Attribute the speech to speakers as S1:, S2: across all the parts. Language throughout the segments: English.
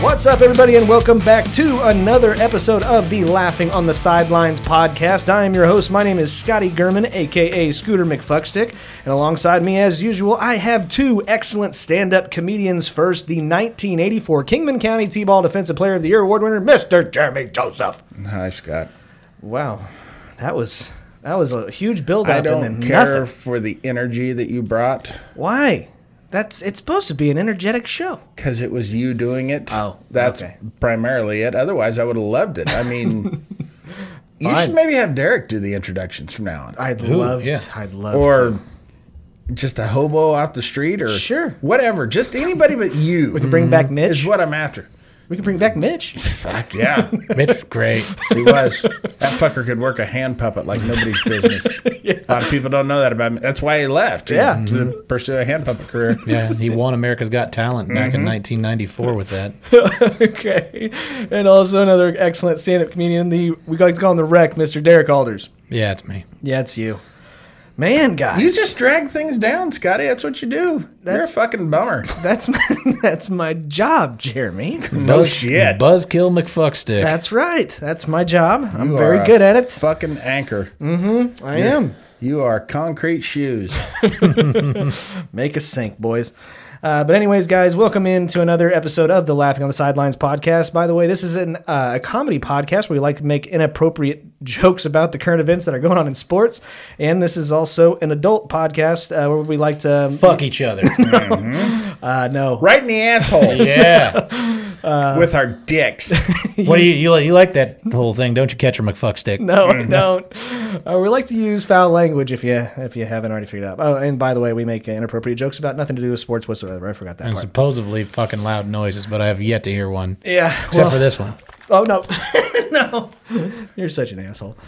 S1: What's up, everybody, and welcome back to another episode of the Laughing on the Sidelines podcast. I am your host. My name is Scotty Gurman, aka Scooter McFuckstick, and alongside me, as usual, I have two excellent stand-up comedians. First, the 1984 Kingman County T-ball Defensive Player of the Year award winner, Mr. Jeremy Joseph.
S2: Hi, Scott.
S1: Wow, that was that was a huge build-up.
S2: I
S1: and
S2: don't
S1: then
S2: care
S1: nothing.
S2: for the energy that you brought
S1: why. That's it's supposed to be an energetic show.
S2: because it was you doing it.
S1: Oh,
S2: that's
S1: okay.
S2: primarily it. Otherwise, I would have loved it. I mean, you
S1: Fine.
S2: should maybe have Derek do the introductions from now on,
S1: I'd
S3: Ooh,
S1: love
S3: yeah.
S1: to. I'd love to.
S2: or just a hobo off the street, or
S1: Sure.
S2: whatever. Just anybody but you
S1: We can bring back
S2: is
S1: Mitch.
S2: what I'm after.
S1: We can bring back Mitch.
S2: Fuck yeah,
S3: Mitch was great.
S2: he was. That fucker could work a hand puppet like nobody's business. A lot of people don't know that about me. That's why he left. you
S1: Yeah. Mm-hmm.
S2: know, to pursue a hand puppet career.
S3: Yeah, he won America's Got Talent back
S2: Mm-hmm.
S3: in 1994 with that.
S1: okay. And also another excellent stand-up comedian, the we like to call him the wreck, Mr. Derek Alders.
S3: Yeah, it's me.
S1: Yeah, it's you. Man, guys.
S2: You just drag things down, Scotty. That's what you do. You're a
S1: That's-
S2: fucking bummer.
S1: that's my, that's my job, Jeremy.
S2: No shit.
S3: Buzzkill McFuckstick.
S1: That's right. That's my job. I'm
S2: You are
S1: very
S2: a
S1: good at it.
S2: Fucking anchor.
S1: I am.
S2: You are concrete shoes.
S1: Make a sink, boys. Uh, but anyways, guys, welcome in to another episode of the Laughing on the Sidelines podcast. By the way, this is an, uh, a comedy podcast where we like to make inappropriate jokes about the current events that are going on in sports, and this is also an adult podcast uh, where we like to
S3: Fuck each other.
S1: Uh, no,
S2: Right in the asshole
S3: yeah.
S2: with our dicks.
S3: What do you, you like- you like that whole thing, don't you, Catcher McFuckstick?
S1: No, I don't. Mm. Uh, we like to use foul language if you if you haven't already figured it out. Oh, and by the way, we make uh, inappropriate jokes about nothing to do with sports whatsoever. I forgot that
S3: And
S1: part.
S3: supposedly fucking loud noises, but I have yet to hear one.
S1: yeah.
S3: Except
S1: Well,
S3: for this one.
S1: oh no, no, you're such an asshole.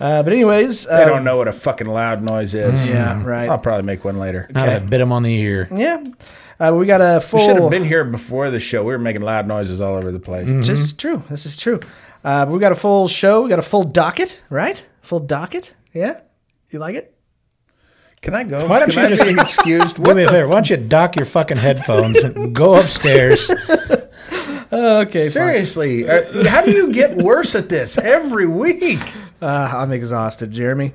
S1: Uh, but anyways, uh,
S2: I don't know what a fucking loud noise is.
S1: Yeah,
S2: I'll
S1: right.
S2: probably make one later.
S3: Now that I bit him on the ear.
S1: Yeah, uh, we got a
S2: We should
S1: full.
S2: have been here before the show. We were making loud noises all over the place.
S1: This is true. This is true. Uh, but we got a full show. We got a full docket, right? Full docket. Yeah, you like it?
S2: Can I go? Why don't
S3: you
S2: Can
S3: just-
S2: I be excused?
S3: Do me a favor. Why don't you dock your fucking headphones and go upstairs?
S1: Okay, fine.
S2: Seriously, uh, how do you get worse at this every week?
S1: Uh, I'm exhausted, Jeremy.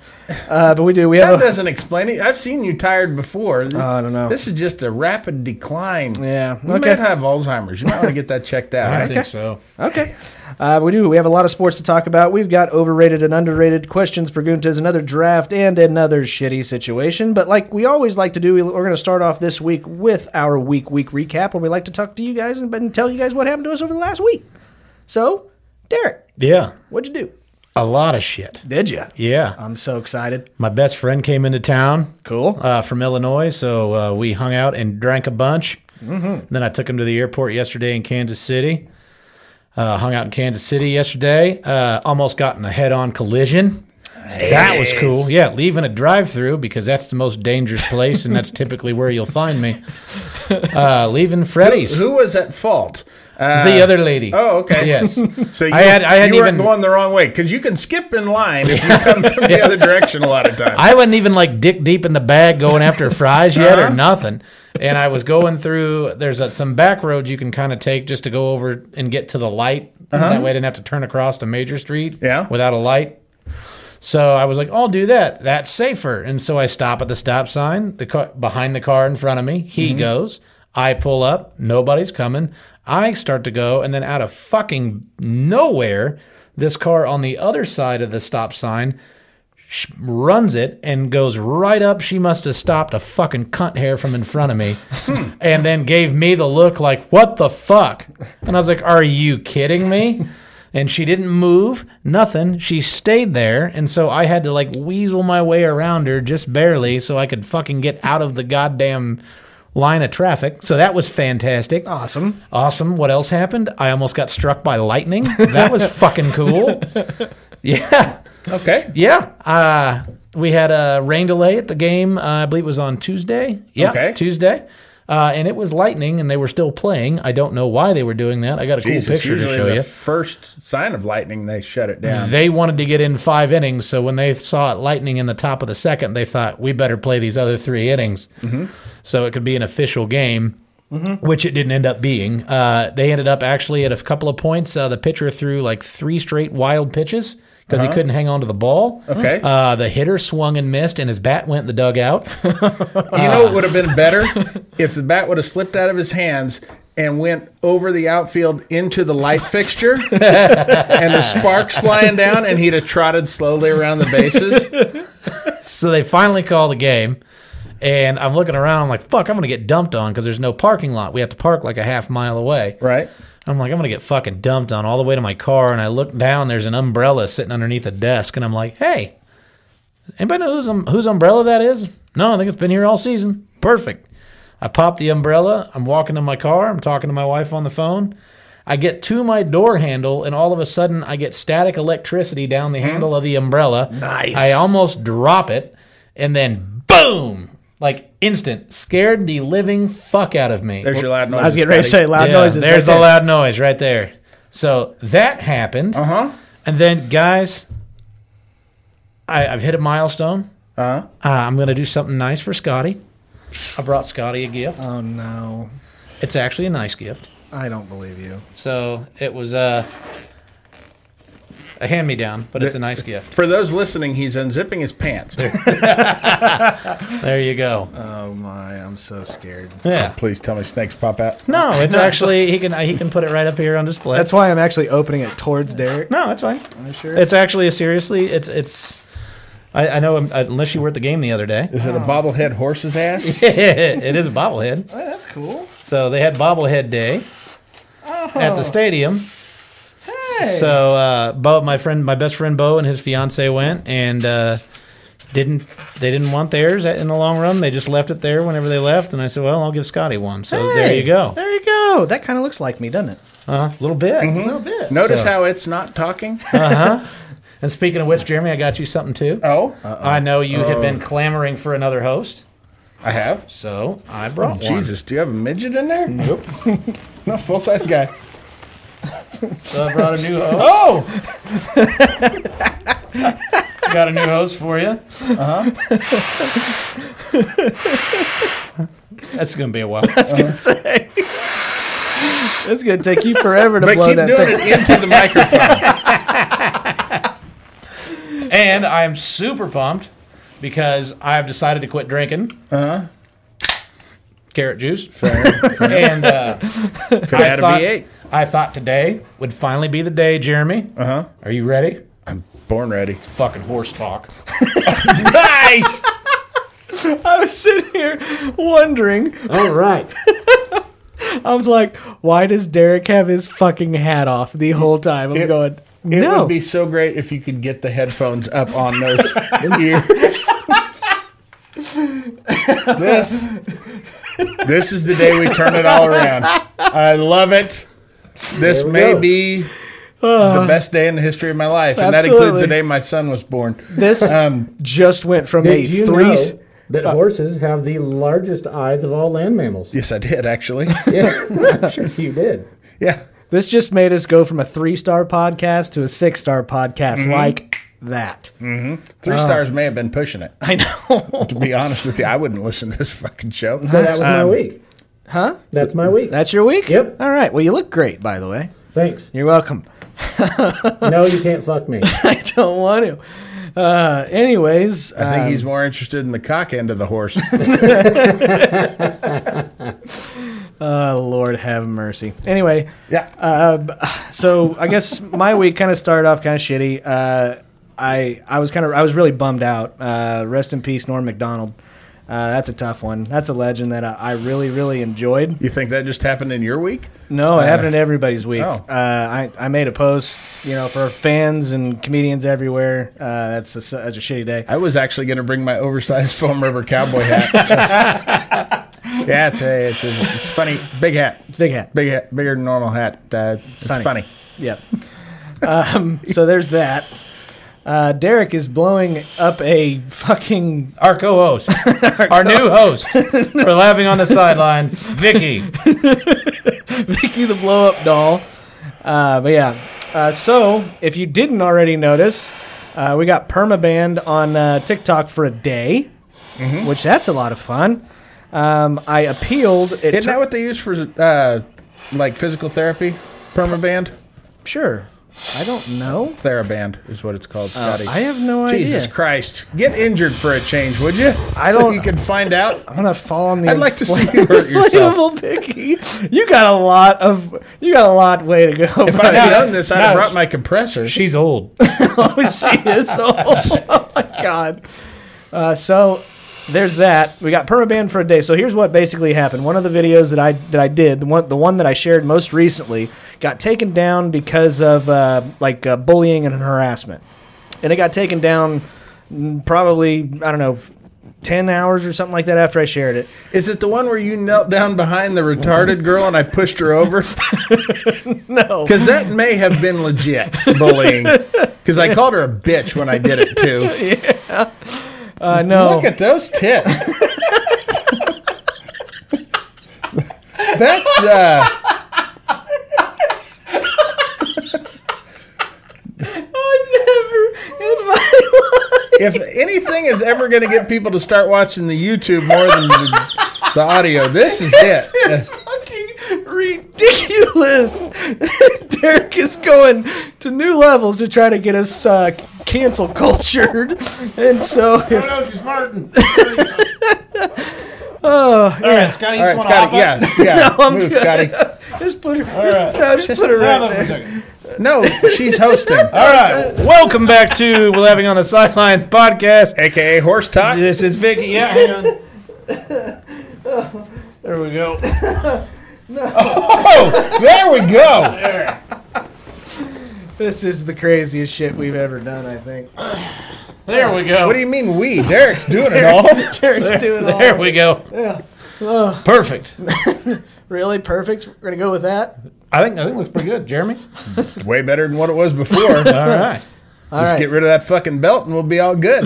S1: Uh, but we do. We have.
S2: That
S1: A,
S2: doesn't explain it. I've seen you tired before. This,
S1: I don't know.
S2: This is just a rapid decline.
S1: Yeah,
S2: You
S1: okay.
S2: might have Alzheimer's. You might want to get that checked out.
S3: I think so.
S1: Okay. Uh, we do. We have a lot of sports to talk about. We've got overrated and underrated questions, preguntas, another draft, and another shitty situation. But like we always like to do, we- we're going to start off this week with our week week recap, where we like to talk to you guys and, and tell you guys what happened to us over the last week. So, Derek,
S3: Yeah.
S1: what'd you do?
S3: A lot of shit.
S1: Did you?
S3: Yeah.
S1: I'm so excited.
S3: My best friend came into town.
S1: Cool.
S3: uh, from Illinois, so uh, we hung out and drank a bunch. Mm-hmm. Then I took him to the airport yesterday in Kansas City. Uh, hung out in Kansas City yesterday. Uh, almost got in a head-on collision. That was cool. Yeah, leaving a drive-through because that's the most dangerous place, and that's typically where you'll find me. Uh, leaving Freddy's.
S2: Who was at fault? Uh,
S3: the other lady.
S2: Oh, okay.
S3: Yes.
S2: So you,
S3: I had- I hadn't
S2: you weren't
S3: even-
S2: going the wrong way because you can skip in line if you come from the other direction a lot of times.
S3: I wasn't even like dick deep in the bag going after fries yet or nothing. And I was going through, there's a, some back roads you can kind of take just to go over and get to the light. That way I didn't have to turn across to Major Street
S2: Yeah.
S3: without a light. So I was like, I'll do that. That's safer. And so I stop at the stop sign, the car, behind the car in front of me. He goes. I pull up. Nobody's coming. I start to go, and then out of fucking nowhere, this car on the other side of the stop sign sh- runs it and goes right up. She must have stopped a fucking cunt hair from in front of me, and then gave me the look like, "What the fuck?" And I was like, "Are you kidding me?" And she didn't move, nothing. She stayed there, and so I had to like weasel my way around her just barely, so I could fucking get out of the goddamn line of traffic. So that was fantastic.
S1: Awesome.
S3: Awesome. What else happened? I almost got struck by lightning. That was fucking cool. Yeah.
S2: Okay.
S3: Yeah. Uh, we had a rain delay at the game. Uh, I believe it was on Tuesday. Yeah,
S2: Okay.
S3: Tuesday. Uh, and it was lightning, and they were still playing. I don't know why they were doing that. I got a cool
S2: Jesus,
S3: picture to
S2: usually
S3: show
S2: the
S3: you.
S2: first sign of lightning, they shut it down.
S3: They wanted to get in five innings, so when they saw it lightning in the top of the second, they thought we better play these other three innings, so it could be an official game, which it didn't end up being. Uh, they ended up actually at a couple of points. Uh, the pitcher threw like three straight wild pitches because he couldn't hang on to the ball.
S2: Okay.
S3: Uh, the hitter swung and missed, and his bat went in the dugout.
S2: You know what would have been
S1: Uh.
S2: better if the bat would have slipped out of his hands and went over the outfield into the light fixture and the sparks flying down and he'd have trotted slowly around the bases.
S3: so they finally call the game. And I'm looking around, I'm like, fuck, I'm going to get dumped on because there's no parking lot. We have to park like a half mile away.
S2: Right?
S3: I'm like, I'm gonna get fucking dumped on all the way to my car. And I look down, there's an umbrella sitting underneath a desk, and I'm like, hey, anybody know whose um, whose umbrella that is? No, I think it's been here all season. Perfect. I pop the umbrella. I'm walking to my car. I'm talking to my wife on the phone. I get to my door handle, and all of a sudden, I get static electricity down the handle of the umbrella.
S1: Nice.
S3: I almost drop it, and then boom, like instant, scared the living fuck out of me.
S2: There's your loud noise.
S1: I was getting ready to say loud
S3: Yeah,
S1: noises.
S3: There's
S1: right
S3: a loud noise right there. So that happened.
S2: Uh huh.
S1: Uh-huh.
S3: And then, guys, I, I've hit a milestone.
S2: Uh-huh.
S3: Uh, I'm going to do something nice for Scotty. I brought Scotty a gift.
S1: there. Oh no,
S3: It's actually a nice gift.
S1: I don't believe you.
S3: So it was uh, a hand me down, but it's a nice gift.
S2: For those listening, he's unzipping his pants.
S3: There you go.
S1: Oh my, I'm so scared.
S3: Yeah.
S2: Please tell me snakes pop out.
S3: No, it's actually he can he can put it right up here on display.
S1: That's why I'm actually opening it towards Derek.
S3: no, that's fine.
S1: I'm sure.
S3: It's actually a seriously. It's it's. I, I know unless you were at the game the other day.
S2: Is it a bobblehead horse's ass?
S3: it is a bobblehead.
S1: Oh, that's cool.
S3: So they had bobblehead day at the stadium. So uh, Bo, my friend, my best friend Bo and his fiance went and uh, didn't they didn't want theirs in the long run. They just left it there whenever they left. And I said, well, I'll give Scotty one. So there
S1: Hey,
S3: you go.
S1: There you go. That kind of looks like me, doesn't it?
S3: Uh, a little bit.
S1: A little bit.
S2: Notice
S3: So-
S2: how it's not talking?
S3: And speaking of which, Jeremy, I got you something too.
S2: Oh,
S3: I know you have been clamoring for another host,
S2: I have. Oh,
S3: so I brought one.
S2: Jesus, do you have a midget in there? Nope. no, full size guy.
S3: So I brought a new host.
S2: Oh!
S3: Got a new host for you. Uh huh. That's gonna be a while.
S1: say. It's gonna take you forever to
S2: But
S1: blow
S2: keep
S1: that
S2: doing
S1: thing.
S2: it into the microphone.
S3: and I'm super pumped because I've decided to quit drinking. Uh huh. Carrot juice. and uh,
S2: Could
S3: I
S2: add a
S3: thought
S2: V8.
S3: I thought today would finally be the day, Jeremy. Uh huh. Are you ready?
S2: Born ready.
S3: Fucking horse talk. nice.
S1: I was sitting here wondering.
S3: All right.
S1: I was like, why does Derek have his fucking hat off the whole time? I'm
S2: It-
S1: going.
S2: It
S1: No.
S2: would be so great if you could get the headphones up on those ears. this, this is the day we turn it all around. I love it. This
S1: we
S2: may
S1: go. Ah.
S2: be the best day in the history of my life, and that
S1: Absolutely.
S2: includes the day my son was born.
S1: this
S2: Um,
S1: just went from a three.
S3: that horses have the largest eyes of all land mammals?
S2: yes, I did actually.
S3: Yeah, I'm sure you did.
S2: Yeah,
S1: This just made us go from a three star podcast to a six star podcast,
S2: Mm-hmm.
S1: like that.
S2: three stars may have been pushing it.
S1: Ah. I know.
S2: To be honest with you, I wouldn't listen to this fucking show.
S3: So that was my week.
S1: huh?
S3: That's my week.
S1: That's your week.
S3: Yep.
S1: All right. Well, you look great, by the way.
S3: Thanks.
S1: You're welcome.
S3: No, you can't fuck me.
S1: I don't want to. Uh, anyways,
S2: I
S1: uh,
S2: think he's more interested in the cock end of the horse.
S1: oh, Lord have mercy. Anyway,
S2: yeah.
S1: Uh, Um, so I guess my week kind of started off kind of shitty. Uh, I I was kind of I was really bummed out. Uh, rest in peace, Norm Macdonald. Uh, that's a tough one. That's a legend that I, I really really enjoyed.
S2: You think that just happened in your week?
S1: No, it happened in everybody's week.
S2: Oh.
S1: Uh, I I made a post, you know, for fans and comedians everywhere. Uh, that's a, s- that's a shitty day.
S2: I was actually going to bring my oversized foam rubber cowboy hat. yeah, it's a, it's a, it's funny. Big hat,
S1: It's a big hat.
S2: big hat, bigger than normal hat. Uh, it's
S1: Funny.
S2: funny.
S1: Yep. um, so there's that. Uh, Derek is blowing up a fucking
S3: Our co-host, our new host for laughing on the sidelines, Vicky.
S1: Vicky the blow up doll. Uh, but yeah, uh, so if you didn't already notice, uh, we got permabanned on uh, TikTok for a day,
S2: Mm-hmm.
S1: which that's a lot of fun. Um, I appealed. It
S2: Isn't
S1: tur-
S2: that what they use for uh, like physical therapy? Permaband?
S1: sure. I don't know.
S2: Theraband is what it's called, Scotty.
S1: Uh, I have no idea.
S2: Jesus Christ. Get injured for a change, would you?
S1: I
S2: So
S1: don't-
S2: you could find out.
S1: I'm gonna fall on the.
S2: I'd like to see you hurt yourself.
S1: inflatable Vicky. You got a lot of. You got a lot way to go.
S2: If I'd
S3: No,
S2: done this, I'd
S3: no,
S2: have brought
S3: she-
S2: my compressor.
S3: She's old.
S1: oh, she is old. oh my god. Uh, so there's that. We got permabanned for a day. So here's what basically happened. One of the videos that I that I did, the one the one that I shared most recently, got taken down because of uh, like uh, bullying and harassment, and it got taken down mm, probably I don't know. 10 hours or something like that after I shared it.
S2: Is it the one where you knelt down behind the retarded girl and I pushed her over?
S1: No.
S2: Because that may have been legit bullying. Because I called her a bitch when I did it too.
S1: Uh, no.
S2: Look at those tits. That's uh, if anything is ever going to get people to start watching the YouTube more than the, the audio, this is it.
S1: It's fucking ridiculous. Derek is going to new levels to try to get us uh, cancel cultured, and so if,
S3: no, she's Martin. oh, all right, Scotty.
S2: All right, Scotty. Yeah, yeah. Move, Scotty.
S1: just put her, no, just, put her right there.
S2: No, she's hosting,
S3: All right, welcome back to We're Laughing on the Sidelines podcast.
S2: aka Horse Talk.
S3: This is Vicky. Yeah, hang on.
S1: There we go.
S2: Oh, there we go.
S1: This is the craziest shit we've ever done. I think
S3: There we go.
S2: What do you mean we? Derek's doing it all.
S1: Derek's doing all
S3: there we go. Yeah. Perfect.
S1: really perfect. We're gonna go with that.
S3: I think I think it looks pretty good, Jeremy.
S2: Way better than what it was before. Just
S3: All right.
S1: All right.
S2: get rid of that fucking belt and we'll be all good.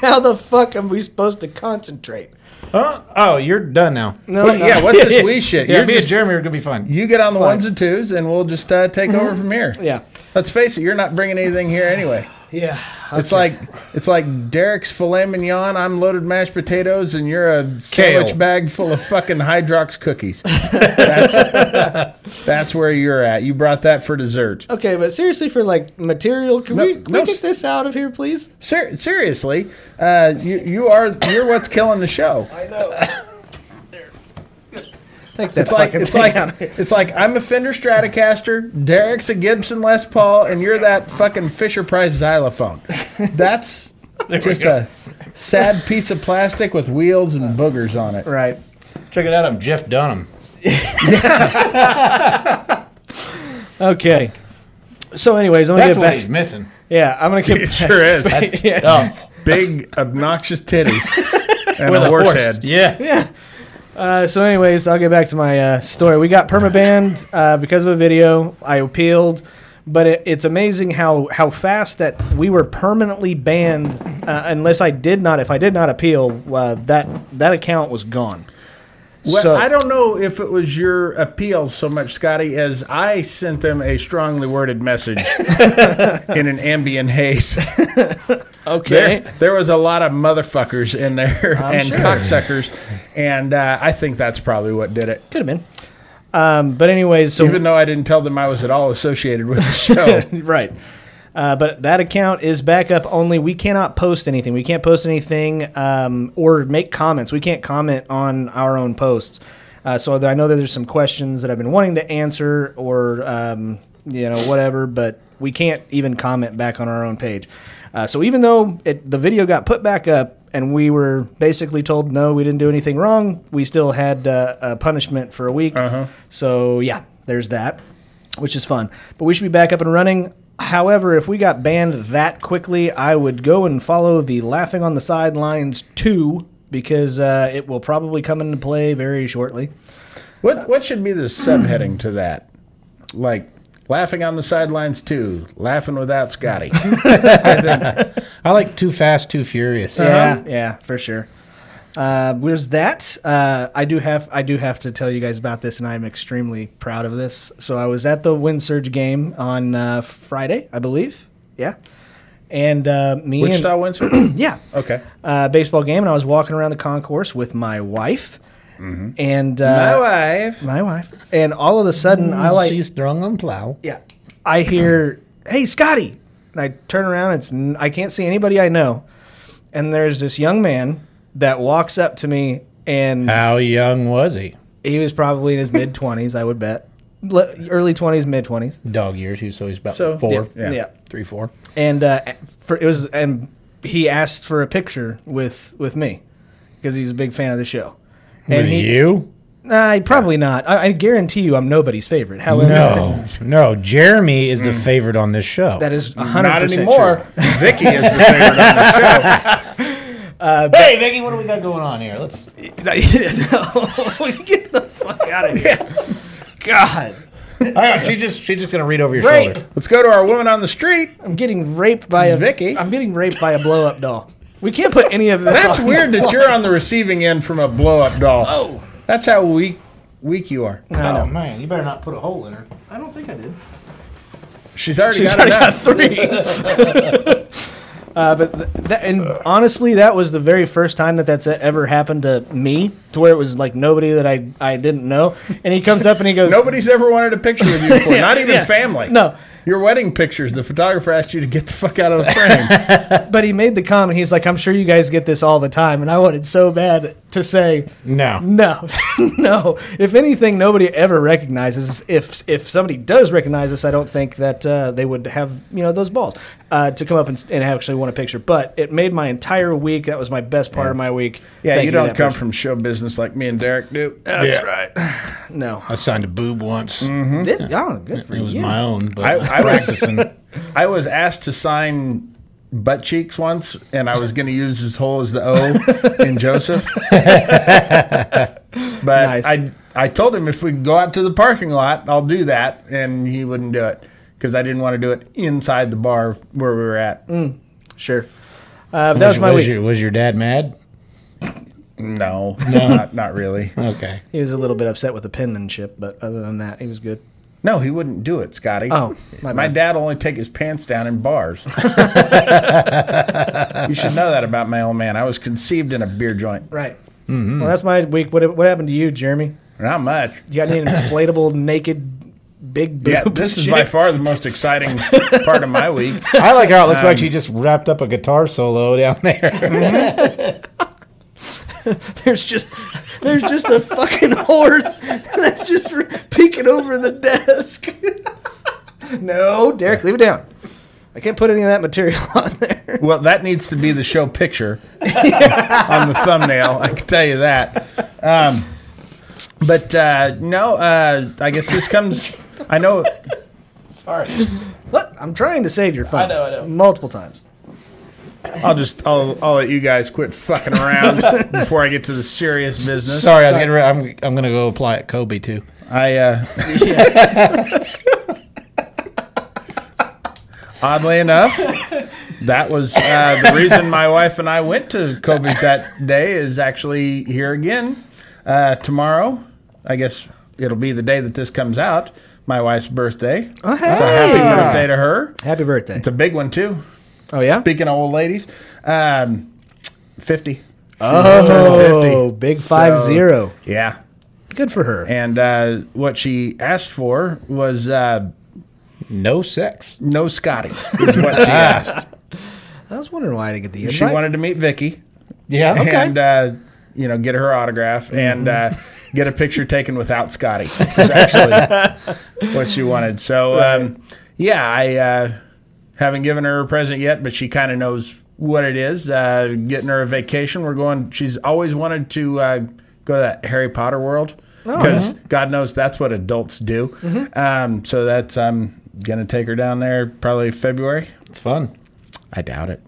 S1: How the fuck am we supposed to concentrate?
S3: Huh? oh, you're done now.
S1: No,
S2: But
S1: no.
S2: yeah, what's this we shit?
S3: Yeah,
S2: You're
S3: me
S2: just,
S3: and Jeremy are gonna be fine.
S2: you get on the ones and twos and we'll just uh, take over from here.
S1: yeah,
S2: Let's face it, you're not bringing anything here anyway.
S1: yeah.
S2: It's like it's like Derek's filet mignon. I'm loaded mashed potatoes, and you're a sandwich
S3: Kale.
S2: bag full of fucking Hydrox cookies. that's, that's where you're at. You brought that for dessert.
S1: Okay, but seriously, for like material, can
S2: No,
S1: we, can
S2: no
S1: we get
S2: s-
S1: this out of here, please?
S2: Ser- seriously, uh, you you are you're what's killing the show.
S1: Take that
S2: It's like
S1: fucking
S2: it's
S1: thing
S2: like
S1: out of here.
S2: it's like I'm a Fender Stratocaster, Derek's a Gibson Les Paul, and you're that fucking Fisher Price xylophone. That's just a sad piece of plastic with wheels and boogers on it.
S1: Right.
S3: Check it out. I'm Jeff Dunham.
S1: Okay. So, anyways, I'm gonna
S3: That's
S1: get
S3: what he's
S1: back.
S3: missing.
S1: Yeah, I'm gonna get. back.
S2: is.
S1: Yeah.
S3: Oh,
S2: Big obnoxious titties and
S3: with a horse. Yeah.
S1: Uh, so, anyways, I'll get back to my uh, story. We got permabanned uh, because of a video I appealed, but it, it's amazing how how fast that we were permanently banned. Uh, unless I did not, if I did not appeal, uh, that that account was gone.
S2: Well,
S1: So-
S2: I don't know if it was your appeal so much, Scotty, as I sent them a strongly worded message in an ambient haze.
S1: Okay.
S2: There, there was a lot of motherfuckers in there and
S1: sure.
S2: cocksuckers, and uh, I think that's probably what did it.
S1: Could have been. Um, but anyways, so
S2: Even though I didn't tell them I was at all associated with the show.
S1: right. Uh, but that account is back up only. We cannot post anything. We can't post anything um, or make comments. We can't comment on our own posts. Uh, so I know that there's some questions that I've been wanting to answer or um, you know whatever, but we can't even comment back on our own page. Uh, so even though it, the video got put back up and we were basically told no, we didn't do anything wrong, we still had uh, a punishment for a week. So yeah, there's that which is fun. But we should be back up and running. However, if we got banned that quickly, I would go and follow the Laughing on the Sidelines 2 because uh, it will probably come into play very shortly.
S2: What what should be the subheading to that? Like Laughing on the sidelines too. Laughing without Scotty.
S3: I like Too Fast, Too Furious. Uh-huh.
S1: Yeah, yeah, for sure. Uh, there's that. Uh, I do have I do have to tell you guys about this, and I'm extremely proud of this. So I was at the Wind Surge game on uh, Friday, I believe. Yeah, and uh, me and
S2: Wichita wins. okay.
S1: yeah, uh, baseball game, and I was walking around the concourse with my wife, and
S2: Mm-hmm. My
S1: uh,
S2: wife.
S1: my wife, and all of a sudden I like
S3: She's strong on plow.
S1: yeah. I hear, "Hey, Scotty!" And I turn around. It's n- I can't see anybody I know, and there's this young man that walks up to me, and
S3: How young was he?
S1: he was probably in his mid twenties, I would bet, Le- early twenties, mid twenties.
S3: Dog years. He so he's about
S2: So,
S3: four,
S2: yeah,
S1: yeah.
S3: three, four.
S1: And uh, for it was, and he asked for a picture with with me because he's a big fan of the show. And
S3: With
S1: he,
S3: you?
S1: Nah, probably not. I, I guarantee you, I'm nobody's favorite. However,
S3: No, no. Mm. Jeremy is the favorite on this show.
S1: that is 100%
S2: Not
S1: true.
S2: anymore. Vicky is the favorite on the show.
S3: hey, Vicky, what do we got going on here? Let's.
S1: no, get the fuck out of here. God,
S3: she just she's just gonna read over your
S1: Right.
S3: shoulder.
S2: Let's go to our woman on the street.
S1: I'm getting raped by a
S2: Vicky?
S1: I'm getting raped by a blow up doll. We can't put any of this.
S2: That's
S1: on.
S2: weird that you're on the receiving end from a blow up doll.
S1: Oh.
S2: That's how weak weak you are.
S1: I know.
S3: Oh, man, you better not put a hole in her.
S1: I don't think I did.
S2: She's already
S1: She's
S2: got
S1: already got
S2: enough.
S1: three. uh, but th- that, and honestly, that was the very first time that that's ever happened to me, to where it was like nobody that I I didn't know, and he comes up and he goes,
S2: Nobody's ever wanted a picture with you before. Not even
S1: yeah.
S2: family.
S1: No.
S2: Your wedding pictures. The photographer asked you to get the fuck out of the frame.
S1: But he made the comment. He's like, I'm sure you guys get this all the time, and I wanted so bad to say.
S3: No,
S1: No, no. If anything, nobody ever recognizes. If if somebody does recognize us, I don't think that uh, they would have you know those balls uh, to come up and, s- and actually want a picture. But it made my entire week. That was my best part of my week.
S2: yeah,
S1: Thank
S2: you
S1: to
S2: don't
S1: that
S2: come
S1: person.
S2: from show business like me and Derek do. That's
S3: Yeah.
S2: right.
S1: no.
S3: I signed a boob once.
S1: Did, oh, good for
S3: It was
S1: you.
S3: my own, but
S2: I-
S3: Mm-hmm.
S2: I
S3: I, was
S2: was-
S3: practicing.
S2: I was asked to sign butt cheeks once, and I was going to use his hole as the O in Joseph. but
S1: Nice.
S2: I I told him if we go out to the parking lot, I'll do that, and he wouldn't do it because I didn't want to do it inside the bar where we were at.
S1: Mm, sure. Uh, that was my week.
S3: Your, was your dad mad?
S2: No, not, not really.
S3: Okay.
S1: He was a little bit upset with the penmanship, but other than that, he was good.
S2: No, he wouldn't do it, Scotty.
S1: Oh, my
S2: my
S1: bad.
S2: dad only take his pants down in bars. you should know that about my old man. I was conceived in a beer joint.
S1: Right. Well, that's my week. What what happened to you, Jeremy?
S2: Not much.
S1: You got any inflatable naked? Big boob
S2: Yeah, this is
S1: shit?
S2: by far the most exciting part of my week.
S3: I like how it looks like she just wrapped up a guitar solo down there.
S1: There's just there's just a fucking horse that's just re- peeking over the desk. no, Derek, leave it down. I can't put any of that material on there.
S2: Well, that needs to be the show picture on the thumbnail. I can tell you that. Um, but uh, no, uh, I guess this comes. I know.
S3: Sorry.
S1: What? I'm trying to save your phone.
S3: know, I know.
S1: Multiple times.
S2: I'll just. I'll. I'll let you guys quit fucking around before I get to the serious business.
S3: Sorry, I was getting. Re- I'm I'm gonna go apply at Kobe too.
S2: I uh Oddly enough, that was uh, the reason my wife and I went to Kobe's that day is actually here again uh, tomorrow. I guess it'll be the day that this comes out. My wife's birthday.
S1: Oh, hey.
S2: So happy birthday to her.
S1: Happy birthday.
S2: It's a big one too.
S1: oh yeah.
S2: Speaking of old ladies, um, fifty.
S1: oh,
S2: turned 50.
S1: big five zero.
S2: Yeah,
S1: Good for her.
S2: and uh, what she asked for was uh,
S3: No sex.
S2: no Scotty. Is what she asked.
S1: I was wondering why I didn't get the invite.
S2: she wanted to meet Vicky
S3: Yeah.
S2: and uh, you know get her autograph and uh, get a picture taken without Scotty. Is actually what she wanted. So um, yeah, I uh, haven't given her a present yet, but she kind of knows what it is. Uh, getting her a vacation. We're going. She's always wanted to uh, go to that Harry Potter world because God knows that's what adults do. Um, so that's I'm gonna take her down there probably February.
S3: It's fun.
S2: I doubt it.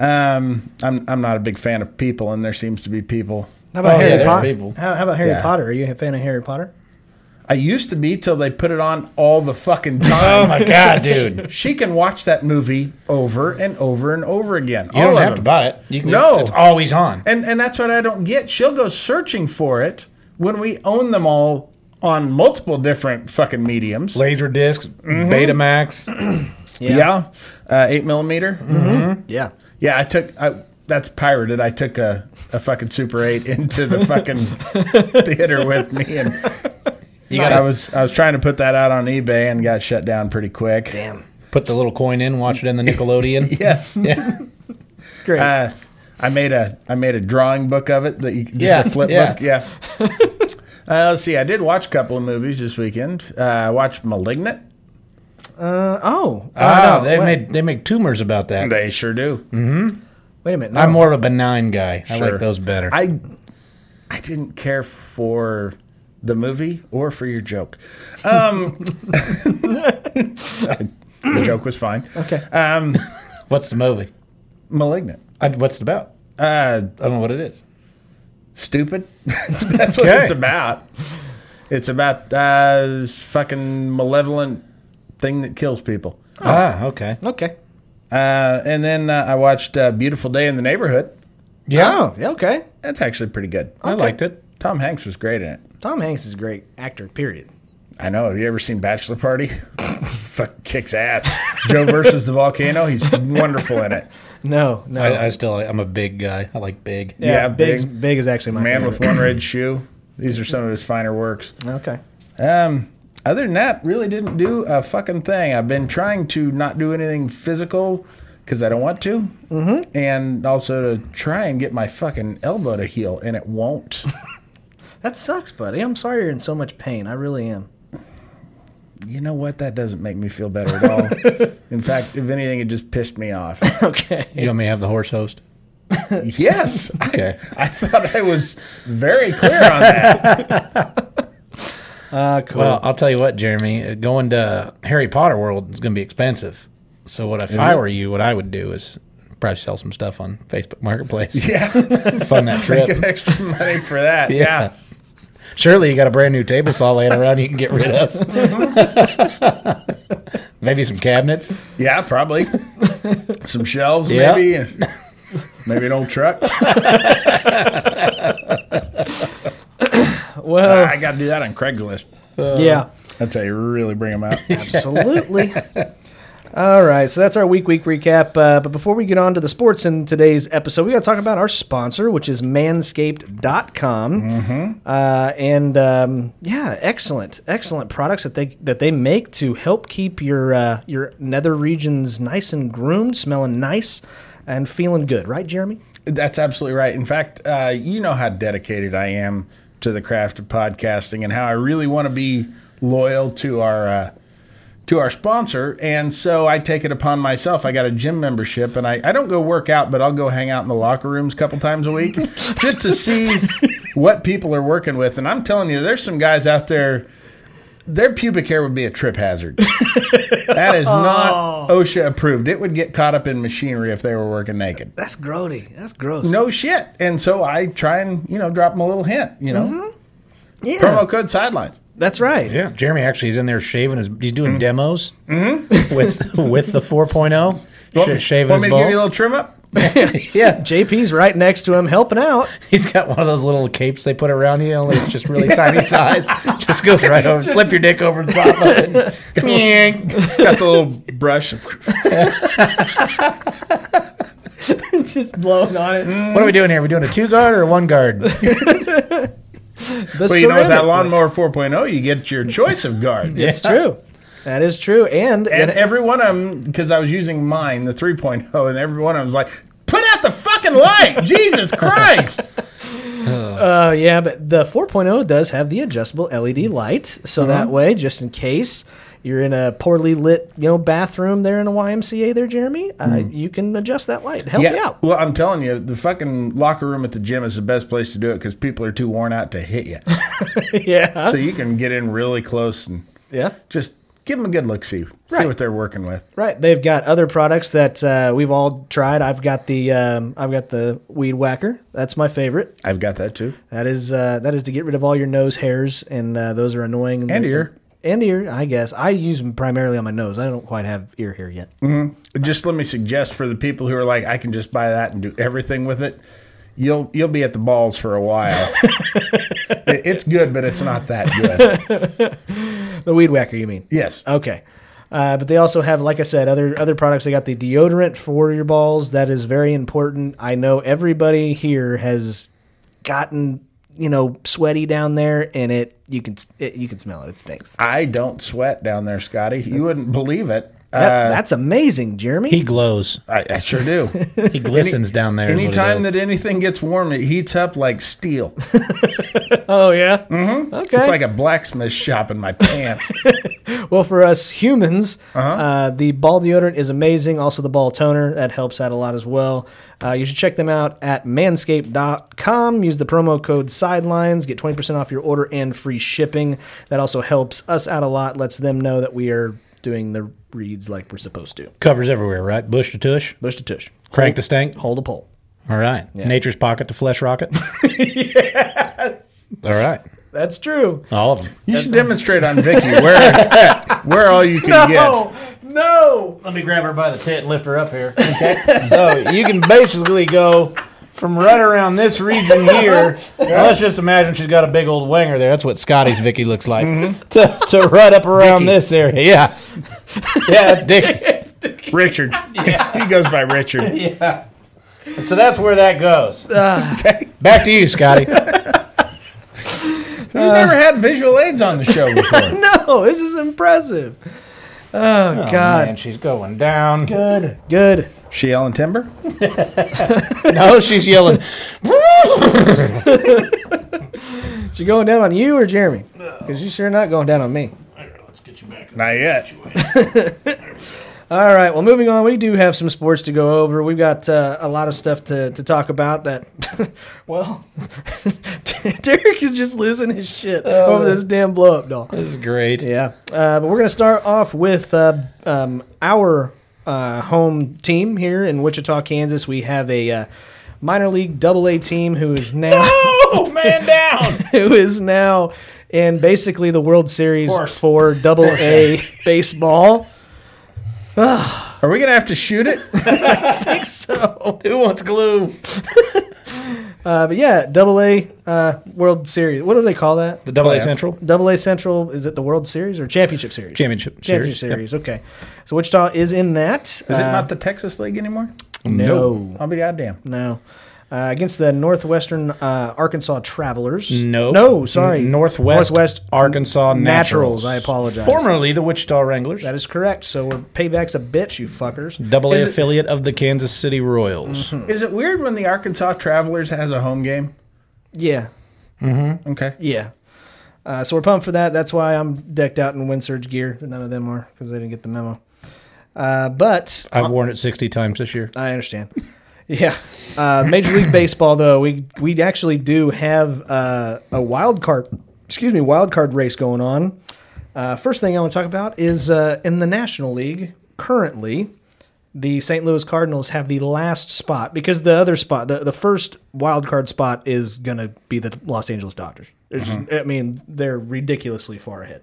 S2: Um, I'm I'm not a big fan of people, and there seems to be people.
S1: How about
S3: Oh, yeah,
S1: Harry
S3: there's
S1: Potter?
S3: people.
S1: How, how about Harry
S2: Yeah.
S1: Potter? Are you a fan of Harry Potter?
S2: I used to be till they put it on all the fucking time.
S3: Oh my god, dude! You
S2: She can watch that movie over and over and over again. all
S3: don't
S2: of
S3: have
S2: them.
S3: to buy it. You can,
S2: No.
S3: it's always on.
S2: And and that's what I don't get. She'll go searching for it when we own them all on multiple different fucking mediums.
S3: Laser discs,
S2: Mm-hmm.
S3: Betamax.
S2: Yeah, Uh, eight millimeter.
S3: Mm-hmm.
S1: Yeah.
S2: Yeah, I took. I, that's pirated. I took a, a fucking Super Eight into the fucking theater with me, and
S3: You
S2: I
S3: gotta
S2: was I was trying to put that out on eBay and got shut down pretty quick.
S1: Damn.
S3: put the little coin in, watch it in the Nickelodeon.
S2: Yes.
S3: yeah.
S1: Great.
S2: Uh, I made a I made a drawing book of it that you just
S3: Yeah,
S2: a flip
S3: yeah.
S2: book. Yeah. uh, let's see. I did watch a couple of movies this weekend. Uh, I watched *Malignant*.
S1: Uh, oh.
S3: Ah,
S1: Oh, no,
S3: they
S1: wait,
S3: made they make tumors about that.
S2: They sure do.
S3: Mm-hmm.
S1: Wait a minute. No.
S3: I'm more of a benign guy. I
S2: Sure.
S3: like those better.
S2: I I didn't care for the movie or for your joke. Um, the joke was fine.
S1: Okay.
S3: what's the movie?
S2: *Malignant*.
S3: I, what's it about?
S2: Uh,
S3: I don't know what it is.
S2: stupid. That's what
S3: Okay.
S2: it's about. It's about uh, this fucking malevolent thing that kills people.
S3: Ah, okay.
S1: okay.
S2: Uh, and then uh, I watched uh, Beautiful Day in the Neighborhood.
S1: Yeah. Oh, yeah, okay.
S2: That's actually pretty good.
S3: I liked it.
S2: Tom Hanks was great in it.
S1: Tom Hanks is a great actor, period.
S2: I know. Have you ever seen Bachelor Party? Fuck kicks ass. Joe versus the volcano. He's wonderful in it.
S1: No, no.
S3: I, I still I'm a big guy. I like big.
S1: yeah,
S2: yeah,
S1: big,
S2: big.
S1: big. is actually my
S2: Man with
S1: favorite.
S2: one red shoe. These are some of his finer works.
S1: Okay.
S2: Um, other than that, really didn't do a fucking thing. I've been trying to not do anything physical because I don't want to, mm-hmm. and also to try and get my fucking elbow to heal, and it won't.
S1: That sucks, buddy. I'm sorry you're in so much pain. I really am.
S2: You know what? That doesn't make me feel better at all. In fact, if anything, it just pissed me off.
S1: Okay.
S3: You want me to have the horse host?
S2: yes, I-
S3: Okay.
S2: I, thought I was very clear on that.
S1: Uh, cool.
S3: Well, I'll tell you what, Jeremy. uh, Going to Harry Potter World is going to be expensive. So what if I were you? What I would do is probably sell some stuff on Facebook Marketplace.
S2: Yeah,
S3: Fund that trip.
S2: get extra money for that. Yeah.
S3: Yeah. Surely you got a brand new table saw laying around you can get rid of.
S2: Mm-hmm.
S3: Maybe some cabinets.
S2: Yeah, probably. Some shelves,
S3: Yeah.
S2: maybe. and Maybe an old truck.
S1: Well,
S2: I got to do that on Craigslist.
S3: uh,
S1: yeah.
S2: That's how you really bring them out.
S1: Absolutely. All right, so that's our week week recap. Uh, but before we get on to the sports in today's episode, we got to talk about our sponsor, which is Manscaped.com. Mm-hmm. Uh, and um, yeah, excellent, excellent products that they that they make to help keep your uh, your nether regions nice and groomed, smelling nice, and feeling good. Right, Jeremy?
S2: That's absolutely right. In fact, uh, you know how dedicated I am to the craft of podcasting and how I really want to be loyal to our uh, to our sponsor. And so I take it upon myself. I got a gym membership, and I, I don't go work out, but I'll go hang out in the locker rooms a couple times a week just to see what people are working with. And I'm telling you, there's some guys out there. Their pubic hair would be a trip hazard. that is not OSHA approved. It would get caught up in machinery if they were working naked.
S1: That's grody. That's gross.
S2: No shit. And so I try and, you know, drop them a little hint, you know.
S1: yeah,
S2: Promo code sidelines.
S1: that's right.
S3: Yeah. Jeremy actually is in there shaving his. He's
S2: Mm-hmm.
S3: doing demos with with the 4.0. sh- shaving
S2: Want me
S3: his
S2: to give you a
S3: balls.
S2: little trim up?
S1: Yeah, JP's right next to him, helping out.
S3: He's got one of those little capes they put around you, only it's just really tiny size. Just goes right over. slip your dick over the top of it. and-
S2: Got the little brush.
S1: Just blowing on it.
S3: what are we doing here? Are we doing a two guard or a one guard?
S1: The
S2: Well, you know, with
S1: ceramic-
S2: that lawnmower 4.0, you get your choice of guards.
S1: It's true. That is true. And, and,
S2: And every one of them, because I was using mine, the 3.0, and every one of them's like, put out the fucking light. Jesus Christ.
S1: uh, yeah, but the 4.0 does have the adjustable LED light, so that way, just in case you're in a poorly lit, you know, bathroom there in a YMCA, there, Jeremy, uh, you can adjust that light. Help you out.
S2: Well, I'm telling you, the fucking locker room at the gym is the best place to do it because people are too worn out to hit you.
S1: yeah,
S2: so you can get in really close and
S1: yeah.
S2: just give them a good look see. See
S1: Right.
S2: what they're working with.
S1: Right. They've got other products that uh, we've all tried. I've got the um, I've got the weed whacker. That's my favorite.
S2: I've got that too.
S1: That is uh, that is to get rid of all your nose hairs, and uh, those are annoying.
S2: And ear.
S1: And ear, I guess. I use them primarily on my nose. I don't quite have ear hair yet.
S2: Just let me suggest for the people who are like, I can just buy that and do everything with it. You'll you'll be at the balls for a while. It- it's good, but it's not that good.
S1: The weed whacker, you mean?
S2: Yes.
S1: Okay. Uh, but they also have, like I said, other other products. They got the deodorant for your balls. That is very important. I know everybody here has gotten you know sweaty down there, and it you can it, you can smell it. It stinks.
S2: I don't sweat down there, Scotty. You wouldn't believe it.
S1: That, that's amazing, Jeremy.
S3: He glows.
S2: I, I sure do.
S3: He glistens down there. is what he
S2: Anytime
S3: does.
S2: that anything gets warm, it heats up like steel.
S1: oh yeah. Mm-hmm. Okay.
S2: It's like a blacksmith shop in my pants.
S1: well, for us humans, uh the ball deodorant is amazing. Also, the ball toner that helps out a lot as well. Uh, you should check them out at manscaped.com. Use the promo code sidelines, get 20% off your order and free shipping. That also helps us out a lot, lets them know that we are doing the reads like we're supposed to.
S3: covers everywhere, right? Bush to tush,
S1: Bush to tush.
S3: crank to stank.
S1: Hold a pole.
S3: All right. Nature's pocket to flesh rocket. yes. All right.
S1: That's true.
S3: All of them.
S2: You should demonstrate on Vicky where where all you can get.
S1: no.
S3: Let me grab her by the tit and lift her up here. Okay. so you can basically go from right around this region here. Now let's just imagine she's got a big old winger there. That's what Scotty's Vicky looks like. To, to right up around this area. Yeah. Yeah, that's Dick.
S2: Richard. he goes by Richard.
S3: Yeah. So that's where that goes. Ah. Back to you, Scotty.
S2: We've never had visual aids on the show before.
S1: No, this is impressive. Oh, God.
S3: And she's going down.
S1: Good. Good.
S2: she Ellen Timber?
S3: No, she's yelling.
S1: She going down on you or Jeremy? Because you sure not going down on me.
S2: Not yet.
S1: All right. Well, moving on, we do have some sports to go over. We've got uh, a lot of stuff to, to talk about. That, well, Derek is just losing his shit
S3: Oh,
S1: over this damn blow up doll.
S3: This is great.
S1: Yeah. Uh, but we're going to start off with uh, um, our uh, home team here in Wichita, Kansas. We have a uh, minor league double A team who is now
S3: Oh, man down.
S1: who is now in basically the World Series
S3: Horse.
S1: for double A baseball.
S2: Are we gonna have to shoot it?
S3: Who wants glue?
S1: Uh, but yeah, double A uh, World Series. What do they call that?
S3: The Double A
S2: Playoff.
S3: Central
S1: Double A Central, is it the World Series or Championship Series?
S3: Championship
S1: Championship
S3: Series.
S1: Series, okay. So Wichita is in that. Is
S2: Is it not the Texas League anymore?
S1: No.
S2: I'll be goddamn.
S1: No. Uh, against the Northwestern uh, Arkansas Travelers.
S3: No.
S1: No, sorry.
S3: N- Northwest,
S1: Northwest
S3: Arkansas
S1: Naturals.
S3: Naturals.
S1: I apologize.
S3: Formerly the Wichita Wranglers.
S1: That is correct. So we're payback's a bitch, you fuckers.
S3: Double A
S2: Is it-
S3: affiliate of the Kansas City Royals.
S1: Mm-hmm.
S2: Is it weird when the Arkansas Travelers has a home game?
S1: Yeah.
S2: Okay.
S1: Yeah. Uh, so we're pumped for that. That's why I'm decked out in windsurge gear. None of them are because they didn't get the memo. Uh, but
S3: I've worn it 60 times this year.
S1: I understand. Yeah. Uh, Major League Baseball, though, we we actually do have uh, a wild card, excuse me, wild card race going on. Uh, first thing I want to talk about is uh, in the National League currently, the St. Louis Cardinals have the last spot because the other spot, the, the first wild card spot, is going to be the Los Angeles Dodgers. There's just- I mean, they're ridiculously far ahead.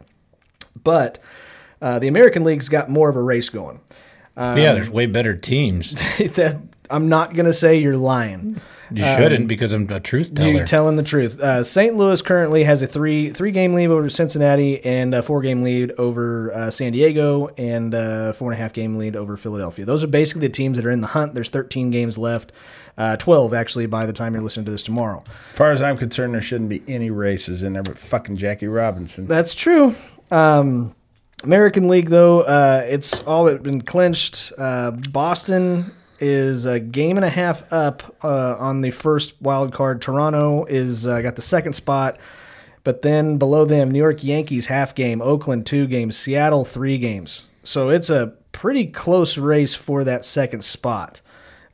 S1: But uh, the American League's got more of a race going um,
S3: yeah, there's way better teams.
S1: that I'm not gonna say you're lying.
S3: You shouldn't because I'm a truth teller.
S1: You're telling the truth. Uh, St. Louis currently has a three three game lead over Cincinnati and a four game lead over uh, San Diego and a four and a half game lead over Philadelphia. Those are basically the teams that are in the hunt. There's 13 games left, uh, 12 actually by the time you're listening to this tomorrow.
S2: As far as I'm concerned, there shouldn't be any races in there but fucking Jackie Robinson.
S1: That's true. Um, American League though, uh, it's all been clinched. Uh, Boston is a game and a half up uh, on the first wild card. Toronto is uh, got the second spot, but then below them, New York Yankees half game, Oakland two games, Seattle three games. So it's a pretty close race for that second spot.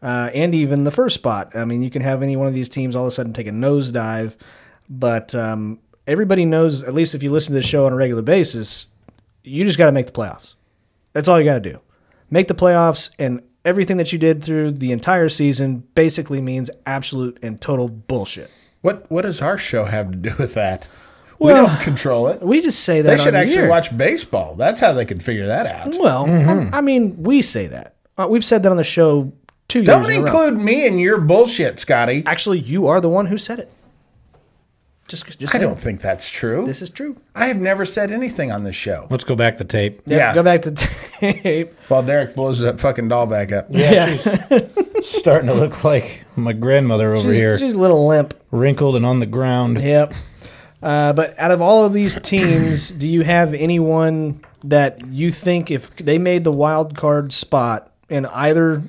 S1: Uh, and even the first spot. I mean, you can have any one of these teams all of a sudden take a nosedive but um, everybody knows at least if you listen to the show on a regular basis you just got to make the playoffs. That's all you got to do. Make the playoffs, and everything that you did through the entire season basically means absolute and total bullshit.
S2: What What does our show have to do with that?
S1: Well,
S2: we don't control it.
S1: We just say that
S2: They should
S1: on
S2: actually
S1: the air.
S2: watch baseball. That's how they could figure that out.
S1: Well,
S3: Mm-hmm.
S1: I, I mean, we say that. Uh, we've said that on the show 2 years
S2: Don't
S1: in a row.
S2: include me in your bullshit, Scotty.
S1: Actually, you are the one who said it. Just, just
S2: I
S1: saying.
S2: don't think that's true.
S1: This is true.
S2: I have never said anything on this show.
S3: Let's go back the tape.
S2: Yeah.
S1: Go back to tape.
S2: While Derek blows that fucking doll back up.
S3: Yeah, she's starting to look like my grandmother over
S1: She's,
S3: here,
S1: she's a little limp.
S3: wrinkled and on the ground.
S1: Yep. Uh, but out of all of these teams, do you have anyone that you think if they made the wild card spot in either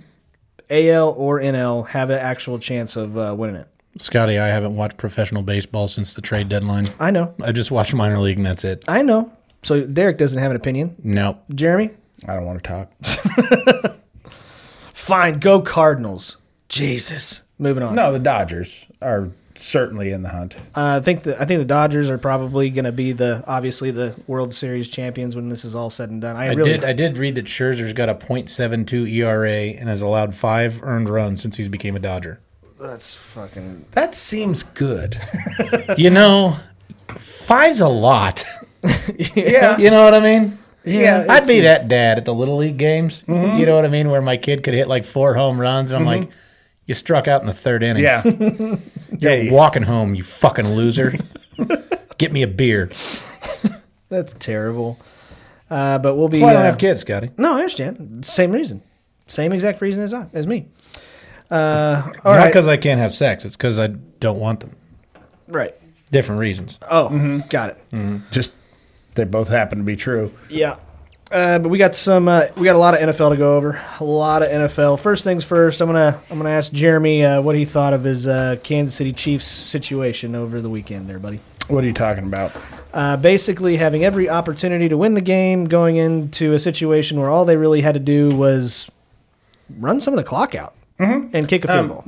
S1: AL or NL have an actual chance of uh, winning it?
S3: Scotty, I haven't watched professional baseball since the trade deadline.
S1: I know.
S3: I just watched minor league and that's it.
S1: I know. So Derek doesn't have an opinion.
S3: Nope.
S1: Jeremy?
S2: I don't want to talk.
S1: Fine. Go Cardinals. Jesus. Moving on.
S2: No, the Dodgers are certainly in the hunt.
S1: Uh, I think the I think the Dodgers are probably going to be the obviously the World Series champions when this is all said and done. I,
S3: I
S1: really
S3: did. I did read that Scherzer's got a .72 ERA E and has allowed five earned runs since he's became a Dodger.
S1: that's fucking
S2: That seems good.
S3: You know, five's a lot.
S2: Yeah.
S3: You know what I mean?
S2: Yeah,
S3: I'd
S2: it's-
S3: be that dad at the little league games.
S1: Mm-hmm.
S3: You know what I mean? Where my kid could hit like four home runs, and I'm like, "You struck out in the third inning.
S2: Yeah.
S3: You're walking home, you fucking loser. Get me a beer."
S1: that's terrible. Uh, but we'll be
S3: Why I
S1: uh,
S3: don't have kids, Scotty?
S1: no, I understand. Same reason, same exact reason as I as me. Uh, all
S3: Not
S1: right,
S3: because I can't have sex. It's because I don't want them.
S1: right.
S3: Different reasons.
S1: Oh,
S3: Mm-hmm.
S1: got it.
S3: Mm.
S2: Just they both happen to be true.
S1: Yeah. Uh, but we got some. Uh, we got a lot of NFL to go over. A lot of NFL. First things first. I'm gonna. I'm gonna ask Jeremy uh, what he thought of his uh, Kansas City Chiefs situation over the weekend. There, buddy.
S2: What are you talking about?
S1: uh, basically having every opportunity to win the game, going into a situation where all they really had to do was run some of the clock out and kick a field goal.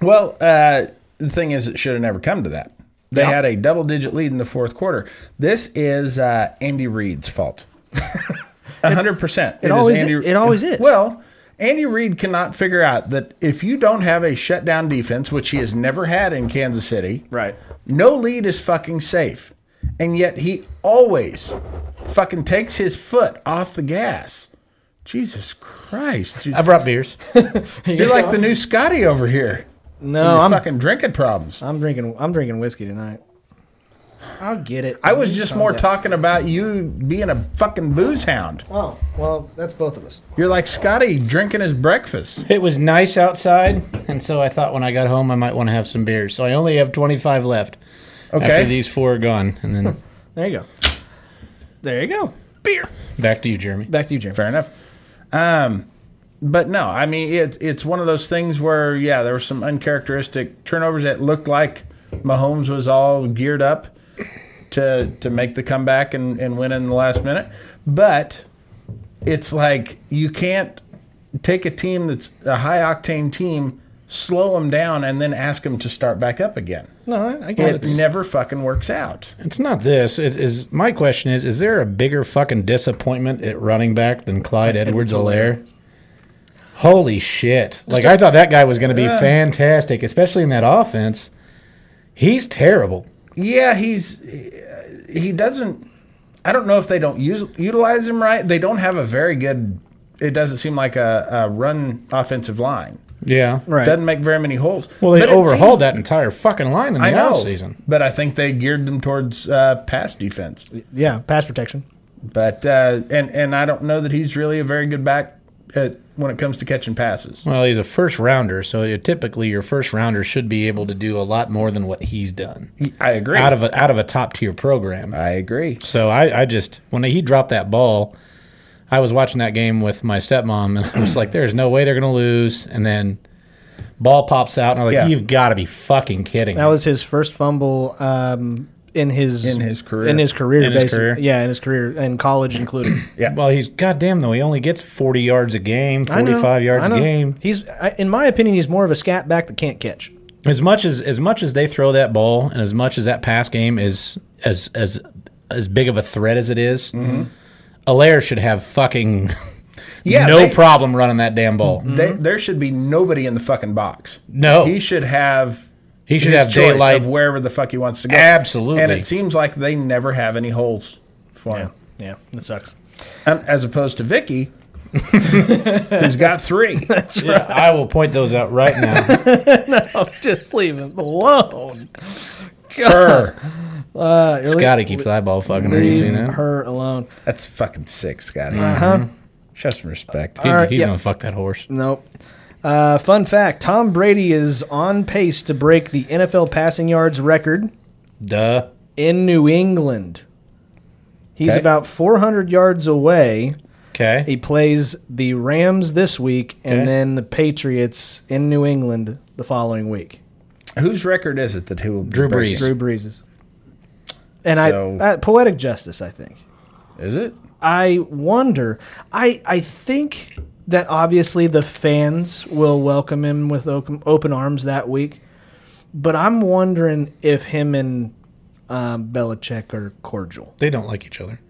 S2: Well, uh, the thing is, it should have never come to that. They had a double digit lead in the fourth quarter. This is uh, Andy Reid's fault. 100%. It,
S1: always- it always is.
S2: Well, Andy Reid cannot figure out that if you don't have a shutdown defense, which he has never had in Kansas City,
S1: Right.
S2: no lead is fucking safe. And yet he always fucking takes his foot off the gas. Jesus Christ. You-
S3: I brought beers.
S2: You're like the new Scotty over here.
S1: No,
S2: Your
S1: I'm
S2: fucking drinking problems.
S1: I'm drinking I'm drinking whiskey tonight. I'll get it.
S2: I was just
S1: Calm
S2: more
S1: down.
S2: talking about you being a fucking booze hound.
S1: Oh well, that's both of us.
S2: You're like Scotty drinking his breakfast.
S3: It was nice outside, and so I thought when I got home I might want to have some beers. So I only have 25 left
S2: Okay.
S3: after these four are gone, and then
S1: There you go. There you go. Beer.
S3: back to you, Jeremy.
S1: Back to you, Jeremy.
S2: Fair enough. Um, but no, I mean it's it's one of those things where yeah, there were some uncharacteristic turnovers that looked like Mahomes was all geared up to to make the comeback and, and win in the last minute. But it's like you can't take a team that's a high octane team, slow them down, and then ask them to start back up again.
S1: No, I, I get
S2: It
S1: it.
S2: never fucking works out.
S3: It's not this. It is my question is: Is there a bigger fucking disappointment at running back than Clyde Edwards-Helaire? Holy shit! Like I thought that guy was going to be fantastic, especially in that offense. He's terrible.
S2: Yeah, he's he doesn't. I don't know if they don't use utilize him right. They don't have a very good. It doesn't seem like a, a run offensive line.
S3: Yeah.
S1: Right.
S2: Doesn't make very many holes.
S3: Well, they
S2: But it
S3: overhauled
S2: seems-
S3: that entire fucking line in the
S2: I know,
S3: offseason.
S2: but I think they geared them towards uh, pass defense.
S1: Yeah, pass protection.
S2: But uh, and and I don't know that he's really a very good back at, when it comes to catching passes.
S3: Well, he's a first rounder, so you- typically your first rounder should be able to do a lot more than what he's done
S2: I agree.
S3: out of a, out of a top tier program.
S2: I agree.
S3: So I, I just when he dropped that ball, I was watching that game with my stepmom, and I was like, "There's no way they're gonna lose." And then ball pops out, and I'm like,
S2: Yeah.
S3: "You've got to be fucking kidding!"
S1: That
S3: me."
S1: was his first fumble um, in his
S2: In his career.
S1: In his career,
S3: In his
S1: basically.
S3: career.
S1: Yeah, in his career, in college included.
S2: Yeah.
S3: Well, he's goddamn though. He only gets 40 yards a game,
S1: I know,
S3: 45 yards
S1: I
S3: a
S1: know.
S3: game.
S1: He's, I, in my opinion, he's more of a scat back that can't catch.
S3: As much as as much as they throw that ball,
S1: Mm-hmm.
S3: and as much as that pass game is as as as big of a threat as it is, Allaire should have fucking
S2: Yeah,
S3: no
S2: they-
S3: problem running that damn ball.
S2: They, there should be nobody in the fucking box.
S3: Mm-hmm. No.
S2: he should have.
S3: He should
S2: his
S3: have
S2: choice
S3: daylight.
S2: of wherever the fuck he wants to go.
S3: Absolutely.
S2: And it seems like they never have any holes for him,
S1: Yeah, that sucks.
S2: And as opposed to Vicky, who's got three.
S3: Yeah, I will point those out right now.
S1: Just leave him alone.
S2: Her.
S1: Uh, really-
S3: Scotty keeps eyeball fucking her. You seen that?
S1: her alone.
S2: That's fucking sick, Scotty.
S3: Uh-huh.
S2: Mm-hmm.
S1: Huh?
S2: Show some respect.
S3: He's,
S1: right,
S3: he's
S1: yeah.
S3: gonna fuck that horse.
S1: Nope. Uh, fun fact: Tom Brady is on pace to break the NFL passing yards record
S3: Duh.
S1: in New England. He's
S2: Okay.
S1: about 400 yards away.
S3: Okay.
S1: He plays the Rams this week, and
S3: Okay.
S1: then the Patriots in New England the following week.
S2: Whose record is it that who will
S3: Drew
S2: break
S3: Brees.
S1: Drew Brees's. And
S2: So-
S1: I, uh, poetic justice, I think.
S2: it? Is it?
S1: I wonder. I I think that obviously the fans will welcome him with open, open arms that week, but I'm wondering if him and um, Belichick are cordial.
S3: They don't like each other.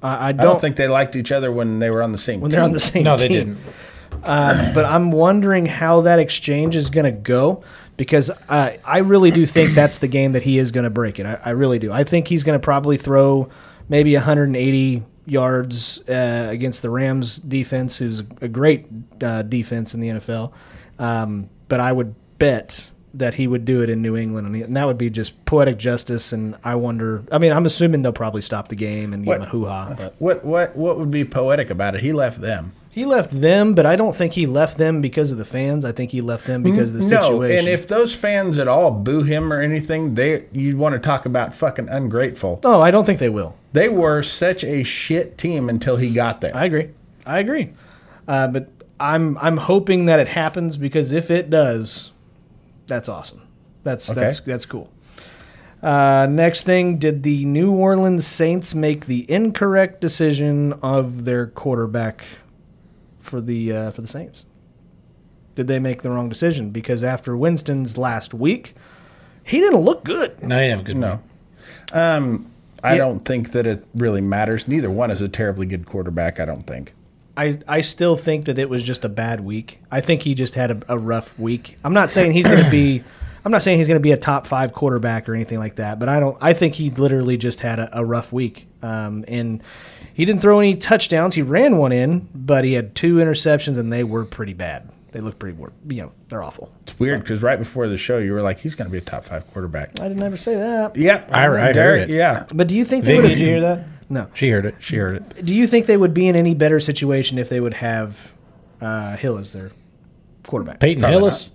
S1: I, I
S2: I
S1: don't,
S2: don't think they liked each other when they were on the same
S1: when
S2: team.
S1: they're on the same.
S3: No, they
S1: team.
S3: didn't.
S1: but I'm wondering how that exchange is going to go because I I really do think that's the game that he is going to break it. I, I really do. I think he's going to probably throw maybe 180 yards uh, against the Rams defense, who's a great uh, defense in the NFL. Um, but I would bet that he would do it in New England, and, he- and that would be just poetic justice. And I wonder. I mean, I'm assuming they'll probably stop the game and give him a
S2: What-
S1: hoo ha. But
S2: What what what would be poetic about it? He left them.
S1: he left them, but I don't think he left them because of the fans. I think he left them because of the
S2: No,
S1: situation.
S2: and if those fans at all boo him or anything, they you want to talk about fucking ungrateful.
S1: oh, I don't think they will.
S2: They were such a shit team until he got there.
S1: I agree. I agree. Uh, but I'm I'm hoping that it happens because if it does, that's awesome. That's
S2: Okay.
S1: that's that's cool. Uh, next thing, did the New Orleans Saints make the incorrect decision of their quarterback for the uh, for the Saints? Did they make the wrong decision? Because after Winston's last week, he didn't look good.
S3: No, they didn't have a good.
S2: No.
S3: one.
S2: Um, I
S1: Yeah.
S2: don't think that it really matters. Neither one is a terribly good quarterback, I don't think.
S1: I, I still think that it was just a bad week. I think he just had a, a rough week. I'm not saying he's going to be, I'm not saying he's going to be a top five quarterback or anything like that. But I don't. I think he literally just had a, a rough week. Um, and he didn't throw any touchdowns. He ran one in, but he had two interceptions, and they were pretty bad. They look pretty, wor- you know, they're awful.
S2: It's weird because right before the show, you were like, he's going to be a top five quarterback.
S1: I didn't ever say that.
S2: Yep.
S3: I- I heard it.
S2: Yeah.
S1: But do you think they would?
S3: Did you hear that?
S1: No.
S3: She heard it.
S2: She heard it.
S1: Do you think they would be in any better situation if they would have uh, Hill as their quarterback?
S3: Peyton
S2: Probably
S3: Hillis.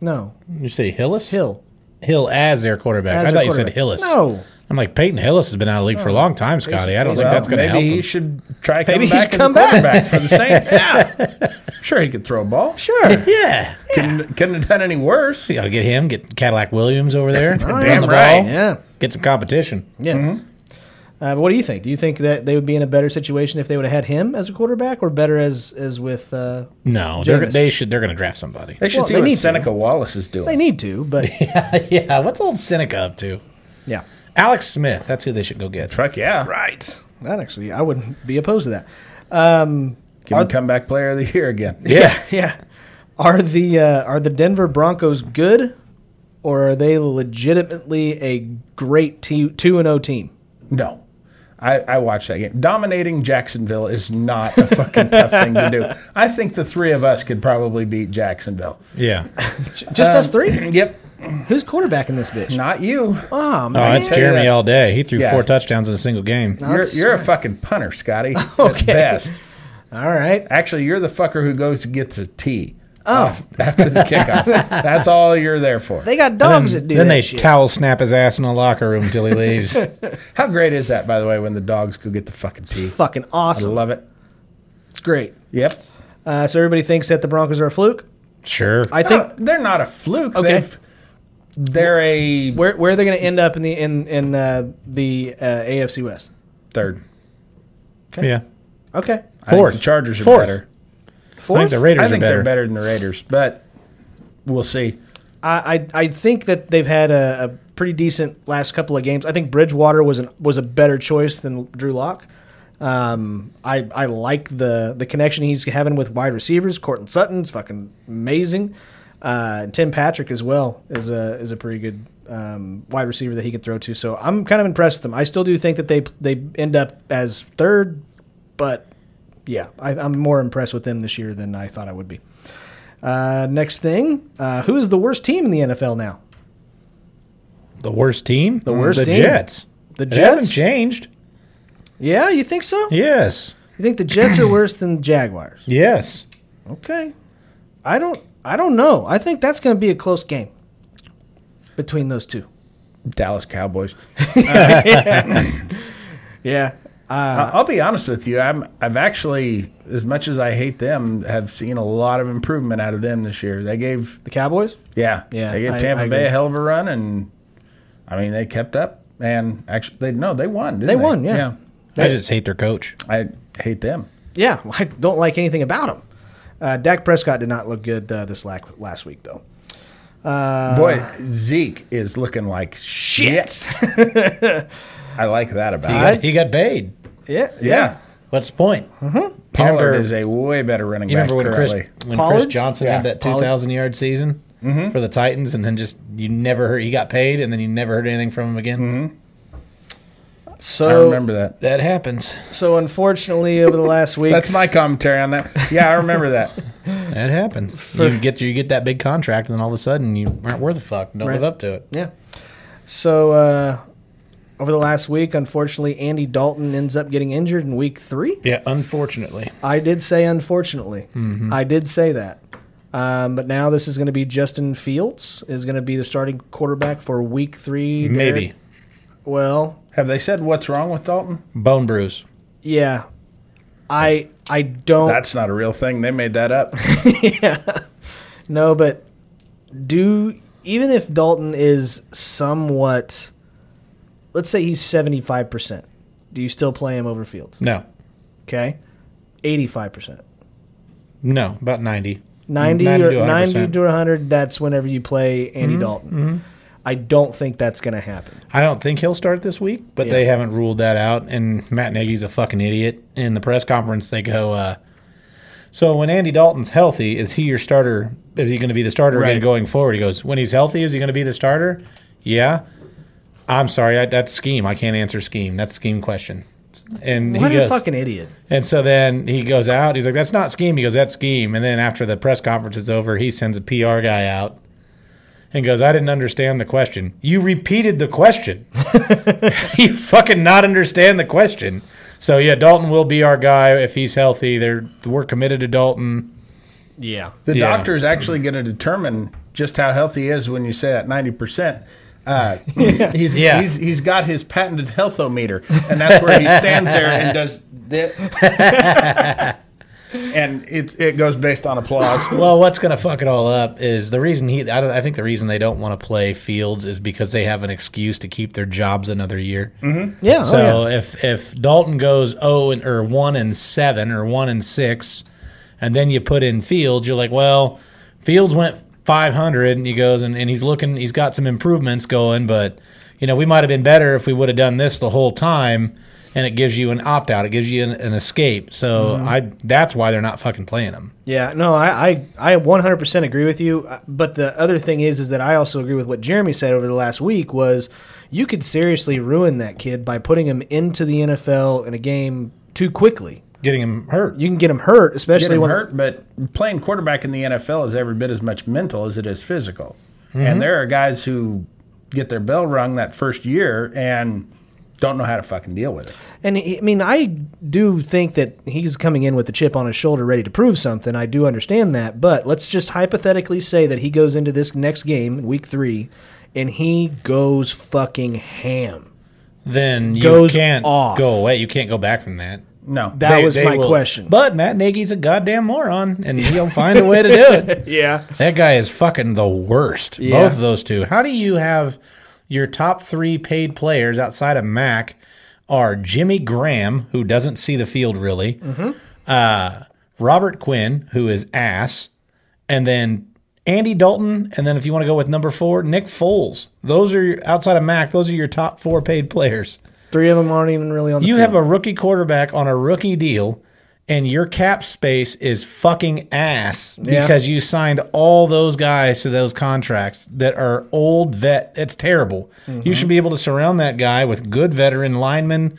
S1: No,
S3: You say Hillis?
S1: Hill.
S3: Hill as their quarterback.
S1: As
S3: I
S1: their
S3: thought you said
S1: quarterback.
S3: Hillis.
S1: No.
S3: I'm like Peyton Hillis has been out of the league for a long time, Scotty. I don't think
S1: Well,
S3: that's going to
S2: maybe
S3: help.
S2: he
S3: Him.
S2: should try coming
S1: Maybe he
S2: back
S1: should
S2: as a
S1: come back.
S2: quarterback for the Saints. yeah. Sure, he could throw a ball.
S1: Sure.
S3: Yeah.
S2: Couldn't, couldn't have done any worse.
S3: You got to get him. Get Cadillac Williams over there.
S2: Damn
S3: Run
S2: right.
S3: the ball. Mm-hmm.
S1: Yeah.
S3: Get some competition.
S1: Yeah. Uh, but what do you think? Do you think that they would be in a better situation if they would have had him as a quarterback, or better as as with? Uh,
S3: No, they're,
S1: Jameis.
S3: they should. They're going to draft somebody.
S2: They should
S1: Well,
S2: see
S1: they need
S2: what
S1: to.
S2: Seneca Wallace is
S1: they
S2: doing.
S1: need to, but
S3: yeah. What's old Seneca up to?
S1: yeah,
S3: Alex Smith. That's who they should go get.
S2: Fuck yeah.
S3: Right.
S1: that actually I wouldn't be opposed to that.
S2: Give him comeback player of the year again.
S3: Yeah.
S1: Yeah. Are the uh, are the Denver Broncos good, or are they legitimately a great two and O team?
S2: No. I, I watched that game. Dominating Jacksonville is not a fucking tough thing to do. I think the three of us could probably beat Jacksonville.
S3: yeah.
S1: Just
S3: Um,
S1: us three.
S2: Yep.
S1: Who's quarterback in this bitch?
S2: Not you.
S1: Oh
S3: Oh,
S1: man.
S3: it's
S2: tell you
S3: Jeremy
S2: that-
S3: all day. He threw
S2: Yeah.
S3: four touchdowns in a single game.
S2: You're,
S1: that's
S2: you're a fucking punter, Scotty. At
S1: Okay.
S2: best.
S1: All right.
S2: Actually, you're the fucker who goes and gets a tee.
S1: Oh.
S2: off After the kickoff. That's all you're there for.
S1: They got dogs that do
S3: then
S1: that
S3: they
S1: shit.
S3: towel snap his ass in the locker room until he leaves.
S2: How great is that, by the way, when the dogs go get the fucking tee?
S1: Fucking
S2: I
S1: awesome.
S2: love it.
S1: It's great.
S2: Yep.
S1: Uh, so everybody thinks that the Broncos are a fluke.
S3: sure.
S1: I think
S2: No, they're not a fluke.
S1: Okay.
S2: They've, they're a
S1: where where they're going to end up in the in in uh, the uh, AFC West.
S2: third.
S3: yeah.
S1: Okay,
S2: I think
S3: Fourth.
S2: the Chargers are
S3: Fourth.
S2: better.
S3: I think
S1: fourth.
S3: the
S1: I,
S3: Raiders
S2: I think
S3: are
S2: they're
S3: better.
S2: better than the Raiders, but we'll see.
S1: I I think that they've had a, a pretty decent last couple of games. I think Bridgewater was an was a better choice than Drew Lock. Um, I I like the the connection he's having with wide receivers. Cortland Sutton's fucking amazing. Uh, Tim Patrick as well is a is a pretty good um, wide receiver that he could throw to. So I'm kind of impressed with them. I still do think that they they end up as third, but yeah, I, I'm more impressed with them this year than I thought I would be. Uh, next thing, uh, who is the worst team in the NFL now?
S3: The worst team? The
S1: worst
S3: the
S1: team.
S3: Jets.
S1: The
S3: It hasn't
S1: Jets.
S3: changed.
S1: Yeah, you think so?
S3: Yes.
S1: You think the Jets are worse than Jaguars?
S3: Yes.
S1: Okay. I don't I don't know. I think that's going to be a close game between those two.
S2: Dallas Cowboys.
S1: Yeah. Uh,
S2: I- I'll be honest with you. I'm, I've actually, as much as I hate them, have seen a lot of improvement out of them this year. They gave,
S1: the Cowboys?
S2: yeah,
S1: Yeah,
S2: they gave
S1: I-
S2: Tampa
S1: I
S2: Bay
S1: agree.
S2: a hell of a run, and I mean they kept up. And actually, they no, they won. didn't
S1: They won, yeah.
S3: I just hate their coach.
S2: I hate them.
S1: Yeah, I don't like anything about them. Uh, Dak Prescott did not look good uh, this lack, last week though.
S2: Boy, Zeke is looking like shit. I like that about
S3: He
S2: it.
S3: got, he got paid.
S1: Yeah.
S2: Yeah.
S3: What's the point? You
S2: Pollard
S3: remember,
S2: is a way better running
S3: you
S2: back
S3: remember when Chris,
S2: currently.
S3: when Chris
S1: Pollard?
S3: Johnson
S2: Yeah,
S3: had that
S2: Pollard.
S3: 2,000 yard season for the Titans, and then just you never heard, he got paid, and then you never heard anything from him again?
S1: So
S2: I remember that.
S3: That happens.
S1: so unfortunately over the last week
S2: That's my commentary on that. Yeah, I remember that.
S3: That happens. you get you get that big contract, and then all of a sudden you aren't worth a fuck. Don't live
S1: Right.
S3: up to it.
S1: Yeah. So uh, over the last week, unfortunately, Andy Dalton ends up getting injured in week three.
S3: Yeah, unfortunately.
S1: I did say unfortunately.
S3: Mm-hmm.
S1: I did say that. Um, but now this is going to be Justin Fields is going to be the starting quarterback for week three. Derek.
S3: Maybe.
S1: Well,
S2: Have they said what's wrong with Dalton?
S3: Bone bruise.
S1: yeah. I I don't
S2: That's not a real thing. They made that up.
S1: know, but do even if Dalton is somewhat, let's say he's seventy five percent, do you still play him over Fields?
S3: No.
S1: Okay. 85%.
S3: No, about 90.
S1: 90,
S3: 90
S1: or,
S3: to 100%.
S1: 90 to 100, that's whenever you play Andy
S3: Mm-hmm.
S1: Dalton. I don't think that's going to happen.
S3: I don't think he'll start this week, but they
S1: Yeah.
S3: haven't ruled that out. And Matt Nagy's a fucking idiot. In the press conference, they go, uh, "So when Andy Dalton's healthy, is he your starter? Is he going to be the starter again
S2: Right.
S3: going forward?" He goes, "When he's healthy, is he going to be the starter?" Yeah. I'm sorry, I, that's scheme. I can't answer scheme. That's scheme question. And
S1: What
S3: he
S1: a
S3: goes,
S1: fucking idiot.
S3: and so then he goes out. He's like, "That's not scheme." He goes, "That's scheme." And then after the press conference is over, he sends a PR guy out and goes, "I didn't understand the question. You repeated the question. you fucking not understand the question." So yeah, Dalton will be our guy if he's healthy. They're we're committed to Dalton.
S1: Yeah.
S2: The
S3: Yeah.
S2: doctor is actually going to determine just how healthy he is when you say that 90%. Uh, he's,
S3: Yeah.
S2: he's he's got his patented healthometer, and that's where he stands there and does this. and it it goes based on applause.
S3: Well, what's going to fuck it all up is the reason he. I, don't, I think the reason they don't want to play Fields is because they have an excuse to keep their jobs another year.
S1: Yeah. oh, yeah.
S3: So if if Dalton goes oh and or one and seven or one and six, and then you put in Fields, you're like, well, Fields went 500, and he goes and, and he's looking, he's got some improvements going, but you know we might have been better if we would have done this the whole time, and it gives you an opt out, it gives you an, an escape. So
S1: Mm-hmm.
S3: I that's why they're not fucking playing him.
S1: Yeah, no, I, I, I 100% agree with you. uh, But the other thing is, is that I also agree with what Jeremy said over the last week was you could seriously ruin that kid by putting him into the NFL in a game too quickly.
S3: Getting him hurt.
S1: You can get him hurt, especially
S2: Get him
S1: when
S2: hurt, but playing quarterback in the NFL is every bit as much mental as it is physical. And there are guys who get their bell rung that first year and don't know how to fucking deal with it.
S1: And he- I mean, I do think that he's coming in with the chip on his shoulder, ready to prove something. I do understand that, but let's just hypothetically say that he goes into this next game, week three, and he goes fucking ham.
S3: then you
S1: goes
S3: can't
S1: off.
S3: go away. You can't go back from that.
S2: No,
S1: That was my question.
S3: But Matt Nagy's a goddamn moron, and he'll find a way to do it.
S1: Yeah,
S3: That guy is fucking the worst.
S1: Yeah.
S3: Both of those two. How do you have your top three paid players outside of Mac are Jimmy Graham, who doesn't see the field really, uh, Robert Quinn, who is ass, and then Andy Dalton, and then if you want to go with number four, Nick Foles. Those are your, outside of Mac. Those are your top four paid players.
S1: Three of them aren't even really on the
S3: You
S1: field.
S3: have a rookie quarterback on a rookie deal, and your cap space is fucking ass
S1: Yeah.
S3: because you signed all those guys to those contracts that are old vet. It's terrible. You should be able to surround that guy with good veteran linemen,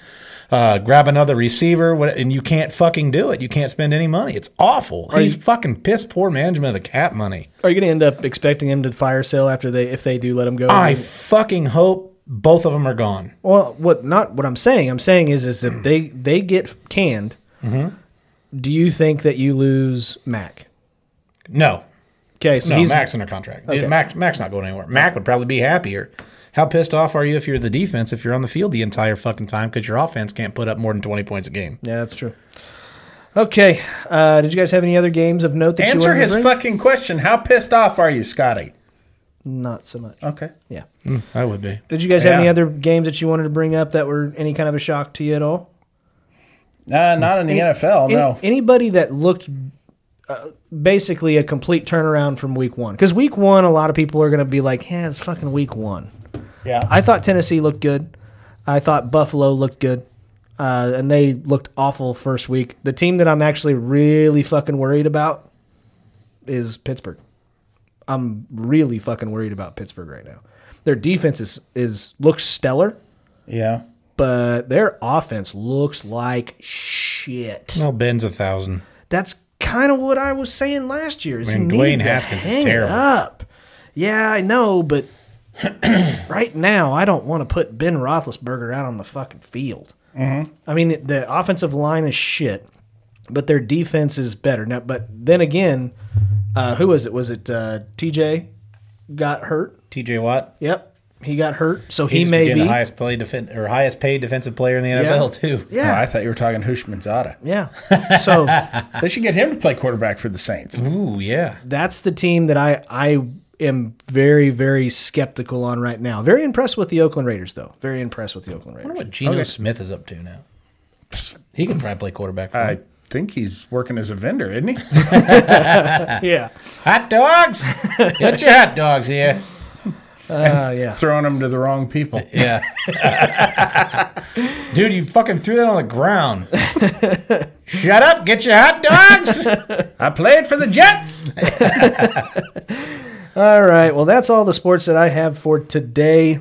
S3: uh, grab another receiver, what, and you can't fucking do it. You can't spend any money. It's awful. He's fucking piss poor management of the cap money.
S1: Are you going to end up expecting him to fire sale after they if they do let him go?
S3: I fucking hope both of them are gone.
S1: well, what not what I'm saying. I'm saying is is if they they get canned, Mm-hmm. do you think that you lose Mac?
S3: No,
S1: Okay, so
S3: No,
S1: he's
S3: Mac's under contract. Mac, Mac's not going anywhere. Mac would probably be happier. How pissed off are you if you're the defense, if you're on the field the entire fucking time because your offense can't put up more than 20 points a game?
S1: Yeah, that's true. Okay, uh, did you guys have any other games of note that you
S2: Answer
S1: wanted to
S2: his
S1: bring?
S2: fucking question. How pissed off are you, Scotty?
S1: Not so much.
S2: Okay.
S1: Yeah.
S3: Hmm, I would be.
S1: Did you guys have
S2: Yeah.
S1: any other games that you wanted to bring up that were any kind of a shock to you at all?
S2: Uh, not in the NFL,
S1: Any-
S2: no.
S1: Anybody that looked uh, basically a complete turnaround from week one. Because week one, a lot of people are going to be like, yeah, it's fucking week one.
S2: yeah.
S1: I thought Tennessee looked good. I thought Buffalo looked good. Uh, and they looked awful first week. The team that I'm actually really fucking worried about is Pittsburgh. I'm really fucking worried about Pittsburgh right now. Their defense is, is looks stellar,
S2: yeah.
S1: but their offense looks like shit.
S3: Well, Ben's a thousand.
S1: That's kind of what I was saying last year. Is
S3: I mean,
S1: you
S3: Dwayne
S1: need to
S3: Haskins is
S1: hang it
S3: terrible.
S1: Up. Yeah, I know, but right now I don't want to put Ben Roethlisberger out on the fucking field. Mm-hmm. I mean, the, the offensive line is shit, but their defense is better now. But then again, uh, who was it? Was it uh, TJ got hurt?
S3: TJ Watt.
S1: Yep, he got hurt, so he
S3: He's
S1: may
S3: again
S1: be
S3: the highest play defend or highest paid defensive player in the NFL too.
S1: Yeah,
S2: Oh, I thought you were talking Hushmanzada.
S1: yeah. So.
S2: They should get him to play quarterback for the Saints.
S3: Ooh, yeah.
S1: that's the team that I I am very very skeptical on right now. Very impressed with the Oakland Raiders though. Very impressed with the Oakland
S3: I
S1: Raiders.
S3: wonder what Geno Smith is up to now. He can probably play quarterback.
S2: I think he's working as a vendor, isn't he?
S1: Yeah.
S3: hot dogs. Get your hot dogs here.
S1: Uh, yeah.
S2: Throwing them to the wrong people.
S3: Yeah. Dude, you fucking threw that on the ground. Shut up, get your hot dogs.
S2: I played for the Jets.
S1: All right. Well, that's all the sports that I have for today.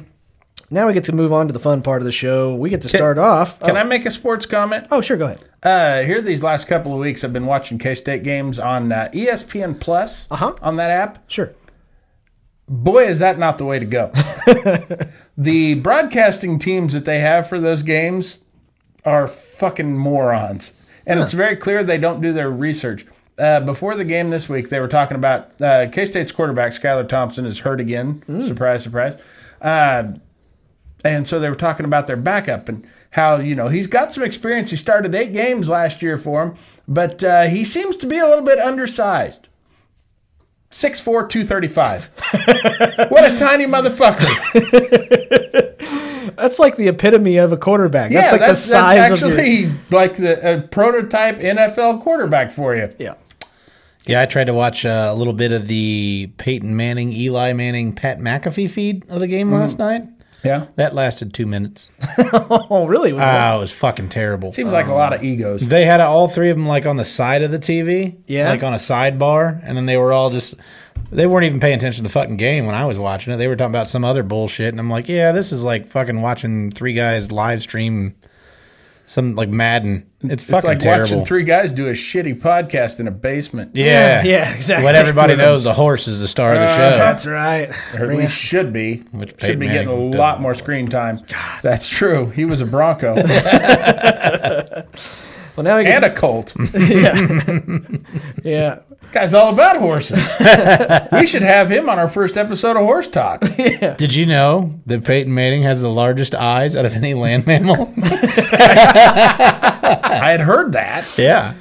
S1: Now we get to move on to the fun part of the show. We get to start off.
S2: Can
S1: oh.
S2: I make a sports comment?
S1: Oh, sure. Go ahead.
S2: Uh, here these last couple of weeks, I've been watching K State games on uh, ESPN Plus
S1: Uh-huh.
S2: on that app.
S1: Sure.
S2: Boy, is that not the way to go. the broadcasting teams that they have for those games are fucking morons. And it's very clear they don't do their research. Uh, before the game this week, they were talking about uh, K State's quarterback, Skylar Thompson, is hurt again. Surprise, surprise. Uh, and so they were talking about their backup and how, you know, he's got some experience. He started eight games last year for him, but uh, he seems to be a little bit undersized. 6'4, 235. what a tiny motherfucker.
S1: That's like the epitome of a quarterback.
S2: Yeah,
S1: that's like
S2: that's,
S1: the size
S2: that's
S1: of your,
S2: actually like the a prototype NFL quarterback for you.
S1: Yeah.
S3: Yeah, I tried to watch uh, a little bit of the Peyton Manning, Eli Manning, Pat McAfee feed of the game last night.
S2: Yeah.
S3: That lasted two minutes.
S1: Oh, really? Was
S2: Uh,
S1: that-
S3: Oh, it was fucking terrible.
S2: Seems like a lot of egos.
S3: They had all three of them like on the side of the TV,
S1: Yeah.
S3: like on a sidebar, and then they were all just. They weren't even paying attention to the fucking game when I was watching it. They were talking about some other bullshit, and I'm like, yeah, this is like fucking watching three guys live stream some like Madden. It's fucking
S2: It's like
S3: terrible.
S2: watching three guys do a shitty podcast in a basement.
S3: Yeah,
S1: Yeah, exactly.
S3: What everybody knows, the horse is the star of the show.
S1: that's right.
S2: Or at least should be.
S3: Which Peyton
S2: should be getting a
S3: Manning
S2: lot
S3: doesn't
S2: more
S3: look
S2: screen time. That's true. He was a Bronco
S1: Well, now we get
S2: and a Colt.
S1: to- yeah.
S2: Guy's all about horses. we should have him on our first episode of Horse Talk.
S3: Did you know that Peyton Manning has the largest eyes out of any land mammal?
S2: I had heard that.
S3: yeah.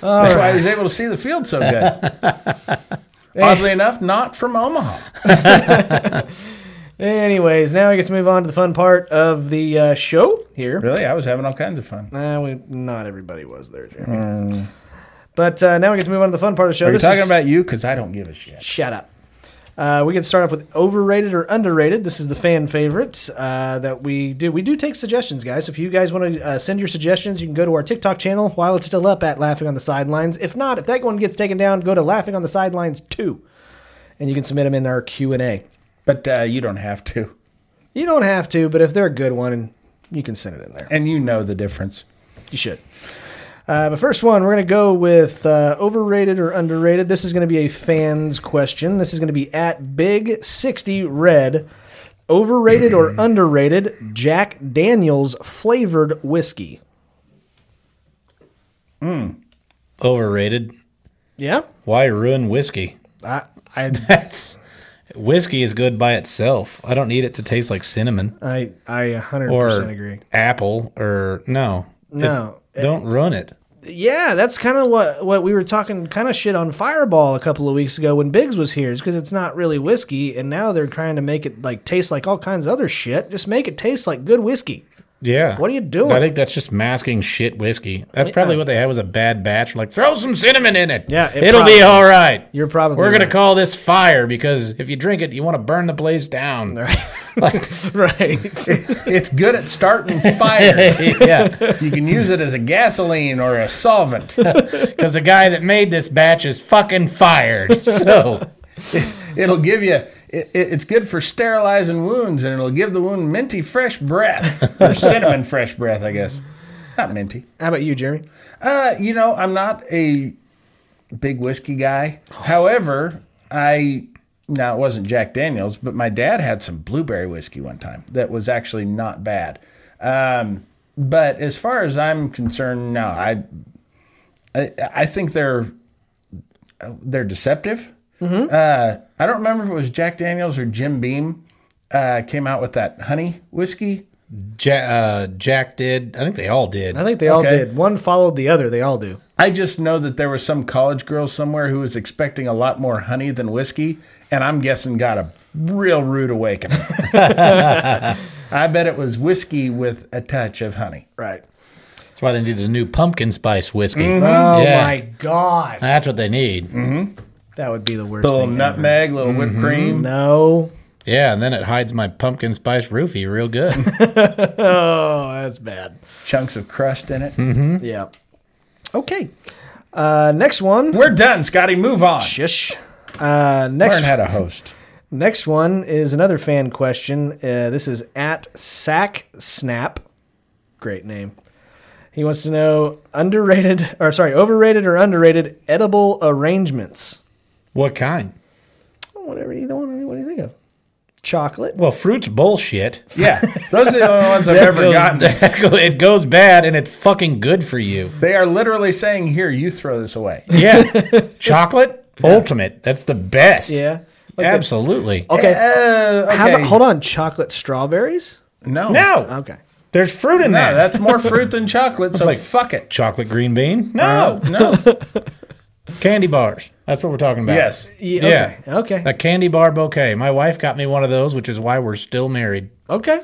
S2: That's why he was able to see the field so good. Oddly enough, not from Omaha.
S1: Anyways, now we get to move on to the fun part of the uh, show here.
S2: Really, I was having all kinds of fun.
S1: Nah, Eh, we, not everybody was there, Jeremy. But uh, now we get to move on to the fun part of the show.
S2: Hmm. Are you
S1: This
S2: talking
S1: is-
S2: about you? Because I don't give a shit.
S1: Shut up. Uh, we can start off with overrated or underrated. This is the fan favorite uh, that we do. We do take suggestions, guys. If you guys want to uh, send your suggestions, you can go to our TikTok channel while it's still up at Laughing on the Sidelines. If not, if that one gets taken down, go to Laughing on the Sidelines two, and you can submit them in our Q and A.
S2: But uh, you don't have to,
S1: You don't have to, but if they're a good one, you can send it in there.
S2: and you know the difference.
S1: You should. Uh, but first one, we're going to go with uh, overrated or underrated. This is going to be a fan's question. This is going to be at Big Sixty Red. Overrated or underrated Jack Daniel's flavored whiskey?
S3: Overrated.
S1: Yeah,
S3: Why ruin whiskey?
S1: I, I,
S3: That's whiskey is good by itself. I don't need it to taste like cinnamon
S1: I, I, a hundred
S3: or
S1: percent agree.
S3: apple or no.
S1: No.
S3: It- don't ruin it.
S1: Yeah, that's kind of what what we were talking kind of shit on Fireball a couple of weeks ago when Biggs was here, is because it's not really whiskey, and now they're trying to make it like taste like all kinds of other shit. Just make it taste like good whiskey.
S3: Yeah.
S1: What are you doing?
S3: I think that's just masking shit whiskey. That's probably what they had was a bad batch. Like throw some cinnamon in it.
S1: Yeah, it
S3: It will
S1: probably-
S3: be all right.
S1: You're probably
S3: We're gonna
S1: right.
S3: call this fire because if you drink it, you want to burn the place down. Like,
S1: right.
S2: It's good at starting fire.
S3: yeah,
S2: You can use it as a gasoline or a solvent.
S3: because the guy that made this batch is fucking fired. So
S2: It'll give you. It, it- it's good for sterilizing wounds, and it'll give the wound minty fresh breath or cinnamon fresh breath, I guess. Not minty.
S1: How about you, Jeremy?
S2: Uh, you know, I'm not a big whiskey guy. However, I now it wasn't Jack Daniels, but my dad had some blueberry whiskey one time that was actually not bad. Um, but as far as I'm concerned, no, I I, I think they're they're deceptive. Uh, I don't remember if it was Jack Daniels or Jim Beam uh, came out with that honey whiskey.
S3: Jack, uh, Jack did. I think they all did.
S1: I think they all
S2: Okay.
S1: did. One followed the other. They all do.
S2: I just know that there was some college girl somewhere who was expecting a lot more honey than whiskey, and I'm guessing got a real rude awakening. I bet it was whiskey with a touch of honey.
S1: Right.
S3: That's why they needed a new pumpkin spice whiskey.
S2: Mm-hmm.
S1: Oh
S3: Yeah.
S1: my god,
S3: That's what they need.
S1: that would be the worst.
S2: A little
S1: thing
S2: nutmeg, a little whipped cream.
S1: No.
S3: Yeah, and then it hides my pumpkin spice roofie real good.
S1: Oh, that's bad.
S2: chunks of crust in it.
S1: Yeah. Okay. Uh, next one.
S2: We're done, Scotty. Move on.
S1: Shush. Uh, next
S2: Learn how to host.
S1: next one is another fan question. Uh, this is at Sack Snap. Great name. He wants to know underrated or sorry overrated or underrated edible arrangements.
S3: what kind?
S1: Whatever either one. What do you think of? Chocolate.
S3: Well, fruit's bullshit.
S2: Yeah, those are the only ones I've ever
S3: goes-
S2: gotten.
S3: it goes bad and it's fucking good for you.
S2: They are literally saying, "Here, you throw this away."
S3: Yeah. Chocolate? Ultimate. That's the best.
S1: Yeah.
S3: Absolutely.
S1: Okay.
S2: Uh, okay.
S1: How about, hold on, chocolate strawberries?
S2: No,
S3: No.
S1: Okay.
S3: There's fruit in
S2: no,
S3: there.
S2: that's more fruit than chocolate. so
S3: like-
S2: fuck it.
S3: Chocolate green bean? No.
S2: no.
S3: Candy bars. That's what we're talking about.
S2: yes.
S1: Yeah.
S3: Yeah.
S1: Okay. Okay.
S3: A candy bar bouquet. My wife got me one of those, which is why we're still married.
S1: okay.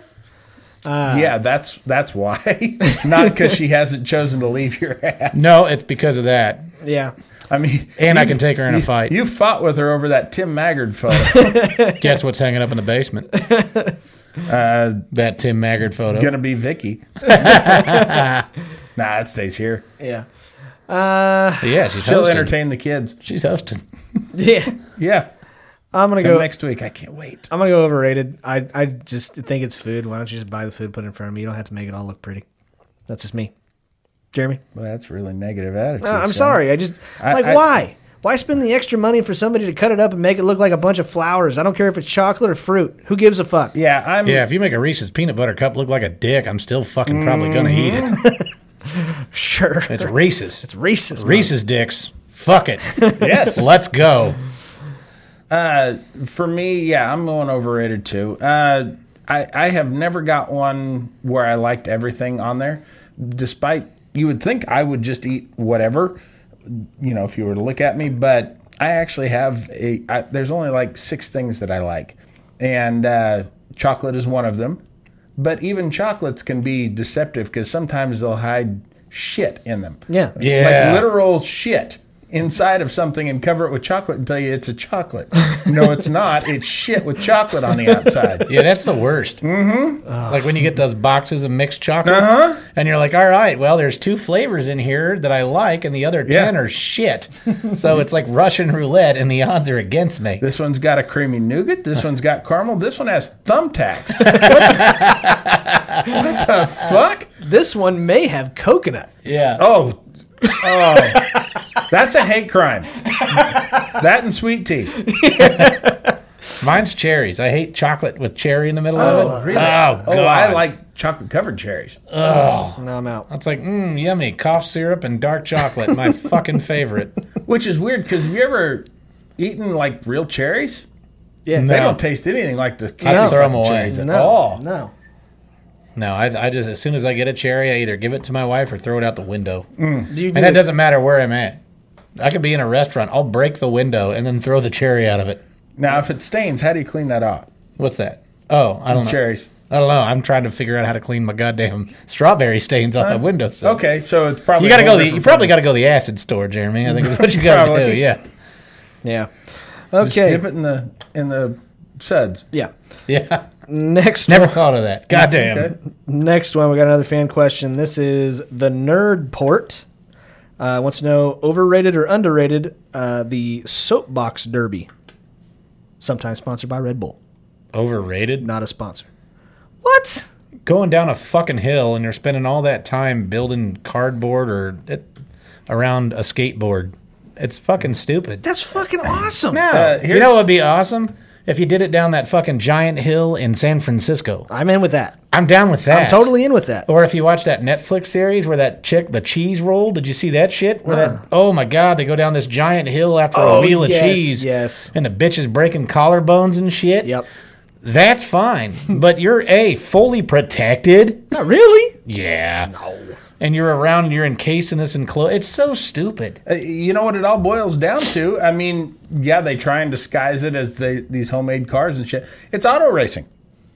S2: yeah, that's that's why. Not because she hasn't chosen to leave your ass.
S3: No, it's because of that.
S1: Yeah.
S2: I mean,
S3: And I can take her in a fight.
S2: you fought with her over that Tim Maggard photo.
S3: Guess what's hanging up in the basement? uh, that Tim Maggard photo.
S2: Uh, Gonna be Vicky. nah, it stays here.
S1: Yeah. Uh,
S3: yeah, she's
S2: She'll
S3: hosting.
S2: entertain the kids.
S3: She's hosting.
S1: yeah.
S2: Yeah,
S1: I'm gonna
S2: Come
S1: go.
S2: next week. I can't wait.
S1: I'm gonna go overrated. I I just think it's food. Why don't you just buy the food, put it in front of me? You don't have to make it all look pretty. That's just me. Jeremy,
S2: Well, that's really negative attitude.
S1: Uh, I'm
S2: son.
S1: sorry. I just
S2: I-
S1: like
S2: I-
S1: why? Why spend the extra money for somebody to cut it up and make it look like a bunch of flowers? I don't care if it's chocolate or fruit. Who gives a fuck?
S2: Yeah, I'm.
S3: Yeah, if you make a Reese's peanut butter cup look like a dick, I'm still fucking probably gonna eat it.
S1: Sure.
S3: It's
S2: Mm-hmm.
S3: Reese's. It's
S1: Reese's.
S3: Reese's dicks. Fuck it.
S2: Yes.
S3: Let's go.
S2: Uh, for me, yeah, I'm going overrated too. Uh, I I have never got one where I liked everything on there, despite you would think I would just eat whatever, you know, if you were to look at me. But I actually have a. I, there's only like six things that I like, and uh, chocolate is one of them. But even chocolates can be deceptive because sometimes they'll hide shit in them.
S1: Yeah.
S3: Yeah.
S2: Like literal shit inside of something and cover it with chocolate and tell you it's a chocolate. No, it's not. It's shit with chocolate on the outside.
S3: Yeah, that's the worst. Mm-hmm. Like when you get those boxes of mixed chocolates,
S2: Uh-huh.
S3: and you're like, "All right, well, there's two flavors in here that I like, and the other
S2: Yeah.
S3: ten are shit." so it's like Russian roulette, and the odds are against me.
S2: This one's got a creamy nougat. This one's got caramel. This one has thumbtacks. what the fuck?
S1: This one may have coconut.
S3: Yeah.
S2: Oh, oh, that's a hate crime. That and sweet tea.
S3: Mine's cherries. I hate chocolate with cherry in the middle of it.
S2: really?
S3: Oh, God. Oh.
S2: Oh, I like chocolate covered cherries.
S1: No, I'm out.
S3: It's like, mmm, yummy. Cough syrup and dark chocolate. My fucking favorite.
S2: Which is weird because have you ever eaten like real cherries?
S1: Yeah,
S2: They
S3: No.
S2: don't taste anything like the
S3: I
S2: candy
S3: throw 'em
S2: fucking
S3: away.
S2: cherries at
S1: no,
S2: all.
S1: no.
S3: No, I, I just, as soon as I get a cherry, I either give it to my wife or throw it out the window.
S2: Mm.
S1: Do you do
S3: And that
S1: the-
S3: doesn't matter where I'm at. I could be in a restaurant. I'll break the window and then throw the cherry out of it.
S2: Now, if it stains, how do you clean that off?
S3: What's that? Oh, I don't know.
S2: Cherries.
S3: I don't know. I'm trying to figure out how to clean my goddamn strawberry stains off the window. So.
S2: Okay, so it's probably
S3: You
S2: a
S3: gotta
S2: whole
S3: go. The, you
S2: different
S3: probably gotta go the acid store, Jeremy. I think is what you gotta do.
S2: Probably.
S3: Yeah,
S1: yeah.
S2: thing.
S1: Okay.
S2: Dip it in the in the suds.
S1: Yeah.
S3: yeah.
S1: Next
S3: Never thought of that. Goddamn.
S2: Okay.
S1: Next one, we got another fan question. This is the Nerd Port. Uh, wants to know overrated or underrated uh, the soapbox derby. Sometimes sponsored by Red Bull,
S3: Overrated.
S1: not a sponsor. What?
S3: going down a fucking hill and they're spending all that time building cardboard or it, around a skateboard. It's fucking stupid.
S1: That's fucking awesome.
S3: No.
S2: Uh,
S3: you know
S2: here's-
S3: what would be awesome? If you did it down that fucking giant hill in San Francisco.
S1: I'm in with that.
S3: I'm down with that.
S1: I'm totally in with that.
S3: Or if you watch that Netflix series where that chick, the cheese roll, did you see that shit? Where that, oh my God, they go down this giant hill after
S1: Uh. Oh,
S3: a wheel of
S1: yes,
S3: cheese.
S1: yes.
S3: And the bitch is breaking collarbones and shit.
S1: Yep.
S3: That's fine. but you're A, fully protected.
S1: Not really.
S3: Yeah. No. And you're around and you're encasing this enclosure. It's so stupid.
S2: Uh, You know what it all boils down to? I mean, yeah, they try and disguise it as they, these homemade cars and shit. It's auto racing.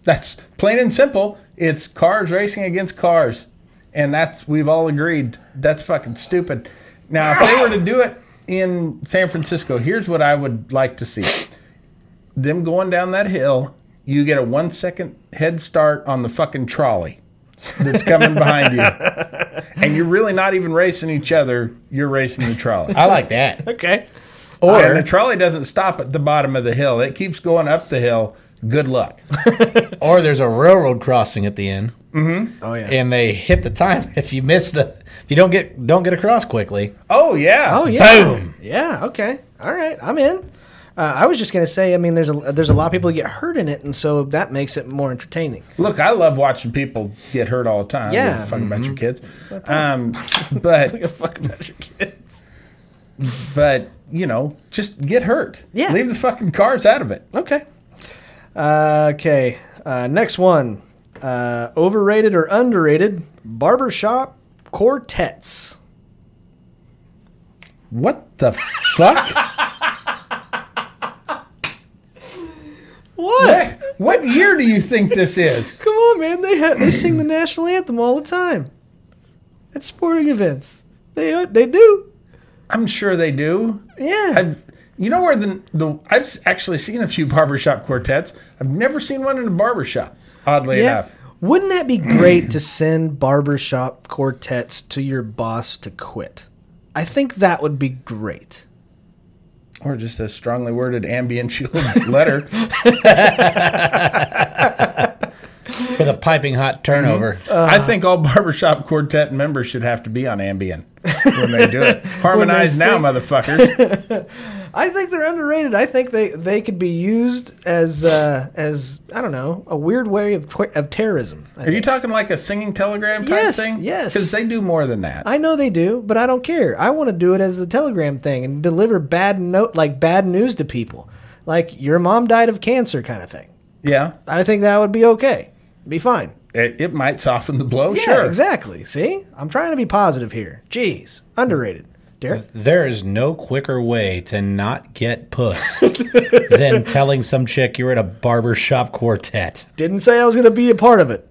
S2: That's plain and simple. It's cars racing against cars. And that's, we've all agreed, that's fucking stupid. Now, if they were to do it in San Francisco, here's what I would like to see them going down that hill, you get a one second head start on the fucking trolley that's coming behind you. And you're really not even racing each other, you're racing the trolley.
S3: I like that.
S1: Okay.
S2: And the
S3: Or
S2: trolley doesn't stop at the bottom of the hill. It keeps going up the hill. Good luck.
S3: or there's a railroad crossing at the end,
S1: Oh yeah.
S3: and they hit the time. If you miss the, if you don't get don't get across quickly,
S2: Oh yeah.
S1: Oh yeah.
S3: Boom.
S1: Yeah. Okay. All right. I'm in. Uh, I was just gonna say. I mean, there's a there's a lot of people that get hurt in it, and so that makes it more entertaining.
S2: Look, I love watching people get hurt all the time.
S1: Yeah. Mm-hmm.
S2: Give a fuck about your kids. Um, but
S1: fuck about your kids.
S2: but you know, just get hurt.
S1: Yeah.
S2: Leave the fucking cars out of it.
S1: Okay. Uh, okay. Uh, next one. Uh, overrated or underrated barbershop quartets.
S2: What the fuck?
S1: What?
S2: what year do you think this is?
S1: Come on, man. They ha- they sing the national anthem all the time at sporting events. They they do.
S2: I'm sure they do.
S1: Yeah.
S2: I've, you know where the, the I've s- actually seen a few barbershop quartets. I've never seen one in a barbershop. Oddly enough,
S1: Wouldn't that be great to send barbershop quartets to your boss to quit? I think that would be great.
S2: or just a strongly worded ambient fueled letter.
S3: with a piping hot turnover,
S1: Uh,
S2: I think all barbershop quartet members should have to be on ambient when they do it. Harmonize now,
S1: sing.
S2: motherfuckers.
S1: I think they're underrated. I think they, they could be used as uh, as I don't know a weird way of twi- of terrorism. I,
S2: Are you talking like a singing telegram type
S1: Yes,
S2: thing?
S1: yes.
S2: because they do more than that.
S1: I know they do, but I don't care. I want to do it as a telegram thing and deliver bad note like bad news to people, like your mom died of cancer kind of thing.
S2: yeah,
S1: I think that would be okay. Be fine.
S2: it, it might soften the blow.
S1: Yeah,
S2: sure,
S1: exactly. See, I'm trying to be positive here. Jeez, underrated. Derek,
S3: there is no quicker way to not get puss than telling some chick you're at a barbershop quartet.
S1: didn't say I was going to be a part of it.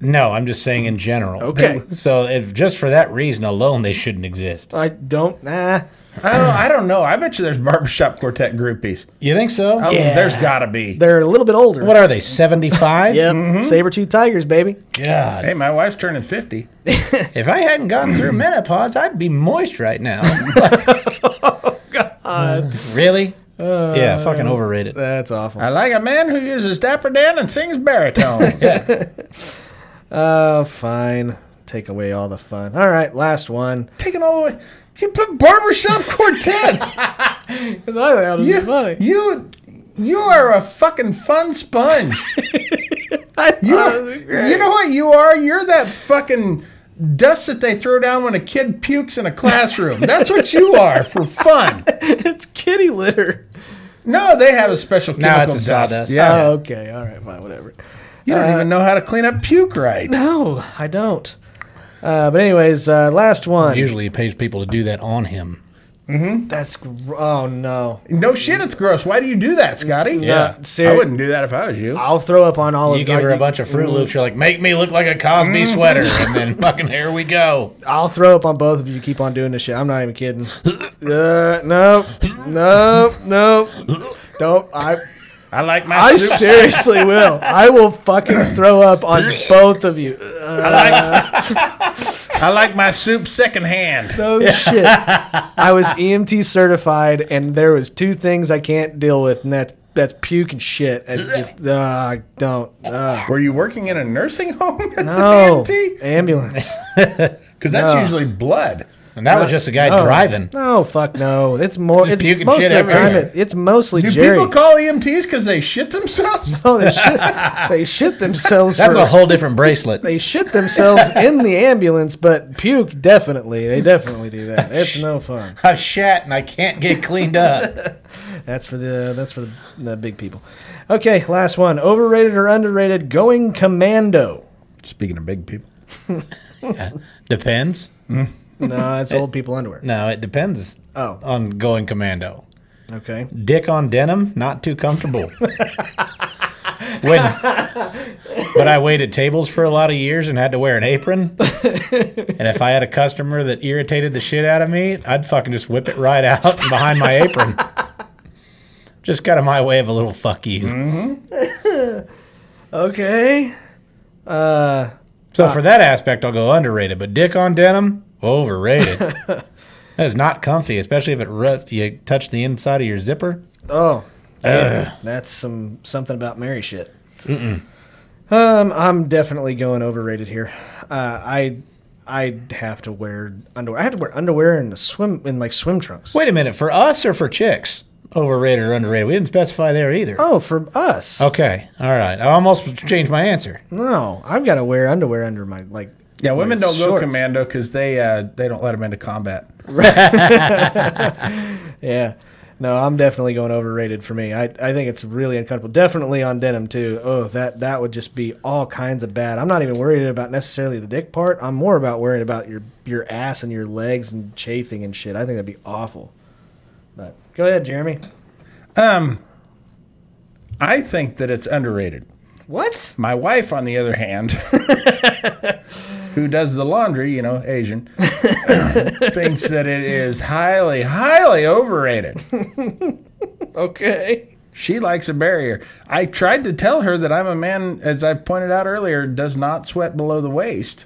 S3: No, I'm just saying in general.
S1: Okay.
S3: So if just for that reason alone, they shouldn't exist.
S1: I don't. Nah,
S2: I don't, I don't know. I bet you there's barbershop quartet groupies.
S3: You think so?
S2: Oh,
S1: Yeah.
S2: There's got to be.
S1: They're a little bit older.
S3: What are they? Seventy five?
S1: Yep. Saber-tooth tigers, baby.
S3: God.
S2: Hey, my wife's turning 50.
S3: If I hadn't gone through menopause, I'd be moist right now. God. Really? yeah, fucking overrated.
S1: That's awful.
S2: I like a man who uses Dapper Dan and sings baritone.
S1: Uh, fine. Take away all the fun. All right, last one.
S2: Taking all the way. He put barbershop quartets. you, you, you are a fucking fun sponge. You, you know what you are? You're that fucking dust that they throw down when a kid pukes in a classroom. That's what you are for fun.
S1: it's kitty litter.
S2: No, they have a special
S3: No,
S2: chemical
S3: it's a
S2: dust.
S3: sawdust.
S2: Yeah,
S1: Oh, okay. All right, fine, whatever.
S2: you don't even know how to clean up puke right.
S1: No, I don't. Uh, but anyways, uh, last one.
S3: Usually he pays people to do that on him.
S1: That's gr- oh no.
S2: No shit, it's gross. Why do you do that, Scotty?
S3: Yeah.
S1: seri-
S2: I wouldn't do that if I was you.
S1: I'll throw up on all
S3: You
S1: of
S3: give her
S1: I-
S3: a bunch of Fruit Loops, you're like, make me look like a Cosby sweater, and then fucking here we go.
S1: I'll throw up on both of you. Keep on doing this shit. I'm not even kidding. uh, no, no, no, don't. I
S2: I like my
S1: I
S2: soup.
S1: seriously will. I will fucking throw up on both of you. Uh,
S2: I like my soup secondhand.
S1: no shit. I was EMT certified, and there was two things I can't deal with, and that's that's puke and shit. And just uh, I don't. Uh,
S2: Were you working in a nursing home as
S3: E
S1: no
S2: an E EMT?
S1: ambulance.
S2: Because that's
S1: No.
S2: usually blood.
S3: And that was just a guy
S1: No.
S3: driving.
S1: No, fuck no. It's more. It's
S3: puking
S1: most of
S3: shit
S1: the
S3: everywhere.
S1: time. It, it's mostly
S2: Do
S1: Jerry.
S2: people call E EMTs because they shit themselves?
S1: oh, they shit. They shit themselves.
S3: That's
S1: for,
S3: a whole different bracelet.
S1: They shit themselves in the ambulance, but puke definitely. They definitely do that. It's no fun.
S3: I've shat and I can't get cleaned up.
S1: That's for the. That's for the, the big people. Okay, last one. Overrated or underrated? Going commando.
S2: Speaking of big people.
S3: depends.
S1: No, it's old people underwear.
S3: No, it depends.
S1: Oh.
S3: On going commando.
S1: Okay.
S3: Dick on denim, not too comfortable. when, but I waited tables for a lot of years and had to wear an apron. and if I had a customer that irritated the shit out of me, I'd fucking just whip it right out and behind my apron. just got in my way of a little fuck you.
S1: Okay. Uh,
S3: So for that aspect, I'll go underrated. But dick on denim, overrated. that is not comfy, especially if it ru- if you touch the inside of your zipper.
S1: Oh, yeah. that's some something about Mary shit. Um, I'm definitely going overrated here. Uh, I I have to wear underwear. I have to wear underwear in the swim in like swim trunks.
S3: Wait a minute, for us or for chicks? Overrated or underrated? We didn't specify there either.
S1: Oh, from us.
S3: Okay, all right. I almost changed my answer.
S1: No, I've got to wear underwear under my like.
S2: Yeah, women
S1: my
S2: don't go
S1: shorts.
S2: commando because they uh, they don't let them into combat.
S1: Yeah. No, I'm definitely going overrated for me. I, I think it's really uncomfortable. Definitely on denim too. Oh, that that would just be all kinds of bad. I'm not even worried about necessarily the dick part. I'm more about worrying about your your ass and your legs and chafing and shit. I think that'd be awful. But go ahead, Jeremy.
S2: I think that it's underrated.
S1: What?
S2: My wife, on the other hand, who does the laundry, you know, Asian, thinks that it is highly, highly overrated.
S1: Okay.
S2: She likes a barrier. I tried to tell her that I'm a man, as I pointed out earlier, does not sweat below the waist.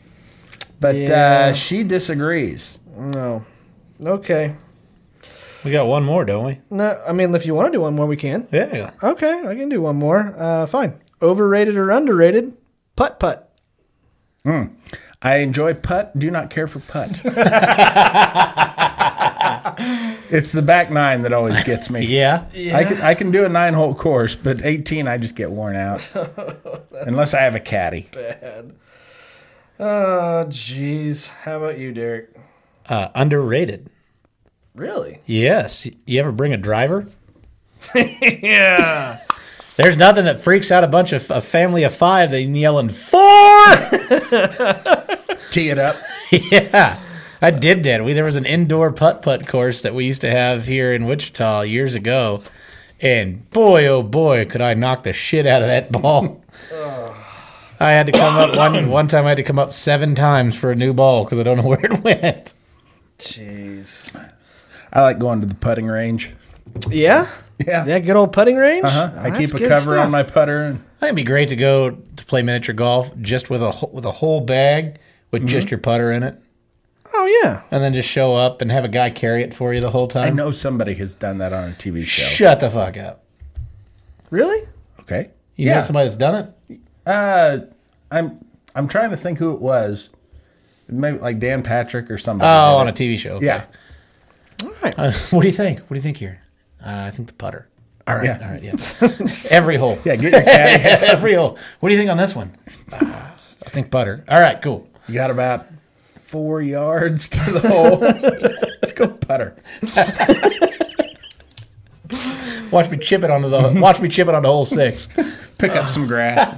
S2: But
S1: Yeah.
S2: uh, she disagrees.
S1: No. Okay.
S3: We got one more, don't we?
S1: No, I mean if you want to do one more, we can.
S3: Yeah.
S1: Okay, I can do one more. Uh, fine. Overrated or underrated? Putt putt.
S2: I enjoy putt, do not care for putt. it's the back nine that always gets me.
S3: Yeah.
S2: I can I can do a nine hole course, but eighteen I just get worn out. Unless I have a caddy.
S1: Oh, jeez. How about you, Derek?
S3: Uh, underrated.
S1: Really?
S3: Yes. You ever bring a driver?
S1: Yeah.
S3: There's nothing that freaks out a bunch of a family of five than yelling four.
S2: Tee it up.
S3: yeah, I did that. We there was an indoor putt putt course that we used to have here in Wichita years ago, and boy oh boy could I knock the shit out of that ball. I had to come up one one time. I had to come up seven times for a new ball because I don't know where it went.
S1: Jeez.
S2: I like going to the putting range.
S1: Yeah.
S2: Yeah.
S1: That good old putting range.
S2: Uh-huh.
S1: Oh,
S2: I
S1: that's
S2: keep a
S1: good
S2: cover
S1: stuff.
S2: on my putter. And,
S3: I think it'd be great to go to play miniature golf just with a wh- with a whole bag with
S2: Mm-hmm.
S3: just your putter in it,
S1: Oh yeah.
S3: and then just show up and have a guy carry it for you the whole
S2: I
S3: time.
S2: know somebody has done that on a TV show.
S3: Shut the fuck up.
S1: Really?
S2: Okay.
S3: You know somebody that's done it?
S2: Uh, I'm I'm trying to think who it was. Maybe like Dan Patrick or somebody.
S3: Oh,
S2: did
S3: on
S2: it.
S3: a TV show. okay.
S2: yeah.
S3: Uh, what do you think? What do you think here? Uh, I think the putter. All right.
S2: Yeah.
S3: All right. Yes. Every hole.
S2: Yeah, get your caddy.
S3: Every hole. What do you think on this one? Uh, I think putter. All right. Cool.
S2: You got about four yards to the hole. Let's go putter.
S3: Watch me chip it onto the. watch me chip it onto hole six.
S2: Pick up some grass.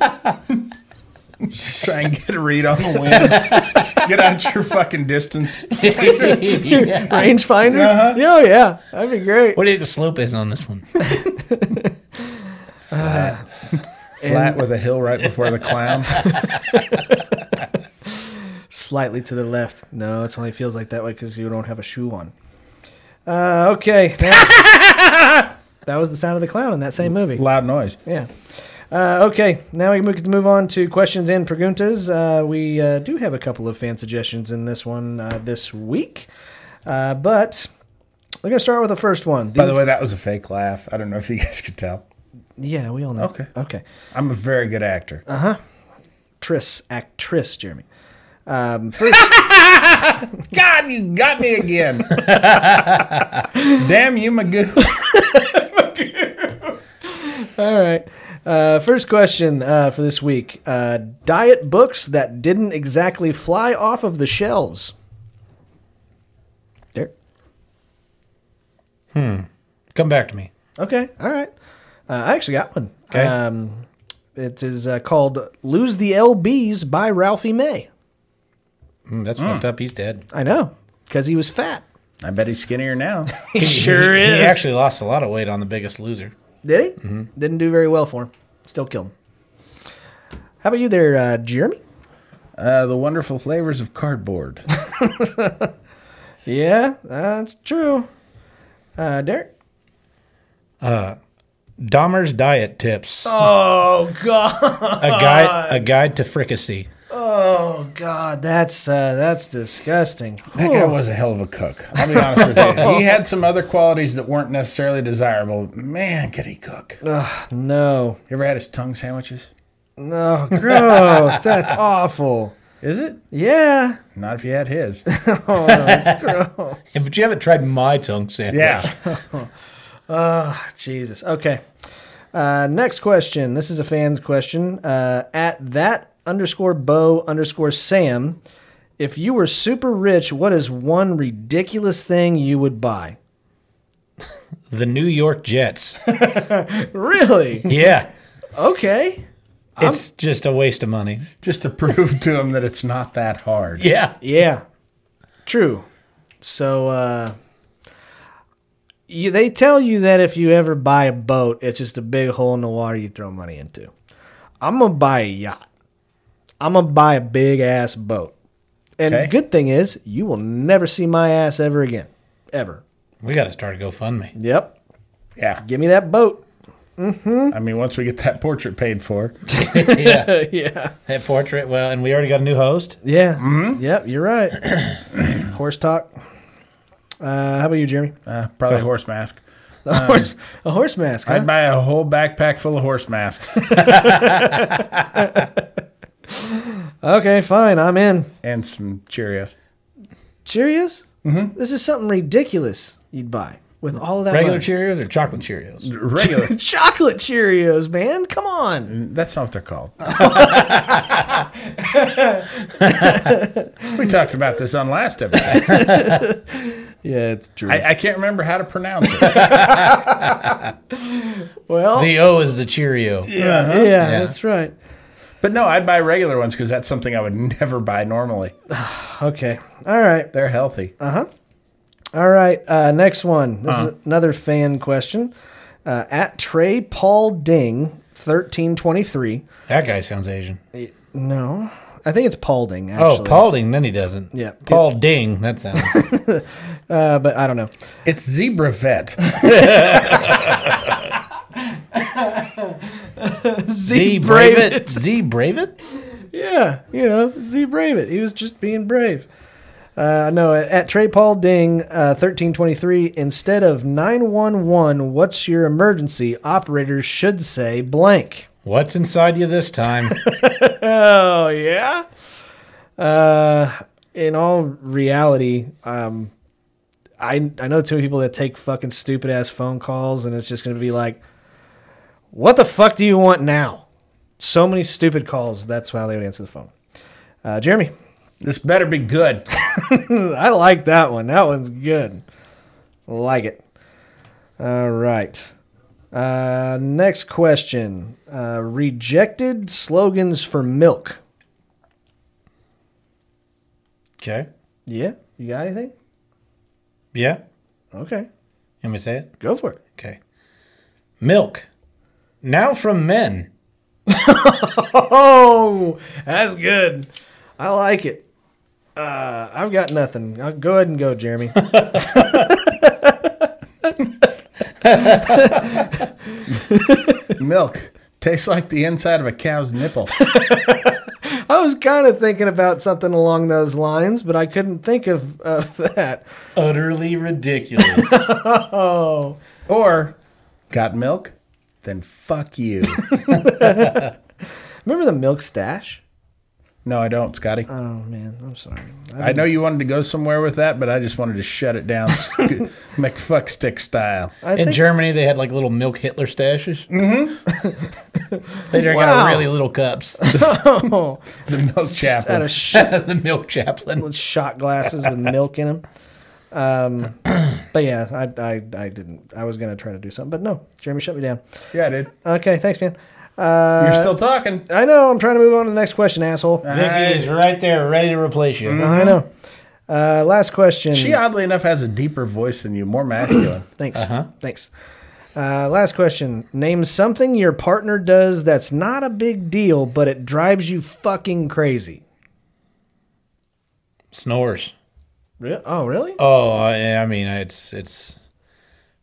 S2: Try and get a read on the wind. Get out your fucking distance.
S3: Yeah.
S1: Range finder? uh Oh yeah. That'd be great.
S3: What do you think the slope is on this one?
S2: Flat with a hill right before the clown.
S1: Slightly to the left. No, it only feels like that way because you don't have a shoe on. Uh, okay. that was the sound of the clown in that same movie.
S2: Loud noise.
S1: Yeah. Uh, okay, now we can move on to questions and preguntas. Uh, we uh, do have a couple of fan suggestions in this one uh, this week, uh, but we're going to start with the first one.
S2: By the way, that was a fake laugh. I don't know if you guys could tell.
S1: yeah, we all know.
S2: Okay.
S1: Okay.
S2: I'm a very good actor.
S1: Tris, actress, Jeremy. Um, first,
S2: God, you got me again. Damn you, Magoo.
S1: all right. Uh, first question uh, for this week uh, Diet books that didn't exactly fly off of the shelves. There.
S3: Come back to me.
S1: Okay, all right. Uh, I actually got one.
S3: Okay.
S1: Um, it is uh, called "Lose the LBs" by Ralphie May.
S3: Mm, that's fucked up. He's dead.
S1: I know because he was fat.
S2: I bet he's skinnier now.
S1: He
S3: he, He actually lost a lot of weight on The Biggest Loser.
S1: Did he? Didn't do very well for him. Still killed him. How about you there, uh, Jeremy?
S2: Uh, the wonderful flavors of cardboard.
S1: Yeah, that's true. Uh, Derek.
S3: Dahmer's diet tips.
S1: Oh God!
S3: a guide. A guide to fricassee.
S1: Oh God! That's uh, that's disgusting.
S2: That guy was a hell of a cook. I'll be honest with you. He had some other qualities that weren't necessarily desirable. Man, could he cook? You
S1: No,
S2: ever had his tongue sandwiches?
S1: no, gross. that's awful.
S2: Is it?
S1: Yeah.
S2: Not if you had his.
S1: Oh, that's gross.
S3: Yeah, but you haven't tried my tongue sandwich.
S2: Yeah.
S1: Jesus. Okay. Uh, next question. This is a fan's question. Uh, at that underscore bow underscore Sam, if you were super rich, what is one ridiculous thing you would buy?
S3: The New York Jets.
S1: Really?
S3: Yeah.
S1: okay.
S3: It's just a waste of money.
S2: Just to prove to him that it's not that hard.
S3: Yeah.
S1: Yeah. True. So uh, you, they tell you that if you ever buy a boat, it's just a big hole in the water you throw money into. I'm gonna buy a yacht. I'm gonna buy a big ass boat. And
S2: Okay.
S1: good thing is, you will never see my ass ever again, ever.
S3: We got to start a GoFundMe.
S1: Yep.
S2: Yeah.
S1: Give me that boat.
S2: I mean, once we get that portrait paid for,
S3: yeah.
S1: yeah.
S3: That portrait. Well, and we already got a new host.
S1: Yeah. Yep. You're right. Horse talk. Uh, how about you, Jeremy?
S2: uh, probably a horse mask.
S1: A horse, a horse mask. Huh?
S2: I'd buy a whole backpack full of horse masks
S1: Okay, fine. I'm in.
S2: and some Cheerios.
S1: Cheerios? Mm-hmm. This is something ridiculous you'd buy with all that
S3: Regular
S1: money.
S3: Cheerios or chocolate Cheerios?
S2: Regular.
S1: chocolate Cheerios, man. Come on.
S2: That's not what they're called. we talked about this on last episode.
S1: Yeah, it's true.
S2: I, I can't remember how to pronounce it.
S1: well,
S3: The O is the Cheerio.
S1: yeah, uh-huh. yeah, that's right.
S2: But no, I'd buy regular ones because that's something I would never buy normally.
S1: Okay. All right.
S2: They're healthy.
S1: Uh-huh. All right. Uh, next one. This is another fan question. Uh, at Trey Paul Ding, 1323.
S3: That guy sounds Asian.
S1: No. I think it's Paulding.
S3: Oh,
S1: Actually.
S3: Paulding. Then he doesn't.
S1: Yeah.
S3: Paul Ding. That sounds.
S1: Uh, but I don't know.
S2: It's zebra vet.
S3: Z Bravett. Z Bravett.
S1: Yeah, you know, Z brave it. He was just being brave. Uh, no, at, at Trey Paul Ding, uh, 1323, instead of 911, what's your emergency? Operators should say blank.
S3: What's inside you this time?
S1: Oh, yeah? Uh, in all reality, um, I, I know two people that take fucking stupid ass phone calls, and it's just going to be like, what the fuck do you want now? So many stupid calls. That's why they would answer the phone. Uh, Jeremy.
S2: this better be good.
S1: I like that one. That one's good. Like it. All right. Uh, next question. Uh, rejected slogans for milk.
S3: okay.
S1: Yeah. You got anything?
S3: Yeah. You
S1: Okay.
S3: want me to say it?
S1: Go for it.
S3: Okay. Milk. Now from men.
S1: Oh, that's good. I like it. Uh, I've got nothing. I'll go ahead and go, Jeremy.
S2: Milk tastes like the inside of a cow's nipple.
S1: I was kind of thinking about something along those lines, but I couldn't think of, of that.
S3: Utterly ridiculous.
S2: or, got milk? Then fuck you.
S1: Remember the milk stash?
S2: No, I don't, Scotty.
S1: Oh, man. I'm sorry.
S2: I know you wanted to go somewhere with that, but I just wanted to shut it down, Sc- McFuckstick style.
S1: I
S3: In
S1: think-
S3: Germany, they had like little milk Hitler stashes. Mm-hmm. they drank out
S1: Wow.
S3: of really little cups.
S1: Oh.
S2: The milk chapel.
S1: out of shot,
S3: the milk chaplain.
S1: shot glasses with milk in them. Um, but yeah, I, I, I didn't. I was gonna try to do something, but no. Jeremy shut me down.
S2: yeah, dude.
S1: Okay, thanks, man.
S2: You're
S1: Uh,
S2: still talking.
S1: I know. I'm trying to move on to the next question, asshole.
S3: Vicky is right there, ready to replace you.
S1: I know. Uh, last question.
S2: She oddly enough has a deeper voice than you, more masculine.
S1: thanks. Thanks. Uh, last question. Name something your partner does that's not a big deal, but it drives you fucking crazy.
S3: Snores.
S1: Really? Oh, really?
S3: Oh, I, I mean, it's it's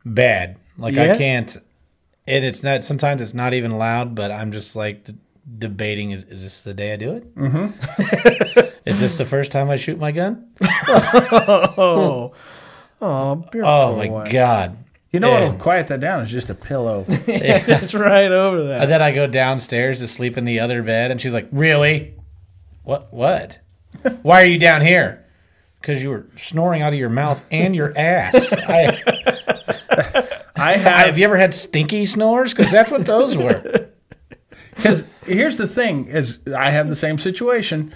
S3: bad. Like
S1: Yeah?
S3: I can't, and it's not. Sometimes it's not even loud, but I'm just like d- debating: is is this the day I do it? Mm-hmm. is this the first time I shoot my gun?
S1: Oh, oh, you're a
S3: Oh
S1: poor
S3: my
S1: wife.
S3: god!
S2: You know what'll
S3: Yeah.
S2: quiet that down is just a pillow.
S1: It's right over that.
S3: And then I go downstairs to sleep in the other bed, and she's like, "Really? What? What? Why are you down here? Because you were snoring out of your mouth and your ass." I,
S2: I
S3: I- have you ever had stinky snores? Because that's what those were.
S2: Because here's the thing: is I have the same situation.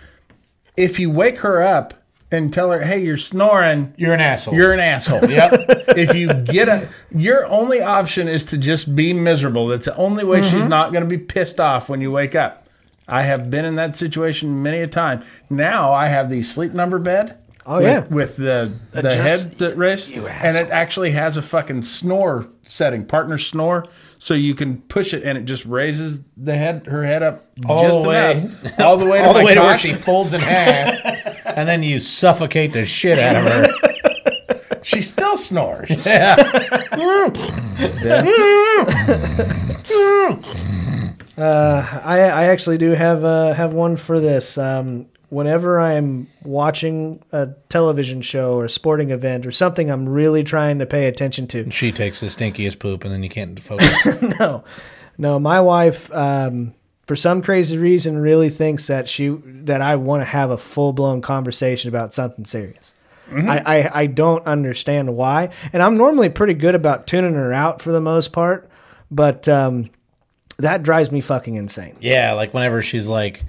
S2: If you wake her up and tell her, "Hey, you're snoring,"
S3: You're an asshole.
S2: you're an asshole.
S3: Yep.
S2: if you get a, your only option is to just be miserable. That's the only way
S3: Mm-hmm.
S2: she's not going to be pissed off when you wake up. I have been in that situation many a time. Now I have the sleep number bed.
S1: Oh,
S2: with,
S1: yeah.
S2: with the the
S1: Adjust-
S2: head that raised, and it actually has a fucking snore setting, partner snore, so you can push it and it just raises the head, her head up
S3: All
S2: just
S3: the way-
S2: enough, all the way to
S3: all
S2: Oh my
S3: the way to where
S2: cock.
S3: she folds in half, and then you suffocate the shit out of her.
S2: She still snores.
S1: I, I actually do have uh, have one for this. Um, whenever I'm watching a television show or a sporting event or something, I'm really trying to pay attention to.
S3: she takes the stinkiest poop, and then you can't focus.
S1: No, no, my wife, um, for some crazy reason, really thinks that she that I want to have a full blown conversation about something serious. I, I I don't understand why, and I'm normally pretty good about tuning her out for the most part, but um, that drives me fucking insane.
S3: yeah, like whenever she's like,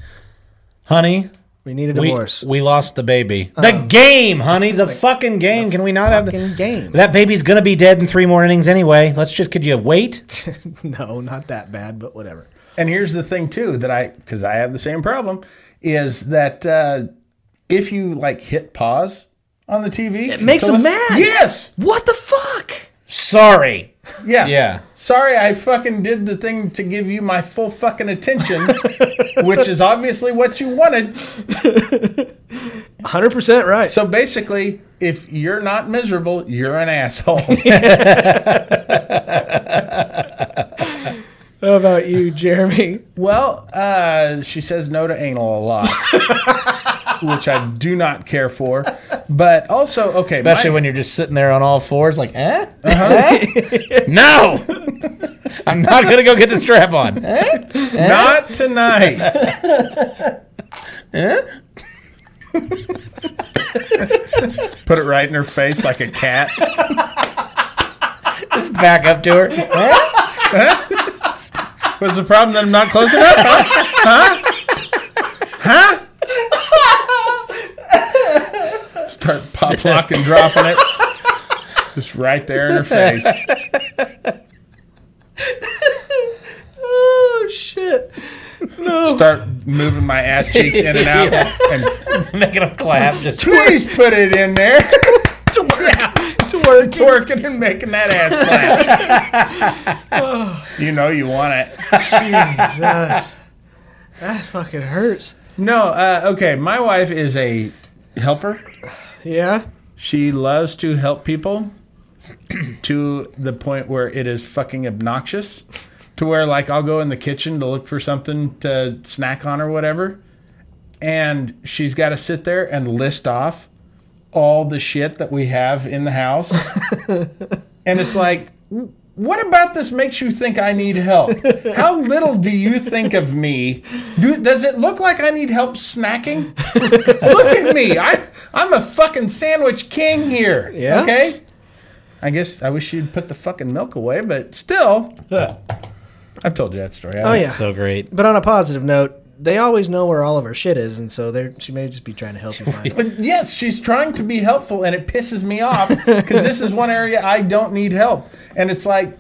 S3: "Honey,
S1: We need a
S3: we,
S1: divorce. Um,
S3: we lost the baby. the game, honey, the fucking game. Can we not have the
S1: Fucking game.
S3: That baby's gonna be dead in three more innings anyway. Let's just. Could you wait?
S1: No, not that bad, but whatever.
S2: And here's the thing too that I because I have the same problem is that uh, if you like hit pause on the TV, it
S1: makes them mad.
S2: Yes,
S1: What the fuck?
S3: Sorry,
S2: Yeah.
S3: Yeah.
S2: Sorry, I fucking did the thing to give you my full fucking attention, which is obviously what you wanted.
S1: 100% right.
S2: So basically, if you're not miserable, you're an asshole.
S1: How about you, Jeremy?
S2: Well, uh, she says no to anal a lot, which I do not care for. But also, okay,
S3: Especially
S2: my-
S3: when you're just sitting there on all fours, like, eh?
S1: Uh-huh.
S3: Eh? no! I'm not going to go get the strap on. Eh?
S2: not tonight. Put it right in her face like a cat.
S3: Just back up to her. Eh?
S2: What's the problem that I'm not close enough? Huh? Huh? Huh? Start pop locking, dropping it. Just right there in her face.
S1: Oh, shit.
S2: Start moving my ass cheeks in and out and
S3: Making them clap. Just
S2: Please put it in there.
S1: Twerk.
S2: Twerking and making that ass clap. you know you want it.
S1: Jesus. That fucking hurts.
S2: No, uh, okay. My wife is a helper.
S1: Yeah?
S2: She loves to help people to the point where it is fucking obnoxious. To where, like, I'll go in the kitchen to look for something to snack on or whatever. And she's got to sit there and list off all the shit that we have in the house. and it's like, what about this makes you think I need help? How little do you think of me? Do, does it look like I need help snacking? look at me. I, I'm a fucking sandwich king here.
S1: Yeah.
S2: Okay? I guess I wish you'd put the fucking milk away, but still. I've told you that story.
S1: Oh, yeah.
S3: so great.
S1: But on a positive note, they always know where all of her shit is, and so they're, she may just be trying to help you find it.
S2: But yes, she's trying to be helpful, and it pisses me off because this is one area I don't need help. And it's like,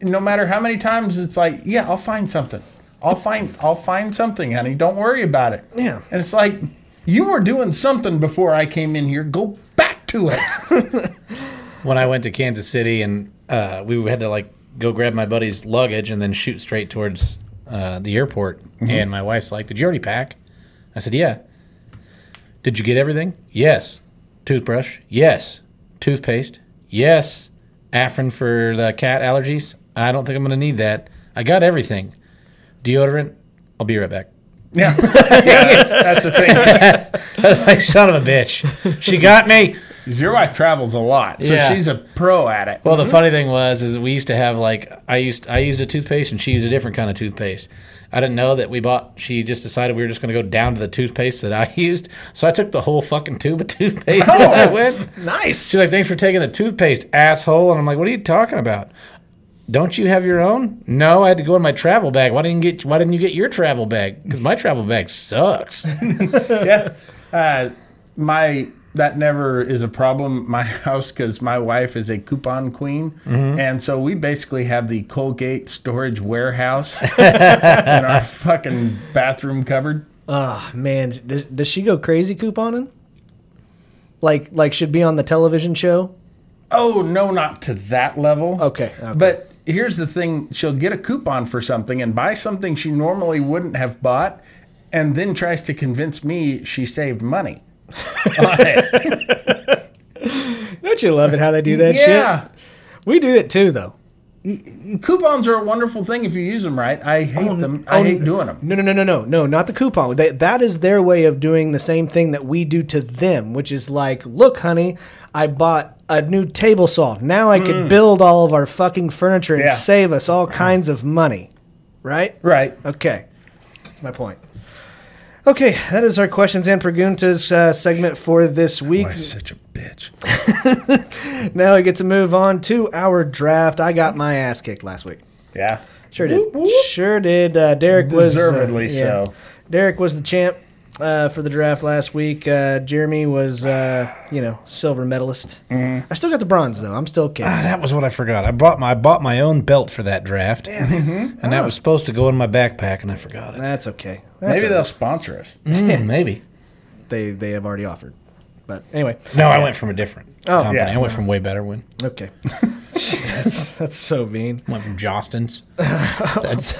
S2: no matter how many times, it's like, yeah, I'll find something. I'll find, I'll find something, honey. Don't worry about it.
S1: Yeah.
S2: And it's like, you were doing something before I came in here. Go back to it.
S3: when I went to Kansas City and uh, we had to like go grab my buddy's luggage and then shoot straight towards uh, the airport. And my wife's like, "Did you already pack?" I said, "Yeah." Did you get everything? Yes. Toothbrush? Yes. Toothpaste? Yes. Afrin for the cat allergies? I don't think I'm going to need that. I got everything. Deodorant? I'll be right back.
S2: yeah. yeah that's, that's the thing.
S3: like, son of a bitch. She got me.
S2: Your wife travels a lot, so
S3: Yeah.
S2: she's a pro at it.
S3: Well, the funny thing was is we used to have like I used I used a toothpaste and she used a different kind of toothpaste. I didn't know that we bought. She just decided we were just going to go down to the toothpaste that I used. So I took the whole fucking tube of toothpaste and I went.
S1: nice.
S3: She's like, "Thanks for taking the toothpaste, asshole." And I'm like, "What are you talking about? Don't you have your own?" No, I had to go in my travel bag. Why didn't you get Why didn't you get your travel bag? Because my travel bag sucks.
S2: yeah. Uh, my that never is a problem in my house because my wife is a coupon queen,
S1: Mm-hmm.
S2: and so we basically have the Colgate storage warehouse in our fucking bathroom cupboard.
S1: Ah, man. Does, does she go crazy couponing? Like, like should be on the television show?
S2: Oh no, not to that level.
S1: Okay, okay.
S2: But here's the thing: she'll get a coupon for something and buy something she normally wouldn't have bought, and then tries to convince me she saved money. on it.
S1: Don't you love it how they do that
S2: yeah.
S1: shit? We do it too, though.
S2: Coupons are a wonderful thing if you use them right. I hate them. I
S1: oh,
S2: hate doing them.
S1: No, no, no, no, no, no, not the coupon. They, that is their way of doing the same thing that we do to them, which is like, look, honey, I bought a new table saw. Now I could build all of our fucking furniture and
S2: Yeah.
S1: save us all kinds of money. Right?
S2: Right.
S1: Okay. That's my point. Okay, that is our questions and preguntas uh, segment for this week.
S2: Why such a bitch?
S1: Now we get to move on to our draft. I got my ass kicked last week.
S2: Yeah.
S1: Sure did. Sure did. Uh, Derek
S2: Deservedly
S1: was uh, yeah.
S2: so.
S1: Derek was the champ uh, for the draft last week. Uh, Jeremy was, uh, you know, silver medalist.
S2: Mm-hmm.
S1: I still got the bronze though. I'm still okay.
S3: That was what I forgot. I brought my I bought my own belt for that draft, and that was supposed to go in my backpack, and I forgot it.
S1: That's okay. That's
S2: Maybe
S1: all
S2: they'll sponsor us.
S3: Mm, maybe.
S1: right. they they have already offered, but anyway,
S3: No, I went from a different
S1: Oh,
S3: company.
S2: yeah.
S3: I went from way better one.
S1: okay. That's so mean.
S3: Went from Jostins. That's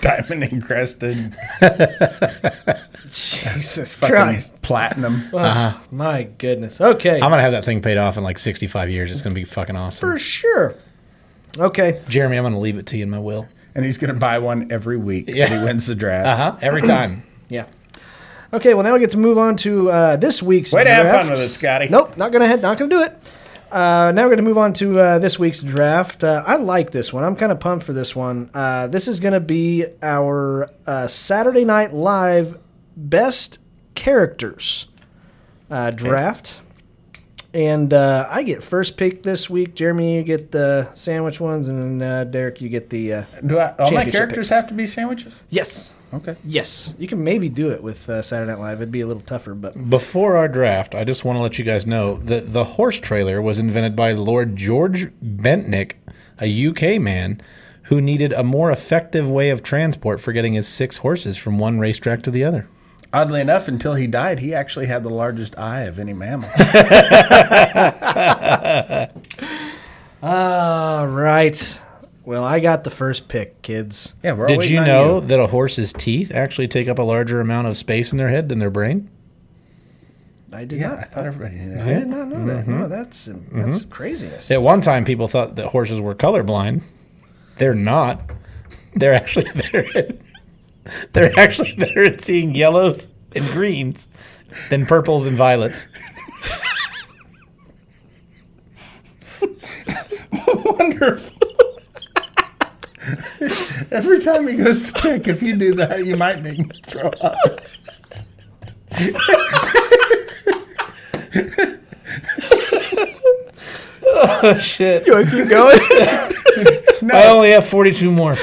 S2: Diamond encrusted. Jesus
S1: Christ.
S2: Platinum.
S1: Oh, My goodness. Okay.
S3: I'm gonna have that thing paid off in like 65 years. It's gonna be fucking awesome.
S1: for sure. Okay.
S3: Jeremy, I'm gonna leave it to you in my will.
S2: And he's going to buy one every week that
S3: Yeah.
S2: he wins the draft.
S3: Uh huh. Every time.
S1: Yeah. Okay. Well, now we get to move on to uh, this week's.
S2: Way to have
S1: draft.
S2: fun with it, Scotty.
S1: Nope, not gonna not gonna do it. Uh, now we're gonna move on to uh, this week's draft. Uh, I like this one. I'm kind of pumped for this one. Uh, this is gonna be our uh, Saturday Night Live best characters uh, draft, and uh, I get first pick this week. Jeremy, you get the sandwich ones, and uh, Derek, you get the uh,
S2: Do I, all my
S1: Championship
S2: characters have to be sandwiches?
S1: yes.
S2: Okay.
S1: Yes, Mm-hmm. you can maybe do it with uh, Saturday Night Live. It'd be a little tougher, but
S3: Before our draft, I just want to let you guys know that the horse trailer was invented by Lord George Bentnick, a UK man who needed a more effective way of transport for getting his six horses from one racetrack to the other.
S2: Oddly enough, until he died, he actually had the largest eye of any mammal.
S1: all right. Well, I got the first pick, kids.
S2: Yeah, we're all
S3: Did
S2: waiting
S3: you
S2: on
S3: know that a horse's teeth actually take up a larger amount of space in their head than their brain?
S1: I did
S2: Yeah, Mm-hmm.
S1: not.
S2: I thought everybody knew that.
S1: I did not know that. No, that's that's
S2: Mm-hmm.
S1: craziness.
S3: At one time, people thought that horses were colorblind. They're not. They're actually better. At, they're actually better at seeing yellows and greens than purples and violets.
S2: Wonderful. Every time he goes to pick, if you do that, you might make me throw up.
S3: Shit!
S1: You want to keep going?
S3: I only have forty-two more.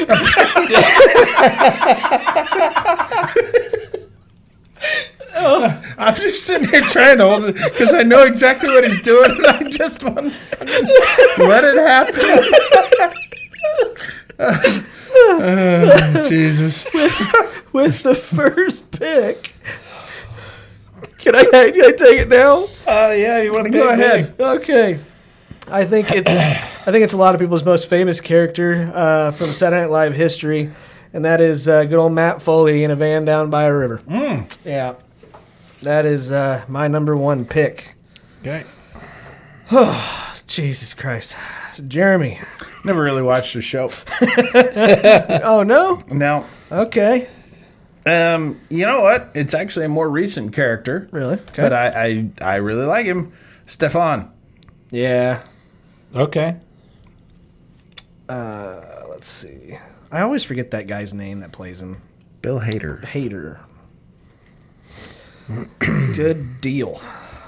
S2: I'm just sitting here trying to hold it because I know exactly what he's doing, and I just want to fucking let it happen. Uh, Jesus.
S1: With the first pick. Can I, can I take it now?
S2: Uh, yeah, you want to go ahead?
S1: Okay. I think it's I think it's a lot of people's most famous character uh, from Saturday Night Live history, and that is uh, good old Matt Foley in a van down by a river.
S2: Mm.
S1: Yeah, that is uh, my number one pick.
S3: Okay.
S1: Jesus Christ, Jeremy.
S2: Never really watched the show.
S1: Oh no.
S2: Now,
S1: Okay.
S2: um, you know what? It's actually a more recent character.
S1: Really?
S2: But I, I, I really like him. Stefan.
S1: Yeah.
S3: Okay.
S1: Let's see. I always forget that guy's name that plays him.
S2: Bill Hader.
S1: Hater. Good deal.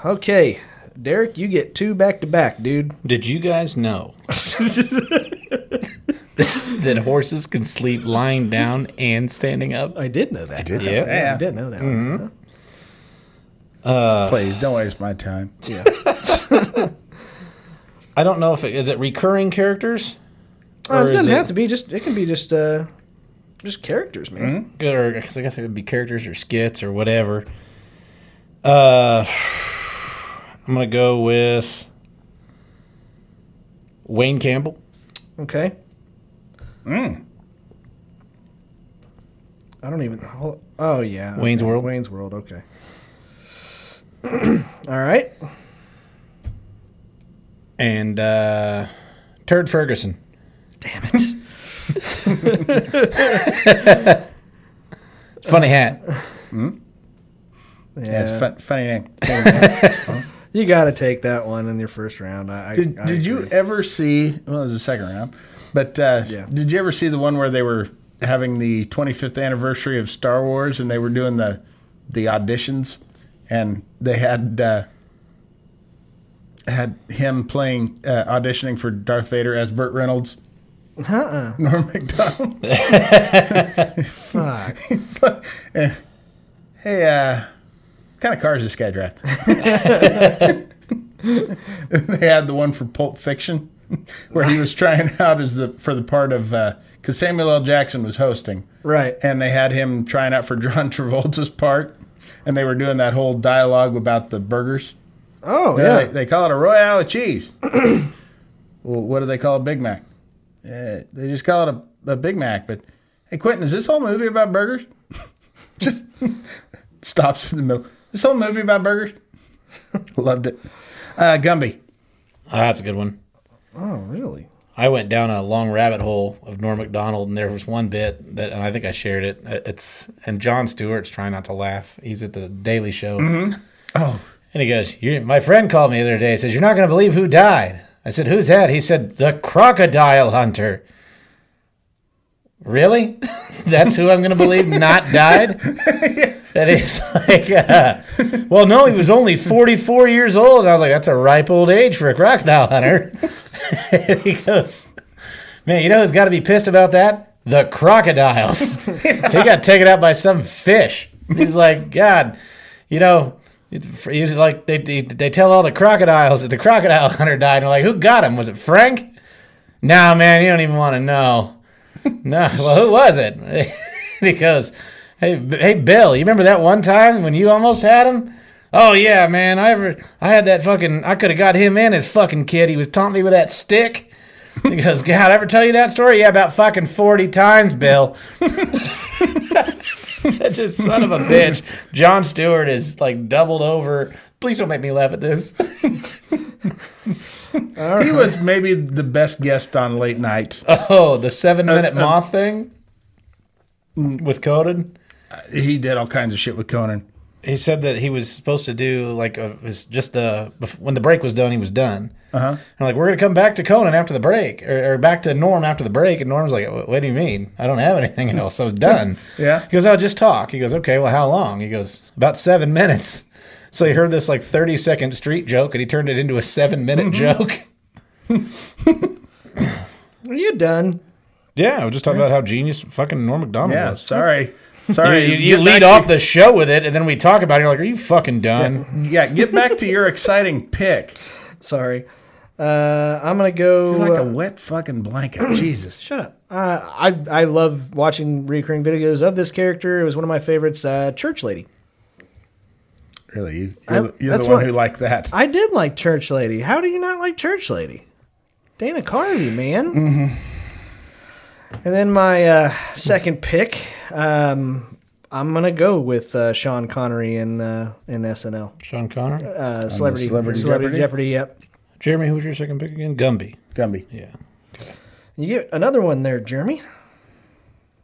S1: Okay, Derek, you get two back to back, dude.
S3: Did you guys know that horses can sleep lying down and standing up?
S1: I did know that. I did.
S3: Yeah.
S1: I did know that. one.
S2: Please, don't waste my time.
S1: Uh,
S3: I don't know if it is it recurring characters.
S1: Uh, it
S3: Or is
S1: doesn't
S3: it-
S1: have to be just. It can be just uh, just characters, man.
S3: or because I guess it would be characters or skits or whatever. Uh, I'm gonna go with Wayne Campbell.
S1: Okay. I don't even. hol- Oh yeah.
S3: Wayne's
S1: okay.
S3: World?
S1: Wayne's World. Okay. All right.
S3: and uh, Turd Ferguson. Damn it. Funny hat.
S1: Yeah.
S2: Yeah, it's fun, funny name.
S1: You got to take that one in your first round. I, I-
S2: Did,
S1: I
S2: did you
S1: agree.
S2: ever see? Well, it was the second round, but uh,
S1: Yeah.
S2: did you ever see the one where they were having the 25th anniversary of Star Wars and they were doing the the auditions, and they had uh, had him playing uh, auditioning for Darth Vader as Burt Reynolds,
S1: Uh-uh.
S2: Norm Macdonald.
S1: Fuck.
S2: It's like, eh, hey, uh, what kind of car is this guy driving? they had the one for Pulp Fiction, where he was trying out as the for the part of because Samuel L. Jackson was hosting,
S1: Right.
S2: and they had him trying out for John Travolta's part, and they were doing that whole dialogue about the burgers.
S1: Oh
S2: Yeah,
S1: yeah.
S2: They, they call it a Royale with cheese. Well, what do they call a Big Mac? Uh, they just call it a, a Big Mac. But hey, Quentin, is this whole movie about burgers? just stops in the middle. This whole movie about burgers. Loved it. Uh, Gumby.
S3: Ah, that's a good one.
S1: Oh, really?
S3: I went down a long rabbit hole of Norm Macdonald, and there was one bit that, and I think I shared it. uh, It's and John Stewart's trying not to laugh. He's at the Daily Show,
S2: Oh,
S3: and he goes, you "My friend called me the other day. Says you're not going to believe who died." I said, "Who's that?" He said, "The crocodile hunter." Really? That's who I'm going to believe not died. That is like, uh, well, no, he was only 44 years old. And I was like, that's a ripe old age for a crocodile hunter. And he goes, man, you know who's got to be pissed about that? The crocodiles. he got taken out by some fish. He's like, God, you know, it- he was like, they, they, they tell all the crocodiles that the crocodile hunter died. And we're like, who got him? Was it Frank? Nah, man, you don't even want to know. No, well, who was it? And he goes, "Hey, B- hey, Bill, you remember that one time when you almost had him?" Oh yeah, man, I ever, I had that fucking, I could have got him and his fucking kid. He was taunting me with that stick. He goes, "God, ever tell you that story?" Yeah, about fucking forty times, Bill. That Just son of a bitch. John Stewart is like doubled over. Please don't make me laugh at this.
S2: he was maybe the best guest on late night.
S3: Oh, the seven minute
S2: uh, mm.
S3: moth thing with Conan.
S2: He did all kinds of shit with Conan.
S3: he said that he was supposed to do like a, it was just the bef- when the break was done, he was done. Uh-huh. And like we're gonna come back to Conan after the break, or, or back to Norm after the break. And Norm's like, "What do you mean? I don't have anything else. So it's done."
S2: Yeah.
S3: He goes, "I'll just talk." He goes, "Okay, well, how long?" He goes, "About seven minutes." So he heard this like thirty second street joke, and he turned it into a seven minute joke.
S1: Are you done?
S3: Yeah, I was just talking about how genius fucking Norm Macdonald
S2: Yeah,
S3: was.
S2: sorry.
S3: You,
S2: Sorry.
S3: you- you
S2: Get
S3: lead
S2: back
S3: off the show with it, and then we talk about it. You're like, "Are you fucking done?"
S2: to- Yeah, get back to your exciting pick.
S1: Sorry. Uh, I'm gonna go.
S2: You're like a wet fucking blanket. Jesus.
S1: Shut up. Uh, I I love watching recurring videos of this character. It was one of my favorites. Uh, Church Lady.
S2: Really? you-
S1: I-
S2: You're, the- you're
S1: that's
S2: the one
S1: what-
S2: who liked that.
S1: I did like Church Lady. How do you not like Church Lady? Dana Carvey, man. And then my uh, second pick. Um, I'm gonna go with uh, Sean Connery in uh, in SNL.
S3: Sean Connor.
S1: Uh, celebrity,
S2: Celebrity
S1: Celebrity
S2: Jeopardy?
S1: Jeopardy. Yep.
S3: Jeremy, who was your second pick again? Gumby.
S2: Gumby.
S3: Yeah.
S1: You get another one there, Jeremy.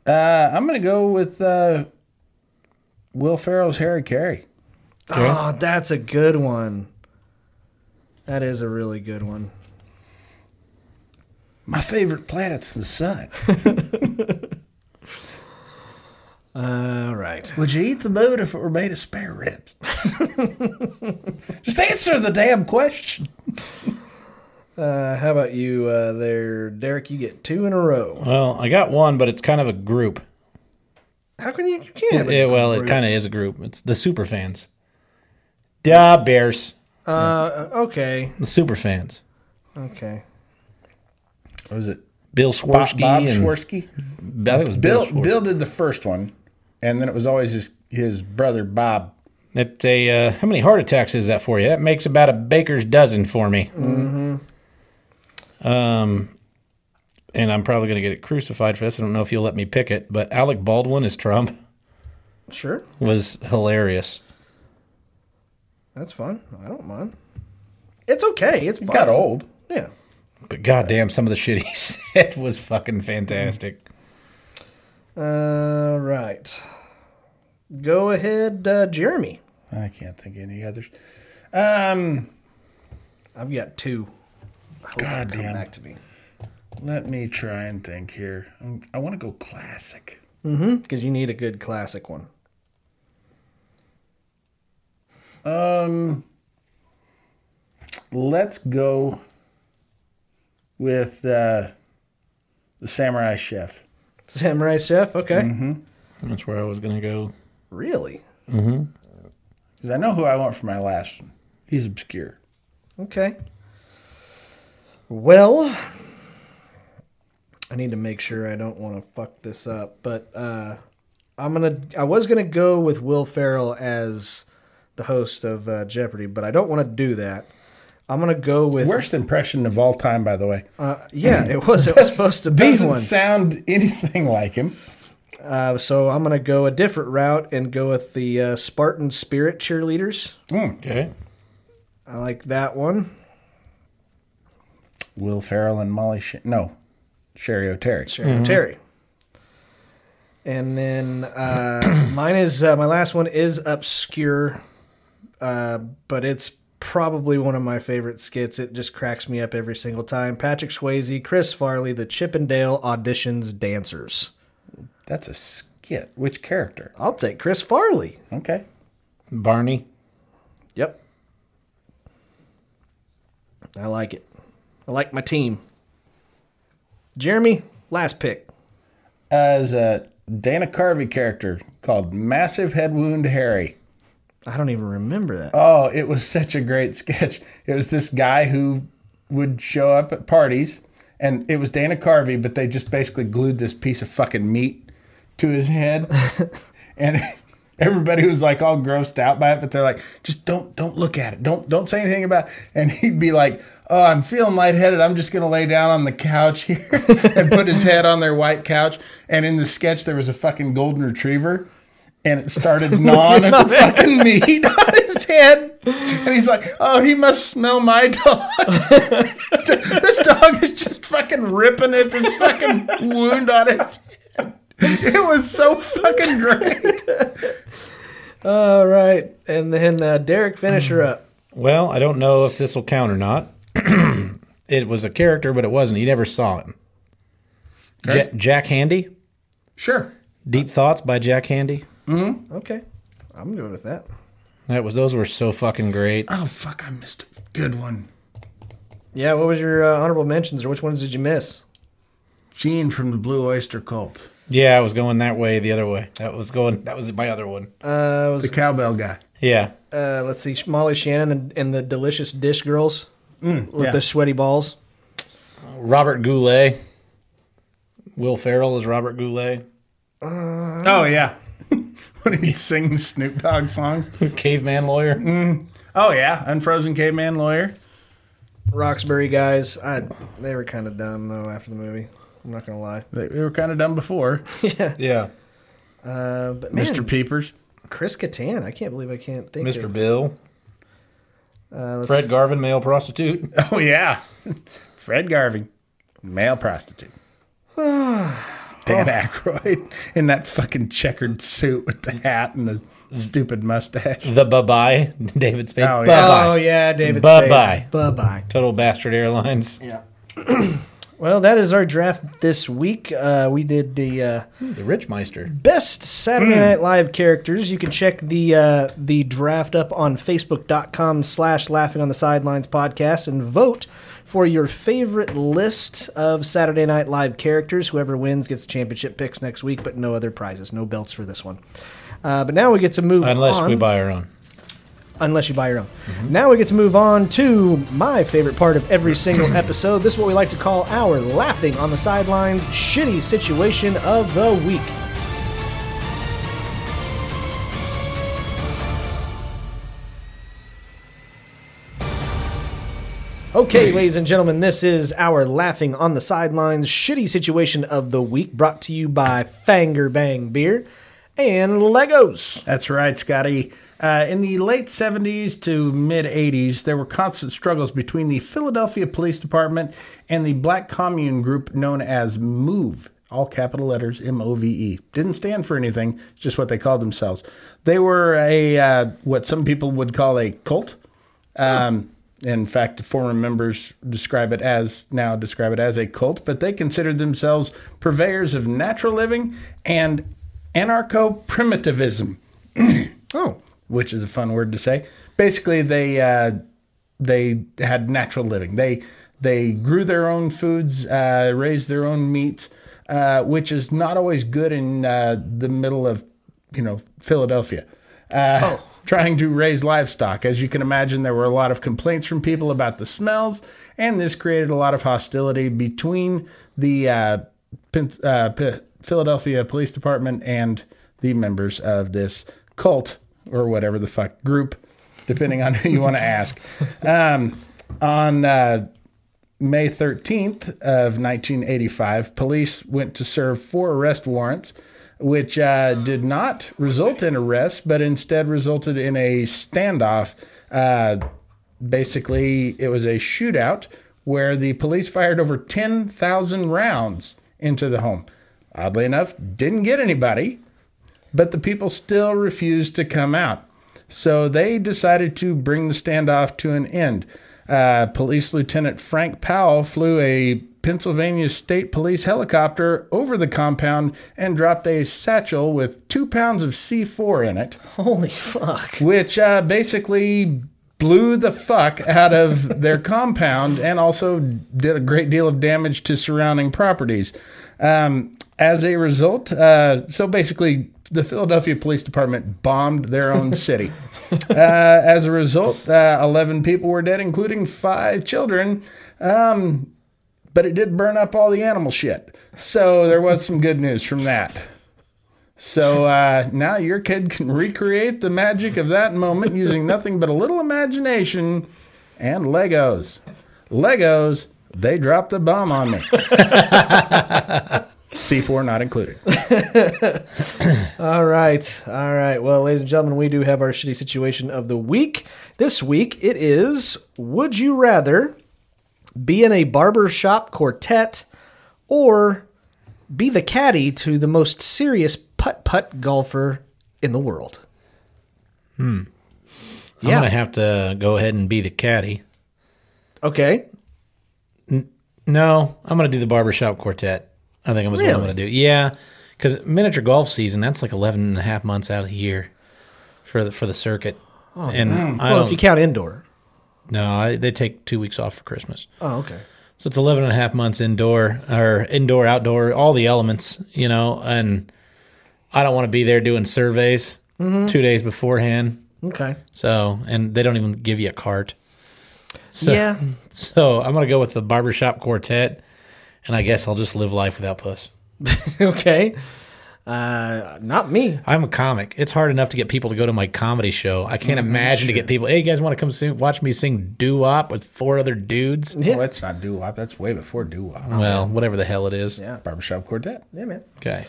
S2: Uh, I'm going to go with uh, Will Ferrell's Harry Carey.
S1: Oh, that's a good one. That is a really good one.
S2: My favorite planet's the sun.
S1: All right.
S2: Would you eat the moon if it were made of spare ribs? Just answer the damn question.
S1: Uh, how about you uh, there, Derek? You get two in a row.
S3: Well, I got one, but it's kind of a group.
S1: How can you? You can't. have a
S3: Yeah, well, it
S1: group.
S3: kind of is a group. It's the super fans. Duh, Bears.
S1: Uh, okay.
S3: The super fans.
S1: Okay.
S2: What was it?
S3: Bill
S2: Bob,
S3: Swirsky.
S2: Bob
S3: and,
S2: Swirsky?
S3: I think it was Bill.
S2: Bill
S3: Bill,
S2: Bill did the first one, and then it was always his his brother Bob.
S3: That's a, uh, how many heart attacks is that for you? That makes about a baker's dozen for me. Um, and I'm probably going to get crucified for this. I don't know if you'll let me pick it, but Alec Baldwin as Trump
S1: Sure.
S3: was hilarious.
S1: That's fun. I don't mind. It's okay. It's fun.
S2: Got old.
S1: Yeah.
S3: But goddamn, some of the shit he said was fucking fantastic.
S1: All right. Go ahead, uh, Jeremy.
S2: I can't think of any others. Um,
S1: I've got two. I hope they'll come
S2: Goddamn.
S1: back to me
S2: let me try and think here. I'm, I want to go classic.
S1: because you need a good classic one.
S2: Um, let's go with uh, the Samurai Chef.
S1: Samurai Chef. Okay.
S2: Mm-hmm.
S3: That's where I was going to go.
S1: Really?
S2: Because I know who I want for my last one. He's obscure.
S1: Okay. Well, I need to make sure I don't want to fuck this up, but uh, I'm gonna. I was gonna go with Will Ferrell as the host of uh, Jeopardy, but I don't want to do that. I'm gonna go with
S2: Worst impression of all time, by the way.
S1: uh, yeah. It was it was supposed to be
S2: Doesn't
S1: one.
S2: sound anything like him.
S1: Uh, so I'm gonna go a different route and go with the uh, Spartan Spirit cheerleaders.
S2: Mm.
S3: Okay.
S1: I like that one.
S2: Will Farrell and Molly. Sh- no, Sherry O'Terry.
S1: Sharon Terry. And then uh, mine is uh, my last one is obscure, uh, but it's probably one of my favorite skits. It just cracks me up every single time. Patrick Swayze, Chris Farley, the Chippendale auditions dancers.
S2: That's a skit. Which character?
S1: I'll take Chris Farley.
S2: Okay.
S3: Barney.
S1: Yep, I like it. I like my team. Jeremy, last pick.
S2: As a Dana Carvey character called Massive Head Wound Harry.
S1: I don't even remember that.
S2: Oh, it was such a great sketch. It was this guy who would show up at parties, and it was Dana Carvey, but they just basically glued this piece of fucking meat to his head, and everybody was like all grossed out by it. But they're like, just don't don't look at it. Don't don't say anything about. It. And he'd be like, oh, I'm feeling lightheaded. I'm just gonna lay down on the couch here and put his head on their white couch. And in the sketch, there was a fucking golden retriever and it started gnawing at the fucking meat on his head. And he's like, "Oh, he must smell my dog. this dog is just fucking ripping at this fucking wound on his." head. It was so fucking great.
S1: All right, and then uh, Derek, finish her up.
S3: Well, I don't know if this will count or not. it was a character, but it wasn't. You never saw him. Ja- Jack Handy.
S2: Sure.
S3: Deep Thoughts by Jack Handy.
S1: Okay. I'm good with that.
S3: That was those were so fucking great.
S2: Oh fuck, I missed a good one.
S1: Yeah, what was your uh, honorable mentions or which ones did you miss?
S2: Gene from the Blue Oyster Cult,
S3: Yeah, I was going that way the other way. That was going that was my other one.
S1: Uh, it was
S2: the cowbell guy.
S3: Yeah.
S1: uh, let's see, Molly Shannon and, and the delicious dish girls
S3: Mm,
S1: with
S2: yeah.
S1: the sweaty balls.
S3: Robert Goulet. Will Farrell is Robert Goulet.
S2: Oh yeah. when he'd sing the Snoop Dogg songs.
S3: Caveman lawyer.
S2: Oh yeah, Unfrozen Caveman Lawyer.
S1: Roxbury guys, I they were kind of dumb though after the movie. I'm not gonna lie.
S2: They they were kind of done before.
S3: Yeah.
S1: Uh, but man,
S2: Mr. Peepers.
S1: Chris Kattan, I can't believe I can't think.
S3: Mr.
S1: Of,
S3: Bill.
S1: uh, let's-
S3: Fred Garvin, male prostitute.
S2: Oh yeah, Fred Garvey, male prostitute. Dan Aykroyd in that fucking checkered suit with the hat and the stupid mustache.
S3: the bye bye. David Spade.
S2: Oh, yeah.
S3: Bye-bye.
S1: Oh yeah, David.
S3: Bye-bye.
S1: Bye bye.
S3: Total Bastard Airlines.
S1: Yeah. well, that is our draft this week. Uh, we did the. Uh,
S3: The Rich Meister.
S1: best Saturday
S3: Hmm.
S1: Night Live characters. You can check the uh, the draft up on Facebook.com slash Laughing on the Sidelines podcast and vote for your favorite list of Saturday Night Live characters. Whoever wins gets championship picks next week, but no other prizes, no belts for this one. Uh, but now we get to move
S3: Unless
S1: on
S3: we buy our own.
S1: unless you buy your own. Now we get to move on to my favorite part of every single episode. This is what we like to call our laughing on the sidelines shitty situation of the week. Okay, ladies and gentlemen, this is our laughing on the sidelines shitty situation of the week brought to you by Fanger Bang Beer and Legos.
S2: That's right, Scotty. Uh, in the late 70s to mid 80s, there were constant struggles between the Philadelphia Police Department and the black commune group known as MOVE, E, all capital letters M O V E. Didn't stand for anything, it's just what they called themselves. They were a, uh, what some people would call a cult. Um, in fact, former members describe it as now describe it as a cult, but they considered themselves purveyors of natural living and anarcho primitivism. oh, which is a fun word to say. Basically, they uh, they had natural living. They they grew their own foods, uh, raised their own meats, uh, which is not always good in uh, the middle of you know Philadelphia. Uh, Trying to raise livestock. As you can imagine, there were a lot of complaints from people about the smells, and this created a lot of hostility between the uh, Pen- uh, P- Philadelphia Police Department and the members of this cult or whatever the fuck group depending on who you want to ask. Um, On uh, May 13th of 1985, police went to serve four arrest warrants, which uh, did not result in arrest, but instead resulted in a standoff. Uh, basically, it was a shootout where the police fired over 10,000 rounds into the home. Oddly enough, didn't get anybody but the people still refused to come out. So they decided to bring the standoff to an end. Uh, Police Lieutenant Frank Powell flew a Pennsylvania State Police helicopter over the compound and dropped a satchel with two pounds of C4 in it
S1: Holy fuck.
S2: which uh, basically blew the fuck out of their compound and also did a great deal of damage to surrounding properties. Um, as a result, uh, so basically, the Philadelphia Police Department bombed their own city. uh, as a result, uh, 11 people were dead, including five children. Um, but it did burn up all the animal shit. So there was some good news from that. So uh, now your kid can recreate the magic of that moment using nothing but a little imagination and Legos. Legos, they dropped the bomb on me. C4 not included. Oh,
S1: All right. All right. Well, ladies and gentlemen, we do have our shitty situation of the week. This week it is Would you rather be in a barbershop quartet or be the caddy to the most serious putt putt golfer in the world?
S3: I'm
S1: Yeah.
S3: gonna have to go ahead and be the caddy.
S1: Okay.
S3: No, I'm gonna do the barbershop quartet. I think I'm what I'm
S1: Really?
S3: gonna do. Yeah, because miniature golf season that's like 11 and a half months out of the year for the for the circuit. and I
S1: Oh, Well,
S3: don't,
S1: if you count indoor.
S3: no, I, they take two weeks off for Christmas.
S1: Oh, okay.
S3: So it's 11 and a half months indoor or indoor, outdoor, all the elements, you know, and I don't want to be there doing surveys
S1: Mm-hmm.
S3: two days beforehand.
S1: Okay.
S3: So, and they don't even give you a cart. So,
S1: yeah.
S3: So I'm going to go with the barbershop quartet. And I guess I'll just live life without puss.
S1: okay. Uh, not me.
S3: I'm a comic. It's hard enough to get people to go to my comedy show. I
S1: Mm-hmm.
S3: can't imagine to get people, hey, you guys want to come see, watch me sing doo wop with four other dudes?
S1: Yeah.
S2: Oh, that's not doo wop. That's way before doo wop.
S3: Well, whatever the hell it is.
S1: Yeah. Uh,
S2: Barbershop Quartet.
S1: Yeah, man.
S3: Okay.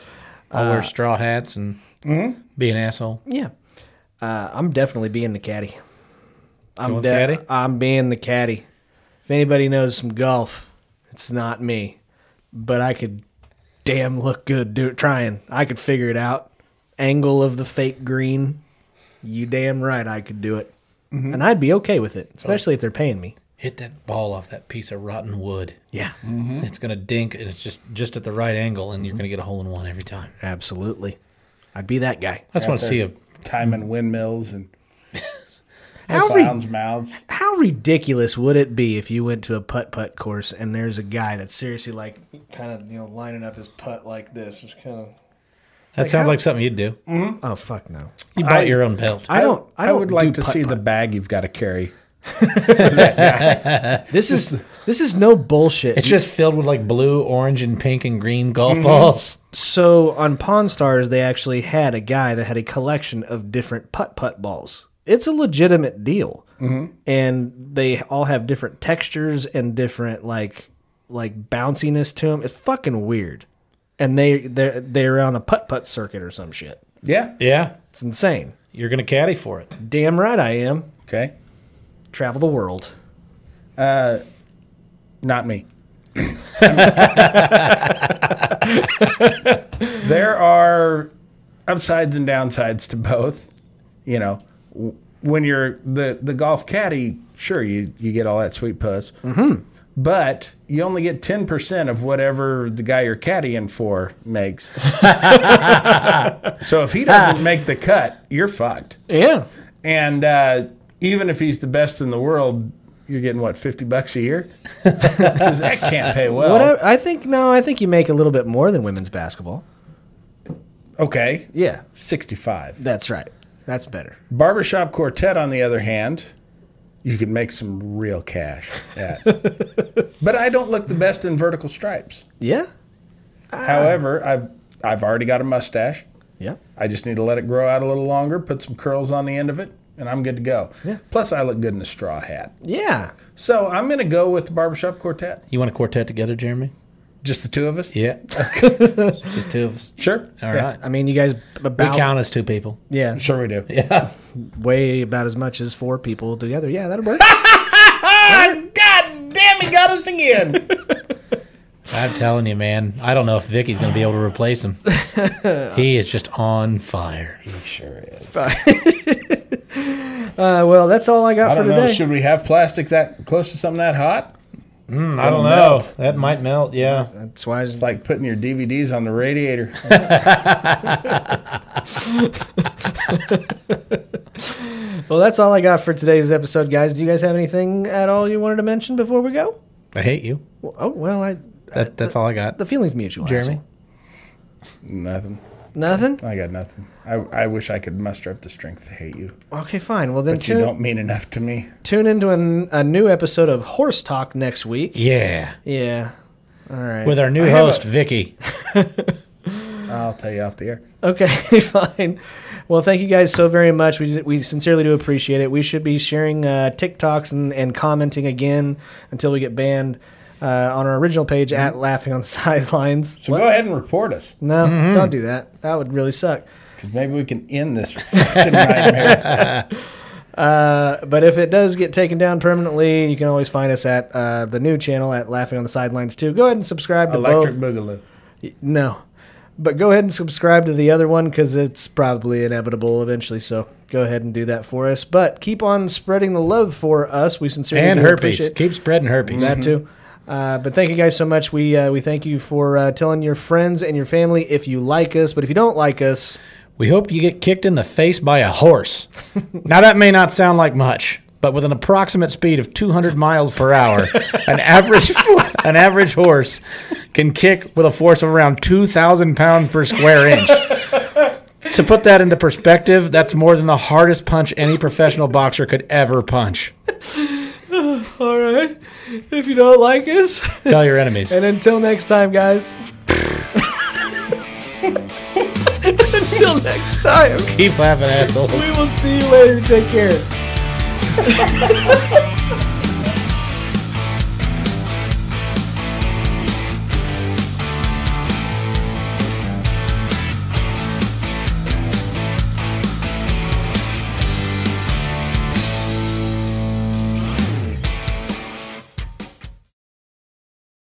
S3: I'll wear straw hats and
S1: mm-hmm.
S3: be an asshole.
S1: Yeah. Uh, I'm definitely being the caddy. I'm
S3: want the caddy?
S1: I'm being the caddy. If anybody knows some golf, it's not me. But I could damn look good do trying. I could figure it out. Angle of the fake green. You damn right I could do it.
S3: Mm-hmm.
S1: And I'd be okay with it,
S3: Oh.
S1: especially if they're paying me.
S3: hit that ball off that piece of rotten wood.
S1: Yeah.
S3: It's gonna dink, and it's just just at the right angle,
S1: Mm-hmm.
S3: and you're gonna get a hole in one every time.
S1: Absolutely. I'd be that guy.
S3: I just want to see a
S2: Timing windmills and
S1: How, re-
S2: clowns' mouths.
S1: how ridiculous would it be if you went to a putt putt course and there's a guy that's seriously like kind of you know lining up his putt like this, just kind of
S3: That sounds like something you'd do. You
S1: Oh fuck no!
S3: bought your own belt.
S1: I don't. I,
S2: I
S1: don't
S2: would like
S1: do
S2: to see
S1: putt-putt.
S2: the bag you've got to carry.
S1: This is this is no bullshit.
S3: it's just filled with like blue, orange, and pink and green golf balls.
S1: so on Pawn Stars, they actually had a guy that had a collection of different putt putt balls. It's a legitimate deal, mm-hmm. and they all have different textures and different like like bounciness to them. It's fucking weird, and they they they're on a putt putt circuit or some shit.
S2: Yeah.
S3: Yeah,
S1: It's insane.
S3: you're gonna caddy for it.
S1: Damn right I am.
S2: Okay.
S1: Travel the world.
S2: Not me. there are upsides and downsides to both. You know, W- when you're the, the golf caddy, sure, you, you get all that sweet puss, mm-hmm. but you only get 10% of whatever the guy you're caddying for makes. so if he doesn't make the cut, you're fucked.
S1: Yeah.
S2: And uh, even if he's the best in the world, you're getting what fifty bucks a year? Because that can't pay well.
S1: What I, I think no, I think you make a little bit more than women's basketball.
S2: Okay,
S1: Yeah.
S2: sixty-five.
S1: That's right. That's better.
S2: Barbershop quartet, on the other hand, you could make some real cash at. but I don't look the best in vertical stripes.
S1: Yeah.
S2: However, I've I've already got a mustache.
S1: Yeah.
S2: I just need to let it grow out a little longer, put some curls on the end of it, and I'm good to go. Yeah. Plus, I look good in a straw hat.
S1: Yeah.
S2: So I'm going to go with the barbershop quartet.
S3: You want a quartet together, Jeremy?
S2: Just the two of us?
S3: Yeah. Just two of us.
S2: Sure.
S3: All right.
S2: Yeah.
S1: I mean, you guys
S3: We
S1: about
S3: count as two people.
S1: yeah,
S2: Sure, we do.
S3: Yeah.
S1: way about as much as four people together. Yeah, that'll work. Uh,
S2: God damn, he got us again.
S3: I'm telling you, man. I don't know if Vicky's going to be able to replace him. he is just on fire.
S1: uh, well, that's all I got
S2: I
S1: for
S2: don't know.
S1: today.
S2: Should we have plastic that close to something that hot?
S3: Hmm, I don't know.
S2: melt.
S3: Oh, That might melt. Yeah.
S1: that's why I just
S2: It's like putting your DVDs on the radiator.
S1: Well, that's all I got for today's episode, guys. Do you guys have anything at all you wanted to mention before we go?
S3: I hate you.
S1: Well, oh well, I
S3: That, that's all I got.
S1: the feeling's mutual.
S3: Jeremy?
S1: asshole.
S2: nothing.
S1: nothing.
S2: I got nothing. I, I wish I could muster up the strength to hate you.
S1: Okay, fine. Well, then
S2: You
S1: tune,
S2: don't mean enough to me.
S1: tune into an, a new episode of Horse Talk next week.
S3: Yeah.
S1: Yeah. All right.
S3: With our new
S2: have
S3: host, Vicky.
S2: I'll tell you off the air.
S1: Okay, fine. Well, thank you guys so very much. We, we sincerely do appreciate it. We should be sharing uh, TikToks and, and commenting again until we get banned uh, on our original page at Laughing on the Sidelines.
S2: So go ahead and report us
S1: No, don't do that. That would really suck.
S2: because maybe we can end this fucking nightmare.
S1: Uh, but if it does get taken down permanently, you can always find us at uh, the new channel at Laughing on the Sidelines too. Go ahead and subscribe to
S2: Electric
S1: both.
S2: Boogaloo.
S1: No. But go ahead and subscribe to the other one because it's probably inevitable eventually. So go ahead and do that for us. But keep on spreading the love for us. We sincerely
S3: And
S1: do
S3: herpes.
S1: appreciate
S3: Keep spreading herpes.
S1: that too. Uh, but thank you guys so much. We uh, we thank you for uh, telling your friends and your family if you like us. But if you don't like us,
S3: We hope you get kicked in the face by a horse. now, that may not sound like much, but with an approximate speed of 200 miles per hour, an average an average horse can kick with a force of around 2,000 pounds per square inch. to put that into perspective, that's more than the hardest punch any professional boxer could ever punch.
S1: all right. If you don't like us,
S3: Tell your enemies.
S1: and until next time, guys. until next time,
S3: Keep laughing, assholes.
S1: we will see you later. Take care.